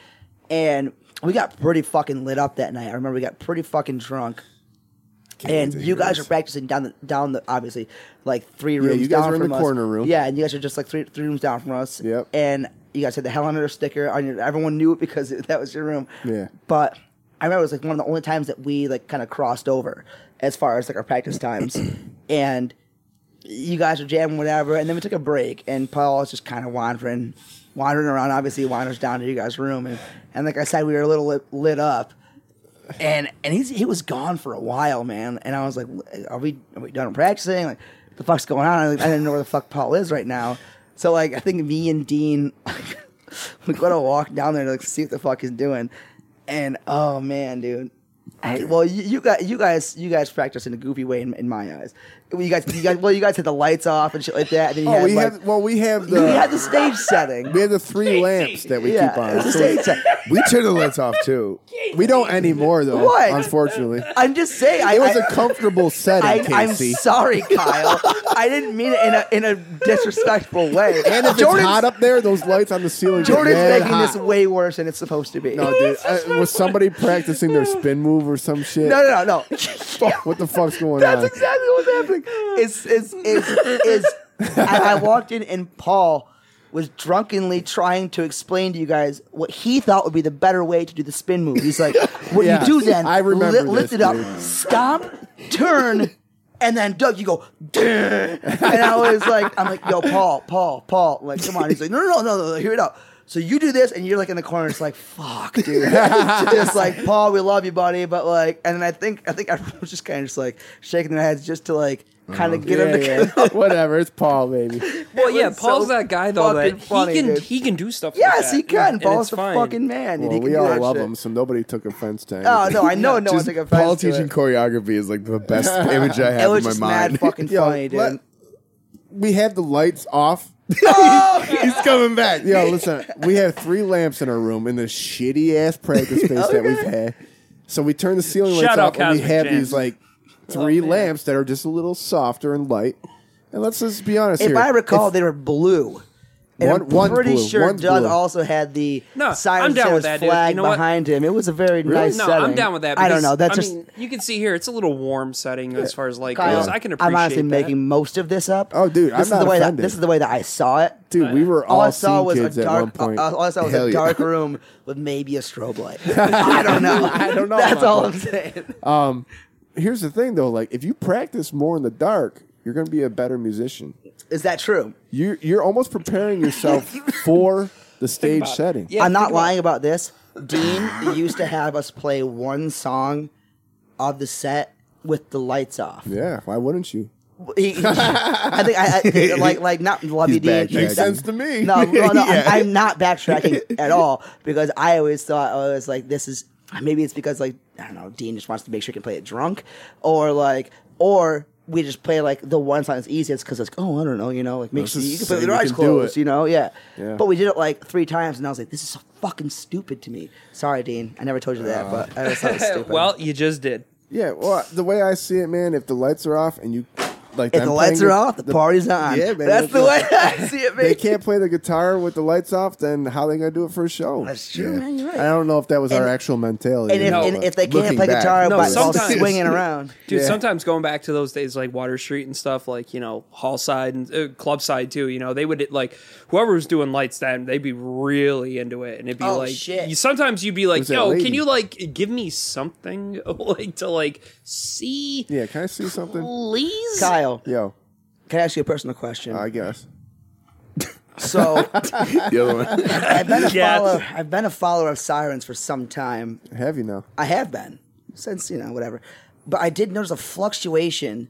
and we got pretty fucking lit up that night. I remember we got pretty fucking drunk, wait to and hear you guys this. are practicing down the down the obviously like three you rooms. guys down were in from the us. corner room. Yeah, and you guys are just like three three rooms down from us. Yep. and you guys had the Hell on Earth sticker on your. Everyone knew it because it, that was your room. Yeah. But I remember it was like one of the only times that we like kind of crossed over as far as like our practice times. and you guys were jamming whatever, and then we took a break and Paul was just kind of wandering, wandering around. Obviously, he wanders down to you guys' room, and, and like I said, we were a little lit, lit up. And and he's, he was gone for a while, man. And I was like, "Are we are we done practicing? Like, the fuck's going on?" I, I didn't know where the fuck Paul is right now. So like, I think me and Dean, we got to walk down there to like see what the fuck he's doing. And oh man, dude. I, well, you, you guys, you guys, you guys practiced in a goofy way in, in my eyes. You guys, you guys, well, you guys had the lights off and shit like that. And then you Oh, had, we like, have. Well, we have we had the. the stage setting. We have the three lamps that we Yeah, keep on. it's the So stage setting. we turn the lights off too. We don't anymore though. What? Unfortunately, I'm just saying, I, it was I- a comfortable setting, I, I'm Casey. sorry, Kyle. I didn't mean it in a in a disrespectful way. and if Jordan's, it's hot up there, those lights on the ceiling. get Jordan's mad making hot. this way worse than it's supposed to be. No, dude. I, was somebody practicing their spin move or some shit? no, no, no. no. What the fuck's going That's on? exactly what's happening. It's it's it's it's. I, I walked in and Paul was drunkenly trying to explain to you guys what he thought would be the better way to do the spin move. He's like, "What Yeah, you do then? I remember lift this, it up, dude. stop, turn." And then Doug, you go, "Duh." and I was like, I'm like, yo, Paul, Paul, Paul, like, come on. He's like, no, no, no, no, no, hear it out. So you do this, and you're like in the corner, it's like, fuck, dude. just like, Paul, we love you, buddy, but like, and then I think, I think everyone was just kind of just like shaking their heads just to like, kind of get him to. Yeah, yeah. Whatever. It's Paul, baby. Uh-huh. Well, yeah, was Paul's so that guy though fucking that funny, he can dude. he can do stuff. Yes, he like that, can. and Paul's it's the fine. fucking man. dude. He Well, can we do all that love shit. him, so nobody took offense to him. Oh no, I know no Just one took offense. Paul to teaching it. choreography is like the best image I It have in was my just mad mind. fucking Yo, funny, dude. let- we had the lights off. He's coming back. Yo, listen, we had three lamps in our room in this shitty ass practice Oh, space that we've had. So we turned the ceiling lights Shout out off, and we Cosmic have Jams. these like Oh, three lamps that are just a little softer and light. And let's just be honest if here. I recall, they were blue. And One- I'm one's pretty blue, sure one's Doug blue. also had the No, Cyrus I'm down with that, dude. flag You know what? behind him. It was a very nice No, setting. I'm down with that. I don't because, know. That's I just mean, you can see here it's a little warm setting as far as like Kyle. goes. I can appreciate I'm honestly that. making most of this up. Oh, dude, this I'm is not the way that offended. this is the way that I saw it. dude, we were all, All I saw scene was a kids at one dark. point. uh, all I saw was Hell a yeah. dark room with maybe a strobe light. I don't know. I don't know, That's Michael. all I'm saying. Here's the thing, though: like, if you practice more in the dark, you're going to be a better musician. Is that true? You you're almost preparing yourself for the stage setting. Yeah, I'm not think about- lying about this. Dean used to have us play one song of the set with the lights off. Yeah, why wouldn't you? He- he- I think I, I like like not love you, He's Dean. backtracking. Makes sense to me. No, no, no I'm, I'm not backtracking at all because I always thought I was like, this is maybe it's because like I don't know, Dean just wants to make sure he can play it drunk, or like, or we just play like the one song that's easiest because it's oh I don't know, you know, like make Let's sure you just can play say with we your eyes can do closed, it. you know, yeah. Yeah. But we did it like three times, and I was like, this is so fucking stupid to me. Sorry, Dean, I never told you that, but I always thought it was stupid. Well, you just did. Yeah, well, the way I see it, man, if the lights are off and you like If them the lights playing are the- off, the, party's on. Yeah, man, That's the way that's- I see it, man. They can't play the guitar with the lights off. Then how they gonna do it for a show? That's true, man. You're right. I don't know if that was our And- actual mentality. and if, you know, and but- if they can't looking play back- guitar No, while while sometimes- swinging around, Dude, sometimes going back to those days like Water Street and stuff, like you know, hall side and uh, club side too. You know, they would like whoever was doing lights then, they'd be really into it, and it'd be Oh, like, shit. You, sometimes you'd be like, Was that "Yo, can lady? you like give me something like to like see, yeah, can I see something? please?" Kyle, Yo, can I ask you a personal question? I guess. so The other one. I've been a Yes. follower. I've been a follower of sirens for some time. Have you now? I have been since you know whatever, but I did notice a fluctuation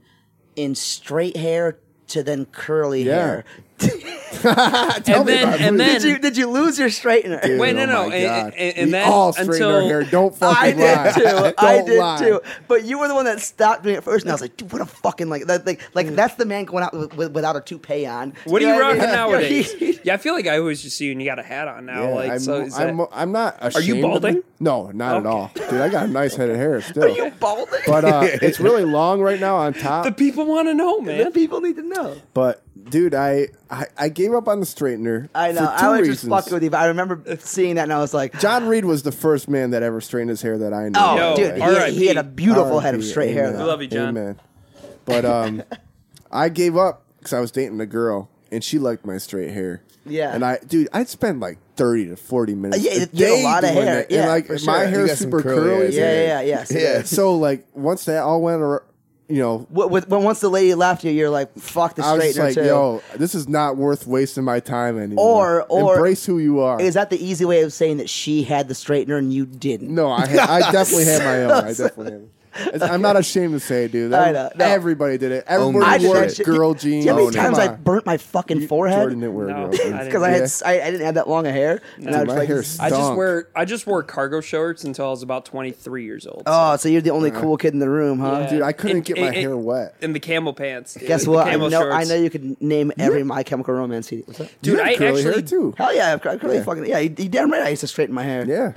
in straight hair to then curly Yeah. hair. and then, and then, Did you did you lose your straightener? Wait, Dude, no, oh no, my and- God. and- and we then all straighten our until- hair. Don't fucking I lie. did too. Don't I did lie. too. But you were the one that stopped me at first, and I was like, "Dude, what a fucking like that thing!" Like that's the man going out with, with, without a toupee on. what are know you I rocking mean? nowadays? yeah, I feel like I always just see you and you got a hat on now. Yeah, like, I'm, so is I'm, that, I'm not. Ashamed you of balding? it. No, not at all, dude. I got a nice head of hair still. Are you balding? but uh, it's really long right now on the top. people want to know, The man. people need to know. But dude, I, I I gave up on the straightener. I know. For two I was reasons. just fucking with you, but I remember seeing that, and I was like, John Reed was the first man that ever straightened his hair that I knew. "Oh, Yo, dude, he, had, he R.I.P. had a beautiful head of R.I.P., straight hair." amen. though. We love you, John. Amen. But um, I gave up because I was dating a girl and she liked my straight hair. Yeah. and I, dude, I'd spend like thirty to forty minutes. Yeah, a you get a day lot of doing hair. that. Yeah, and like for my sure. You hair's got some super curly curly. hairs. as hell. Yeah, yeah, yeah. So Yeah. So like once that all went, ar- you know, Wh- with- When once the lady left you, you're like, "Fuck the I was straightener just like, too." yo, this is not worth wasting my time anymore. Or- or- embrace who you are. Is that the easy way of saying that she had the straightener and you didn't? no, I ha- I definitely had my own. I definitely had. It's- I'm not ashamed to say, it, dude. I know. No. Everybody did it. Oh Own Everybody it. I I did wore wore that shit. girl Do jeans. You know how many Own it. times I Come on. burnt my fucking forehead? Jordan didn't wear No, girl jeans. I didn't. because I had Yeah. s- I, I didn't have that long a hair, and I was my like, hair I just stunk. wear I just wore cargo shorts until I was about twenty three years old. "Oh, so you're the only cool kid in the room, huh?" Yeah. Dude, I couldn't And- get my and- hair wet. In the camel pants. dude, Guess the what? I camel know, shorts. I know you could name every My Chemical Romance CD. What's that? you Dude, had I curly hair actually- too. Hell yeah, I've got curly Yeah. fucking yeah. You, you damn right, I used to straighten my hair. Yeah,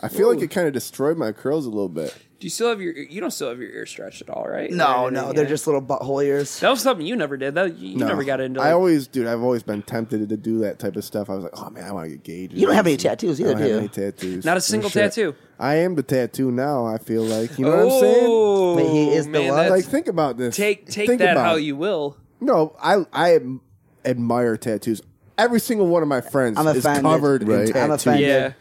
I feel like it kind of destroyed my curls a little bit. Do you still have your? You don't still have your ear stretched at all, right? No, Or no, anything, they're yeah. just little butthole ears. That was something you never did. That you, you No. never got into. I like- always, dude, I've always been tempted to do that type of stuff. I was like, oh man, I want to get gauges. You don't have any tattoos I either, don't do you? have any tattoos. Not a No single shit. tattoo. I am the tattoo now. I feel like you know what I'm saying. oh, But he is the man, one. that's- Like, think about this. take take Think that about how it. you will. No, I I am- admire tattoos. Every single one of my friends I'm is offended. covered Right. in I'm tattoos. offended. Yeah. Yeah.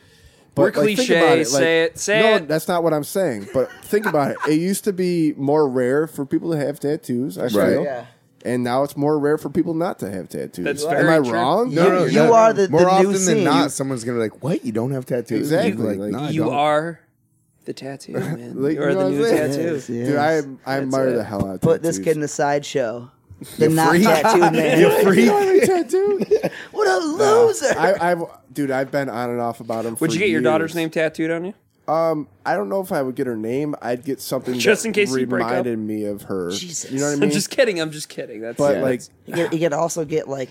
But, We're like, think cliche. about it, like- say it. Say no, it. that's not what I'm saying. But think about it. It used to be more rare for people to have tattoos. I feel. Yeah. And now it's more rare for people not to have tattoos. That's Am very I true. wrong? No, no, you no. are the- more the new often than scene. You- not. Someone's gonna be like, "What? You don't have tattoos?" And Exactly, you're Like, like, no, I you don't." are the tattoo man. Like, you are you know the what new I'm saying? tattoo. Yes, yes. Dude, I, I admire it. the hell out of Put this tattoos. kid in the sideshow. The not tattooed man. You don't have any tattoo? What a loser! I, I've, dude, I've been on and off about him. Would for you get your years. daughter's name tattooed on you? Um, I don't know if I would get her name. I'd get something Just that in case you break up? reminded me of her. Jesus. you know what I I'm mean? just kidding. I'm just kidding. That's but yeah, like, that's- you, could, you could also get like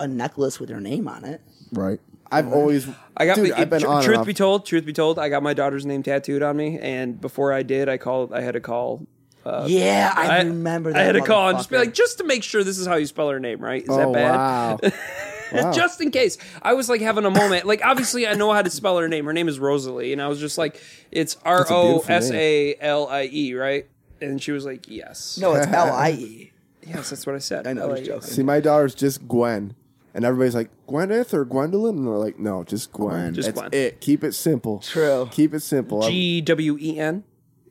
a necklace with her name on it. right. I've always, I got. dude, it- I've been tr- on and truth off. be told, truth be told, I got my daughter's name tattooed on me, and before I did, I called. I had to call. Uh, yeah, I, remember that. I had to call and just be motherfucker. like, just to make sure this is how you spell her name, right? Is that oh bad? wow, wow. Just in case, I was like having a moment. Like, obviously, I know how to spell her name. Her name is Rosalie, and I was just like, "It's R a O beautiful name. S A L I E, right?" And she was like, "Yes, no, it's L I E. yes, that's what I said." I know, I was Like, joking. See, my daughter's just Gwen, and everybody's like Gwyneth or Gwendolyn, and they're like, no, just Gwen. Just That's Gwen. it. Keep it simple. True. Keep it simple. I'm- G W E N.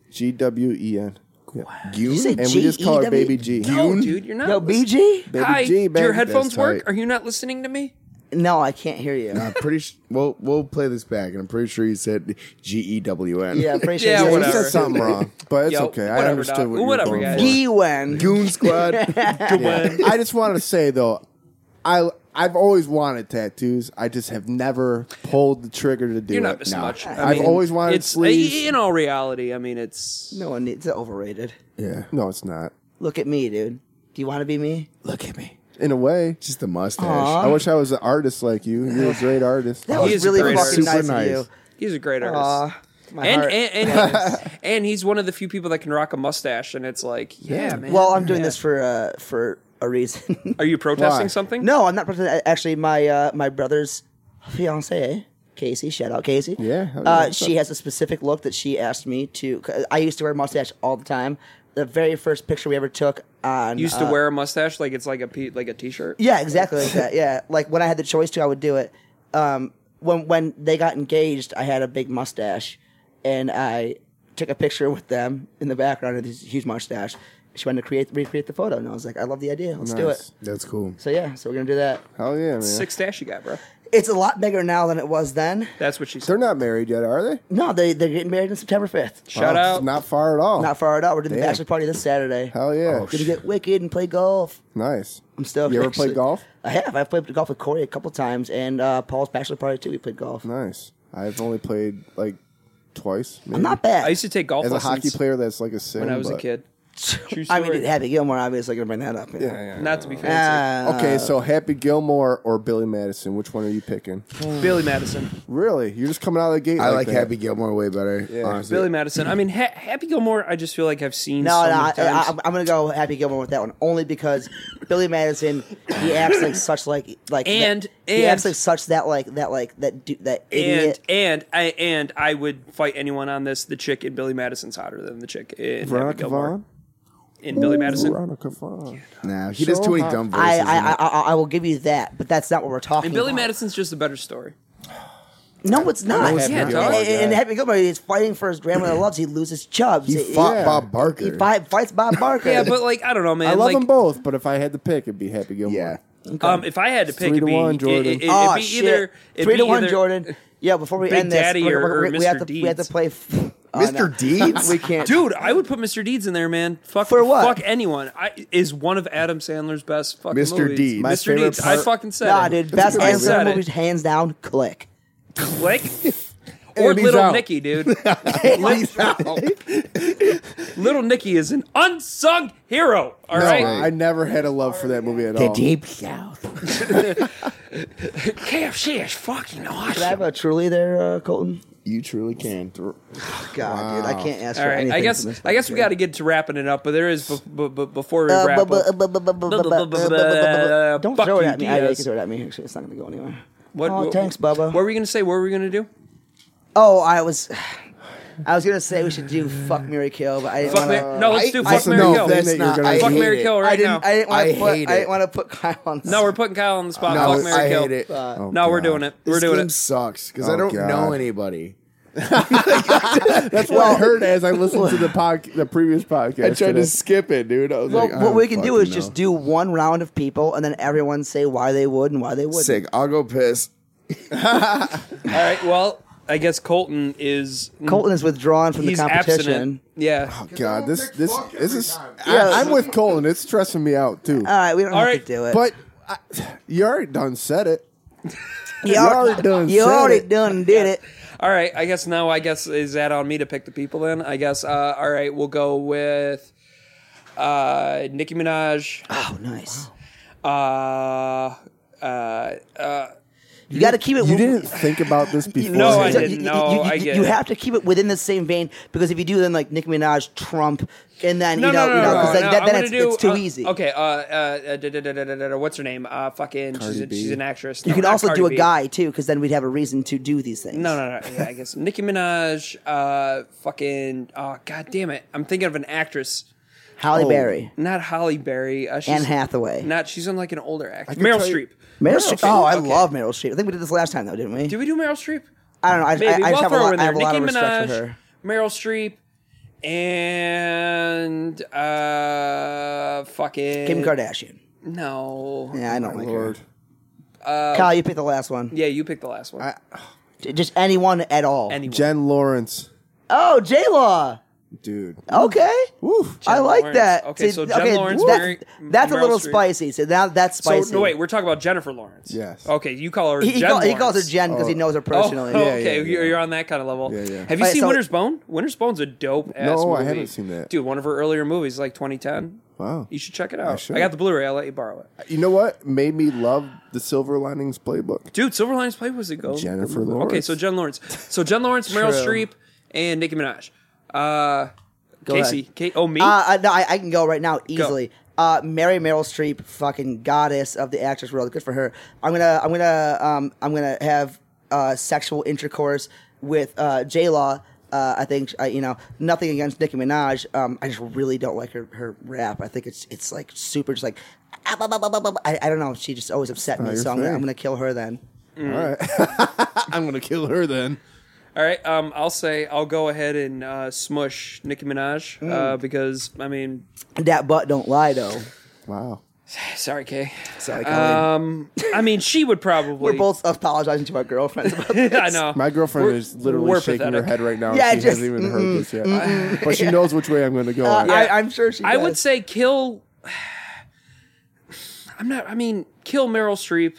G W E N. Yeah. You say And we just call her G-E-W- Baby E G. No, dude, you're not. Yo, listening. BG? Baby Hi, G, do your baby. headphones That's work? tight. Are you not listening to me? No, I can't hear you. I'm pretty. Sh- we'll we'll play this back, and I'm pretty sure you said G E W N. Yeah, I'm pretty sure. it's Yeah, Yeah, like- you whatever. said something wrong, but it's Yo, okay. whatever, I understood dog. what you were Whatever, going guys. for. Gwen. Goon Squad. I just want to say though, I I've always wanted tattoos. I just have never pulled the trigger to do You're it. not missing No. much. I I've mean, always wanted it's, uh, sleeves. In all reality, I mean, it's No one needs it. Overrated. yeah. No, it's not. Look at me, dude. Do you want to be me? Look at me. In a way, Just the mustache. Aw. I wish I was an artist like you. You're a great artist. That was is a Oh, really great fucking nice artist. Super of you. nice. he's a great artist. Aw. My and, heart. and and and he's one of the few people that can rock a mustache, and it's like, yeah, man. well, I'm doing this for uh, for a reason. Are you protesting Why? something? no, I'm not. pretending- Actually, my uh, my brother's fiance, Casey. Shout out, Casey. Yeah, hell yeah, Uh, what's she has a specific look that she asked me to. 'cause I used to wear a mustache all the time. The very first picture we ever took on uh, You used Uh, to wear a mustache like it's like a pe- like a t-shirt. Yeah, exactly like that. Yeah, like when I had the choice to, I would do it. Um, when when they got engaged, I had a big mustache, and I took a picture with them in the background of this huge mustache. She wanted to create recreate the photo, and I was like, I love the idea. Let's do Nice. it. That's cool. So yeah, so we're gonna do that. Hell yeah, man. Six stash you got, bro. It's a lot bigger now than it was then. That's what she said. They're not married yet, are they? No, they they're getting married on September fifth. Shout Oh, out. Not far at all. Not far at all. We're doing the Damn. bachelor party this Saturday. Hell Oh, yeah. Gonna get wicked and play golf. nice. I'm stoked. You ever actually. played golf? I have. I've played golf with Corey a couple times, and uh, Paul's bachelor party too. We played golf. Nice. I've only played like twice. maybe. I'm not bad. I used to take golf As a lessons hockey player, that's like a sin. when I was a but- kid. True I mean, story. Happy Gilmore obviously gonna bring that up. Yeah, yeah. Not to be fancy. Ah, Okay, so Happy Gilmore or Billy Madison, which one are you picking? Billy Madison. Really? You're just coming out of the gate. I like that. Happy Gilmore way better. Honestly, Billy Madison. I mean, ha- Happy Gilmore. I just feel like I've seen. no, so no, I, many I, times. I'm I'm gonna go Happy Gilmore with that one only because Billy Madison he acts like such like like And- that, he acts and- like such that like that like that du- that and idiot. and I and I would fight anyone on this. The chick in Billy Madison's hotter than the chick in Happy Veronica Gilmore. Vaughn. In Billy Madison. Veronica Vaughn. nah, he does So too many hot. dumb voices. I, I, I I I will give you that, but that's not what we're talking. And Billy about. Madison's just a better story. no, it's not. it's Yeah, and, not. dog. and Happy Gilmore is fighting for his grandmother loves. He loses Chubbs. he He- fought yeah. Bob Barker. he fight, fights Bob Barker. Yeah, but like I don't know, man. I love like, them both, but if I had to pick, it'd be Happy Gilmore. yeah, Um, if I had to Three pick, to it'd be, one, it- Jordan. It, it, it'd Oh, be shit. either it'd three be to one, either- Jordan. Yeah, before we Big end this, Daddy we're- or- we're- or we have to Mr. we have to Deeds. play. f- oh, no. Mr. Deeds. we can't. Dude, I would put Mr. Deeds in there, man. Fuck For what? Fuck anyone. I is one of Adam Sandler's best fucking Mr. movies. Deeds. My Mr. favorite Deeds. I part- fucking said nah, it. dude, best I answer said in it. movies, hands down. Click. Click. Or he's Little out. Nicky, dude. Little Nicky is an unsung hero. All No, right, I never had a love for that movie at all. South. KFC is fucking Did I awesome. have a truly there, uh, Colton? you truly can. God, dude, I can't ask All for right, anything. I guess from this I guess we podcast. got to get to wrapping it up, but there is b- b- b- before we Uh, wrap bu- up. bu- bu- bu- bu- bu- bu- bu- bu- bu- Don't Fuck throw it you, at me. I you Diaz. can throw it at me. Actually, it's not going to go anywhere. What, oh, what- thanks, What Bubba. were we gonna say? What were we gonna do? oh, I was, I was going to say we should do fuck Mary Kill, but I didn't Fuck wanna- Mary- no, let's do I- fuck listen, Mary no, Kill. that's Then not- you're gonna I Fuck hate Mary it. Kill I right now. didn't. I didn't want I to put. hate I it. didn't want to put Kyle on. The No, we're putting Kyle on the spot. No, fuck Mary I Kill. hate it. no, we're Oh, God. doing it. We're this doing game it. sucks because Oh, I don't God. know anybody. That's what I heard as I listened to the pod, the previous podcast. I tried today. to skip it, dude. I was Well, like, I what we don't can do is fucking just know. do one round of people, and then everyone say why they would and why they wouldn't. sick. I'll go piss. All right. Well, I guess Colton is Colton is withdrawn from he's the competition. abstinent. Yeah. God, this this this is. Yeah. I, am with Colin. It's stressing me out too. All right, we don't All have right, to do it. but I, you already done said it. you already done You said already it. done did it. All right. I guess now. I guess is that on me to pick the people? Then I guess. Uh, all right. We'll go with uh, Nicki Minaj. Oh, nice. Uh, uh, uh, You got to keep it. You didn't think about this before. No, I so You, didn't. No, you, you, I you- get you it. have to keep it within the same vein because if you do, then like Nicki Minaj, Trump, and then you know, you know, 'cause then, I'm then gonna it's, it's too uh, easy. Okay, uh, uh, uh, da- da- da- da- da- da- da- what's her name? Uh, fucking, she's, a, B. she's an actress. You No, can not also Cardi do a B. guy too, because then we'd have a reason to do these things. No, no, no. Yeah, I guess Nicki Minaj. Uh, fucking. Oh, god damn it! I'm thinking of an actress, Halle Oh. Berry, not Holly Berry. Uh, she's, Anne Hathaway. Not she's on like an older actress. Meryl tell you- Streep. Meryl Okay, Streep. Oh, I okay. love Meryl Streep. I think we did this last time though, didn't we? Did we do Meryl Streep? I don't know. I, Maybe. I, I we'll just have a throw her lot, in I there. have a lot Nicki of respect for Minaj, her. Meryl Streep, and uh, fucking Kim Kardashian. No. Yeah, I don't like Lord. her. Kyle, you picked the last one. Yeah, you picked the last one. J- Just anyone at all. Anyone. Jen Lawrence, oh, J Law. dude. Okay. Woo. I like Lawrence. that. Okay, See, so Jen Lawrence, that- Mary- that's a Meryl little Streep. spicy. So now that's So spicy. no, wait, we're talking about Jennifer Lawrence. Yes. Okay, you call her. He, he Jen call- he Lawrence. calls her Jen because he Oh. knows her personally. Oh, Yeah, okay, yeah, yeah. You're, you're on that kind of level. Yeah, yeah. Have you Alright, seen so- Winter's Bone? Winter's Bone's a dope ass No, I movie. haven't seen that. Dude, one of her earlier movies, like 2010. Wow. You should check it out. I, should. got the Blu-ray. I'll let you borrow it. You know what made me love the Silver Linings Playbook? Dude, Silver Linings Play was a go. Jennifer Okay, Lawrence. so Jen Lawrence. So Jen Lawrence, Meryl Streep, and Nicki Minaj. Uh, Casey, ahead. Ca- oh me, Uh, uh, no, I, I can go right now easily. Uh, Mary Meryl Streep, fucking goddess of the actress world. Good for her. I'm gonna, I'm gonna, um, I'm gonna have uh, sexual intercourse with uh, J Law. Uh, I think I, you know nothing against Nicki Minaj. Um, I just really don't like her her rap. I think it's it's like super, just like ah, bah, bah, bah, bah, bah. I, I don't know. She just always upset me, your so I'm gonna, thing. I'm gonna kill her then. I'm gonna kill her then. All right, um, I'll say I'll go ahead and uh, smush Nicki Minaj uh, Hmm. because I mean, That butt don't lie though. Wow. sorry, Kay. Sorry, Colleen. Um, I mean, she would probably. we're both apologizing to our girlfriends about this. I know. My girlfriend We're- is literally we're shaking her pathetic. head right now. and Yeah, she just, mm-hmm. hasn't even heard this yet, but she knows which way I'm going to go. Uh, on. I, I'm sure she. I does. would say kill. I'm not. I mean, kill Meryl Streep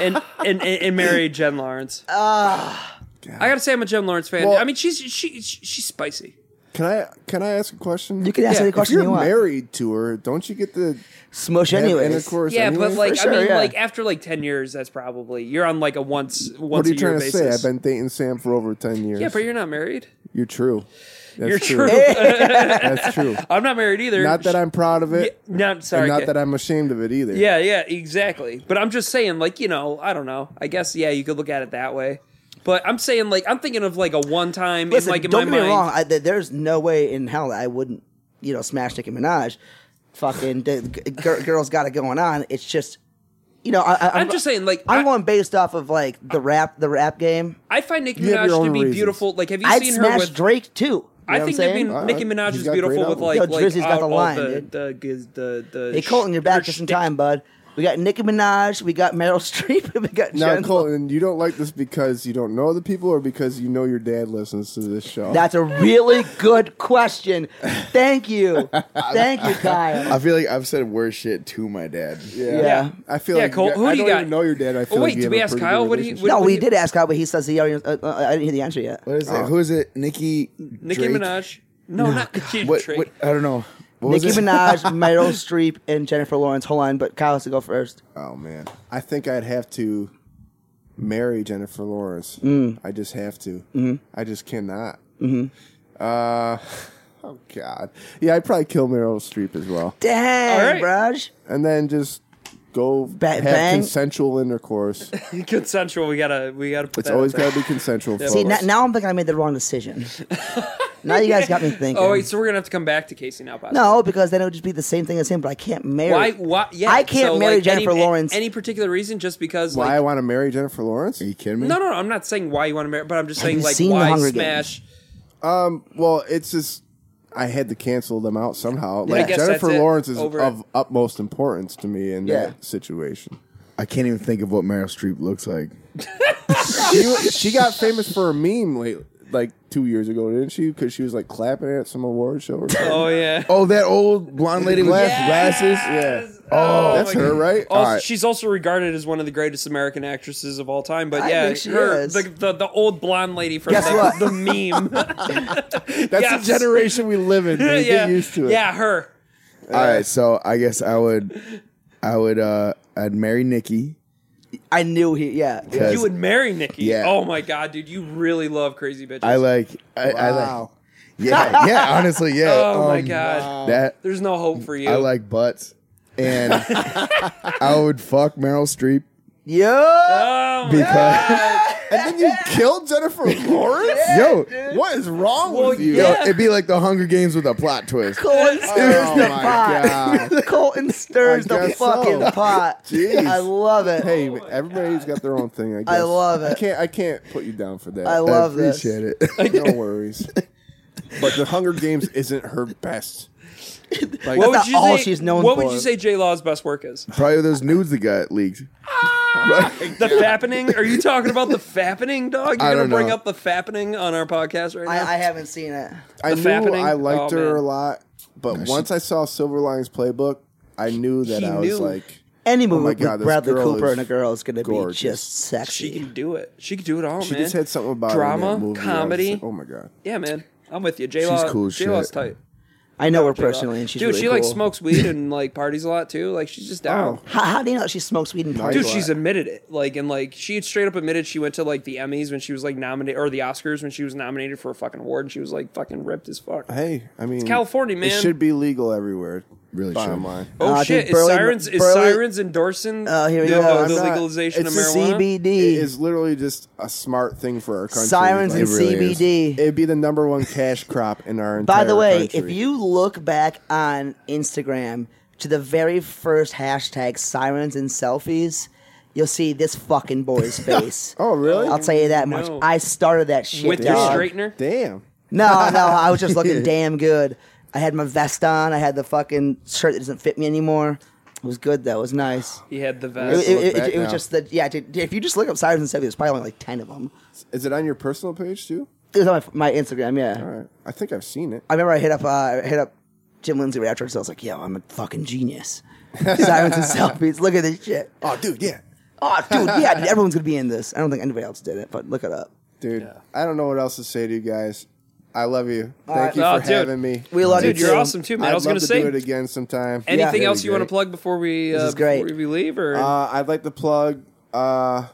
and and, and, and marry Jen Lawrence. I gotta say, I'm a Jen Lawrence fan. Ah. Well- I mean, she's she, she she's spicy. Can I can I ask a question? You can ask Yeah, any if If question you're you want. married to her, don't you get the Smush have anyways. intercourse? Yeah, anyway? but like, sure, I mean, yeah. like after like ten years, that's probably you're on like a once once what are you a year trying to basis. say? I've been dating Sam for over ten years. yeah, but you're not married. You're true. That's You're true. That's true. I'm not married either. Not that I'm proud of it. Not sorry. and not Kay. that I'm ashamed of it either. Yeah, yeah, exactly. But I'm just saying, like, you know, I don't know. I guess, yeah, you could look at it that way. But I'm saying, like, I'm thinking of like a one time, Listen, like in don't get my me mind. wrong. I, th- there's no way in hell that I wouldn't, you know, smash Nicki Minaj. Fucking the, g- gir- girl's got it going on. It's just, you know, I, I, I'm just saying, like, I'm I- going based off of like the rap, the rap game. I find Nicki You have your Minaj to own be reasons. beautiful. Like, have you I'd seen her smash with? Drake too. You know I what I'm think Nicki, saying? Uh, All Nicki right. Minaj She's is got beautiful great with albums. like, Yo, like Drizzy's got all- the all line, the, dude. the, giz- the, the Hey, sh- Colton, you're back her just in shtick. time, bud. We got Nicki Minaj. We got Meryl Streep. We got Now, Jen. Colton, you don't like this because you don't know the people, or because you know your dad listens to this show. That's a really good question. Thank you. Thank you, Kyle. I feel like I've said worse shit to my dad. yeah. Yeah. I feel Yeah, like Col- you got- who I do you don't got? even know your dad. I feel Oh, like wait, you did have we a ask pretty Kyle good what he- relationship. No, What- we did ask Kyle, but he says he already. Uh, uh, I didn't hear the answer yet. What is it? Who is it? Nikki. Nicki Drake? Minaj. No, not Nicki What, Drake. what? I don't know. What was Nicki it? Minaj, Meryl Streep, and Jennifer Lawrence. Hold on, but Kyle has to go first. Oh man, I think I'd have to marry Jennifer Lawrence. Mm. I just have to. Mm-hmm. I just cannot. Uh, oh God. Yeah, I'd probab 'd kill Meryl Streep as well, Dang, All Braj. and then just go Ba- have bang? consensual intercourse. Consensual. We gotta. We gotta. Put It's that out always there. got to be consensual. See, now, folks. now I'm thinking I made the wrong decision. now you guys got me thinking. Oh wait, so we're gonna have to come back to Casey now. Possibly. no, because then it would just be the same thing as him, but I can't marry. Why? Why? Yeah, I can't so, marry like, Jennifer any, Lawrence. Any particular reason? Just because? why like, I want to marry Jennifer Lawrence? Are you kidding me? No, no, no. I'm not saying why you want to marry, but I'm just saying you like seen The why Hunger smash. Well, it's just I had to cancel them out somehow. I Like guess that's Jennifer it. Lawrence is Over it. of utmost importance to me in Yeah. that situation. I can't even think of what Meryl Streep looks like. she, she got famous for a meme late, like two years ago, didn't she? Because she was like clapping at some award show or something. Oh yeah. Oh, that old blonde lady with glasses. Yeah. Oh, That's my her, God. right? Also, All right. She's also regarded as one of the greatest American actresses of all time. But I yeah, think she her is. The, the the old blonde lady from Guess the, what? the meme. That's Yes. the generation we live in. Dude. yeah, Get used to it. Yeah, her. All right, so I guess I would, I would, uh I'd marry Nikki. I knew he. Yeah. yeah. Yes. You would marry Nikki. Yeah. Oh my god, dude, you really love crazy bitches. I like, I, I like, yeah, yeah. Honestly, yeah. oh my Um, god. that There's no hope for you. I like butts, and I would fuck Meryl Streep Yo. Oh my because And then you killed Jennifer Lawrence? yo, What is wrong with you? yo, yeah. it'd be like the Hunger Games with a plot twist. Colton stirs Oh the my pot. Colton stirs I the guess fucking so. pot. Jeez. I love it. Hey, everybody's got their own thing. I guess. love it. I can't. I can't put you down for that. I I love this. appreciate it. no worries. But the Hunger Games isn't her best. Like, What That's would you not all say, she's known What for. would you say J Law's best work is? Probably those nudes that got leaked. The fappening? Are you talking about the fappening, dog? You're I gonna don't bring know. up the fappening on our podcast right now. I, I haven't seen it. I the knew fappening? I liked Oh, her man. a lot, but once I saw Silver Linings Playbook, I knew that He I was knew. like, Any movie my with God, this Bradley girl Cooper is and a girl is going to be gorgeous. just she sexy. can do it. She can do it all, she man. just had something about her in drama, that movie. oh. I was comedy. like, oh my god! Yeah, man. I'm with you. J Law. cool as J Law's shit. tight. I know her Check it out. personally, and she's dude. really she like cool. smokes weed and like parties a lot too. Like she's just down. Oh, How, how do you know that she smokes weed and parties? Dude, a lot? she's admitted it. Like, and like, she had straight up admitted she went to like the Emmys when she was like nominated, or the Oscars when she was nominated for a fucking award, and she was like fucking ripped as fuck. Hey, I mean, California, man. It should be legal everywhere. Really bottom should. line. Oh Nah, shit! dude, Burley- is sirens is Burley- sirens endorsing Oh, here we the, go. the- I'm the not- legalization of it's marijuana? It CBD. Oh. is literally just a smart thing for our country. Sirens Like, and It really is. CBD. it'd be the number one cash crop in our entire By the way, country. if you look back on Instagram to the very first hashtag sirens and selfies, you'll see this fucking boy's face. Oh, really? I'll tell you that much. No. I started that shit. With your dog. straightener? Damn. No, no, I was just looking damn good. I had my vest on. I had the fucking shirt that doesn't fit me anymore. It was good though. It was nice. He had the It, it- vest. it- back it was now. just that, yeah. Dude, if you just look up sirens and selfies, there's probably only like ten of them. Is it on your personal page too? It was on my, my Instagram, yeah. All right. I think I've seen it. I remember I hit up uh, I hit up Jim Lindsay right afterwards. I was like, "Yo, I'm a fucking genius." Sirens and selfies. Look at this shit. Oh, dude, yeah. Oh, dude, yeah, dude, everyone's gonna be in this. I don't think anybody else did it, but look it up. Dude, I don't know what else to say to you guys. I love you. Thank right. you Oh, for dude. having me. We love Dude, you you're too. awesome too, man. I'd I was love gonna to say do it again sometime. anything Yeah. else you want to Great. plug before we uh, is great. before we leave or Uh, I'd like to plug uh,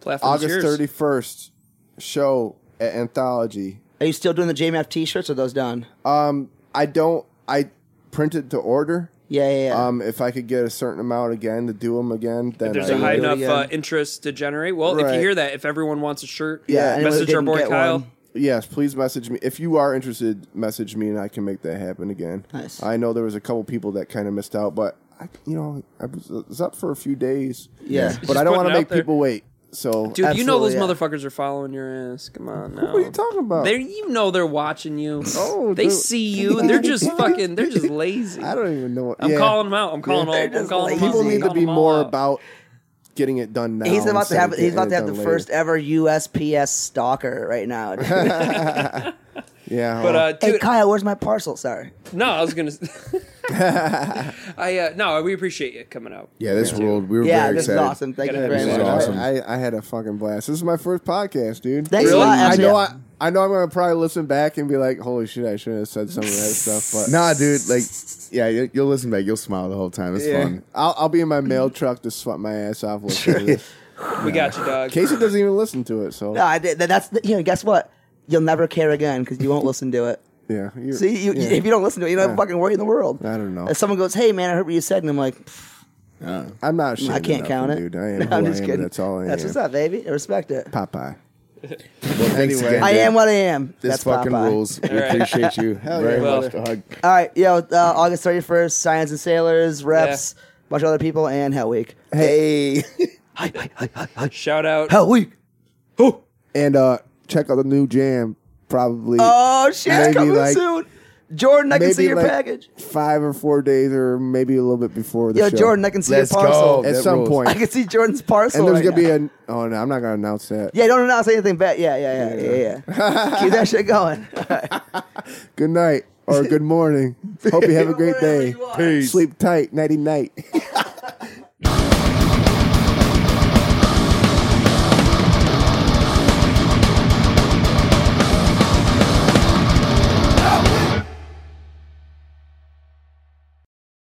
platforms August yours? thirty first show at Anthology. Are you still doing the JMF T-shirts? Or are those done? Um, I don't. I printed to order. yeah, yeah, yeah. Um, if I could get a certain amount again to do them again, then There's I a high would. do it enough uh, again. interest to generate. Well, if you Right. hear that, if everyone wants a shirt, Yeah, anyone who message our didn't boy get Kyle. one. Yes, please message me if you are interested. Message me and I can make that happen again. Nice. I know there was a couple people that kind of missed out, but I, you know, I was, I was up for a few days. Yeah. but I Just don't want to putting it out make there. people wait. So, Dude, you know those Absolutely, yeah. motherfuckers are following your ass. Come on now. what are you talking about? They, you know, they're watching you. Oh, they dude. see you, and they're just fucking. They're just lazy. I I don't even know. What, am yeah. calling them out. I'm calling They're all. I'm just calling them lazy. out. People I'm need to calling be them all more out. about getting it done now. he's about to instead have of he's getting about it to have the done later. first ever USPS stalker right now. Yeah, But uh, hey, dude, Kyle, where's my parcel? Sorry. no, I was gonna. I uh, no, we appreciate you coming out. Yeah, this ruled. We were Yeah, very this excited. is awesome. Thank Yeah, you very this is much. I- awesome. I, I had a fucking blast. This is my first podcast, dude. Thanks a lot, I Ashley. know. I, I know. I'm gonna probably listen back and be like, "Holy shit, I should have said some of that stuff." But Nah, dude. Like, yeah, you, you'll listen back. You'll smile the whole time. It's yeah, fun. I'll, I'll be in my mail truck to sweat my ass off. listening to this. We got you, dog. Casey doesn't even listen to it, so No, I did, that's the, you know. Guess what? You'll never care again because you won't listen to it. yeah. you- See, you, yeah. if you don't listen to it, you don't have a fucking worry in the world. I don't know. If someone goes, "Hey, man, I heard what you said," and I'm like, I'm not. ashamed I of can't count it. nothing, dude. I am. No, who I'm I just am. kidding. That's all I That's am. what's up, baby. I respect it. Popeye. Well, thanks Anyway. again, I dude. am what I am. This That's fucking Popeye. rules. We right. appreciate you very yeah. much. Well- dog. All right, yo, uh, August 31st, Science and Sailors, Reps, a bunch of other people, and Hell Week. Hey, Hi, hi, hi, hi, hi. Shout out. Hell Week. and uh, check out the new jam. Probably Oh shit, Maybe it's coming like- soon. Jordan, I can see maybe your like package. five or four days, or maybe a little bit before the Yo, show. Jordan, I can see Let's your parcel. go. at that some rules. point, I can see Jordan's parcel. and there's right gonna now. be a. Oh no, I'm not gonna announce that. Yeah, don't announce anything bad. Yeah, yeah, yeah, yeah, yeah. Keep that shit going. good night or good morning. Hope you have a great Whatever day. you want. Sleep tight, nighty night.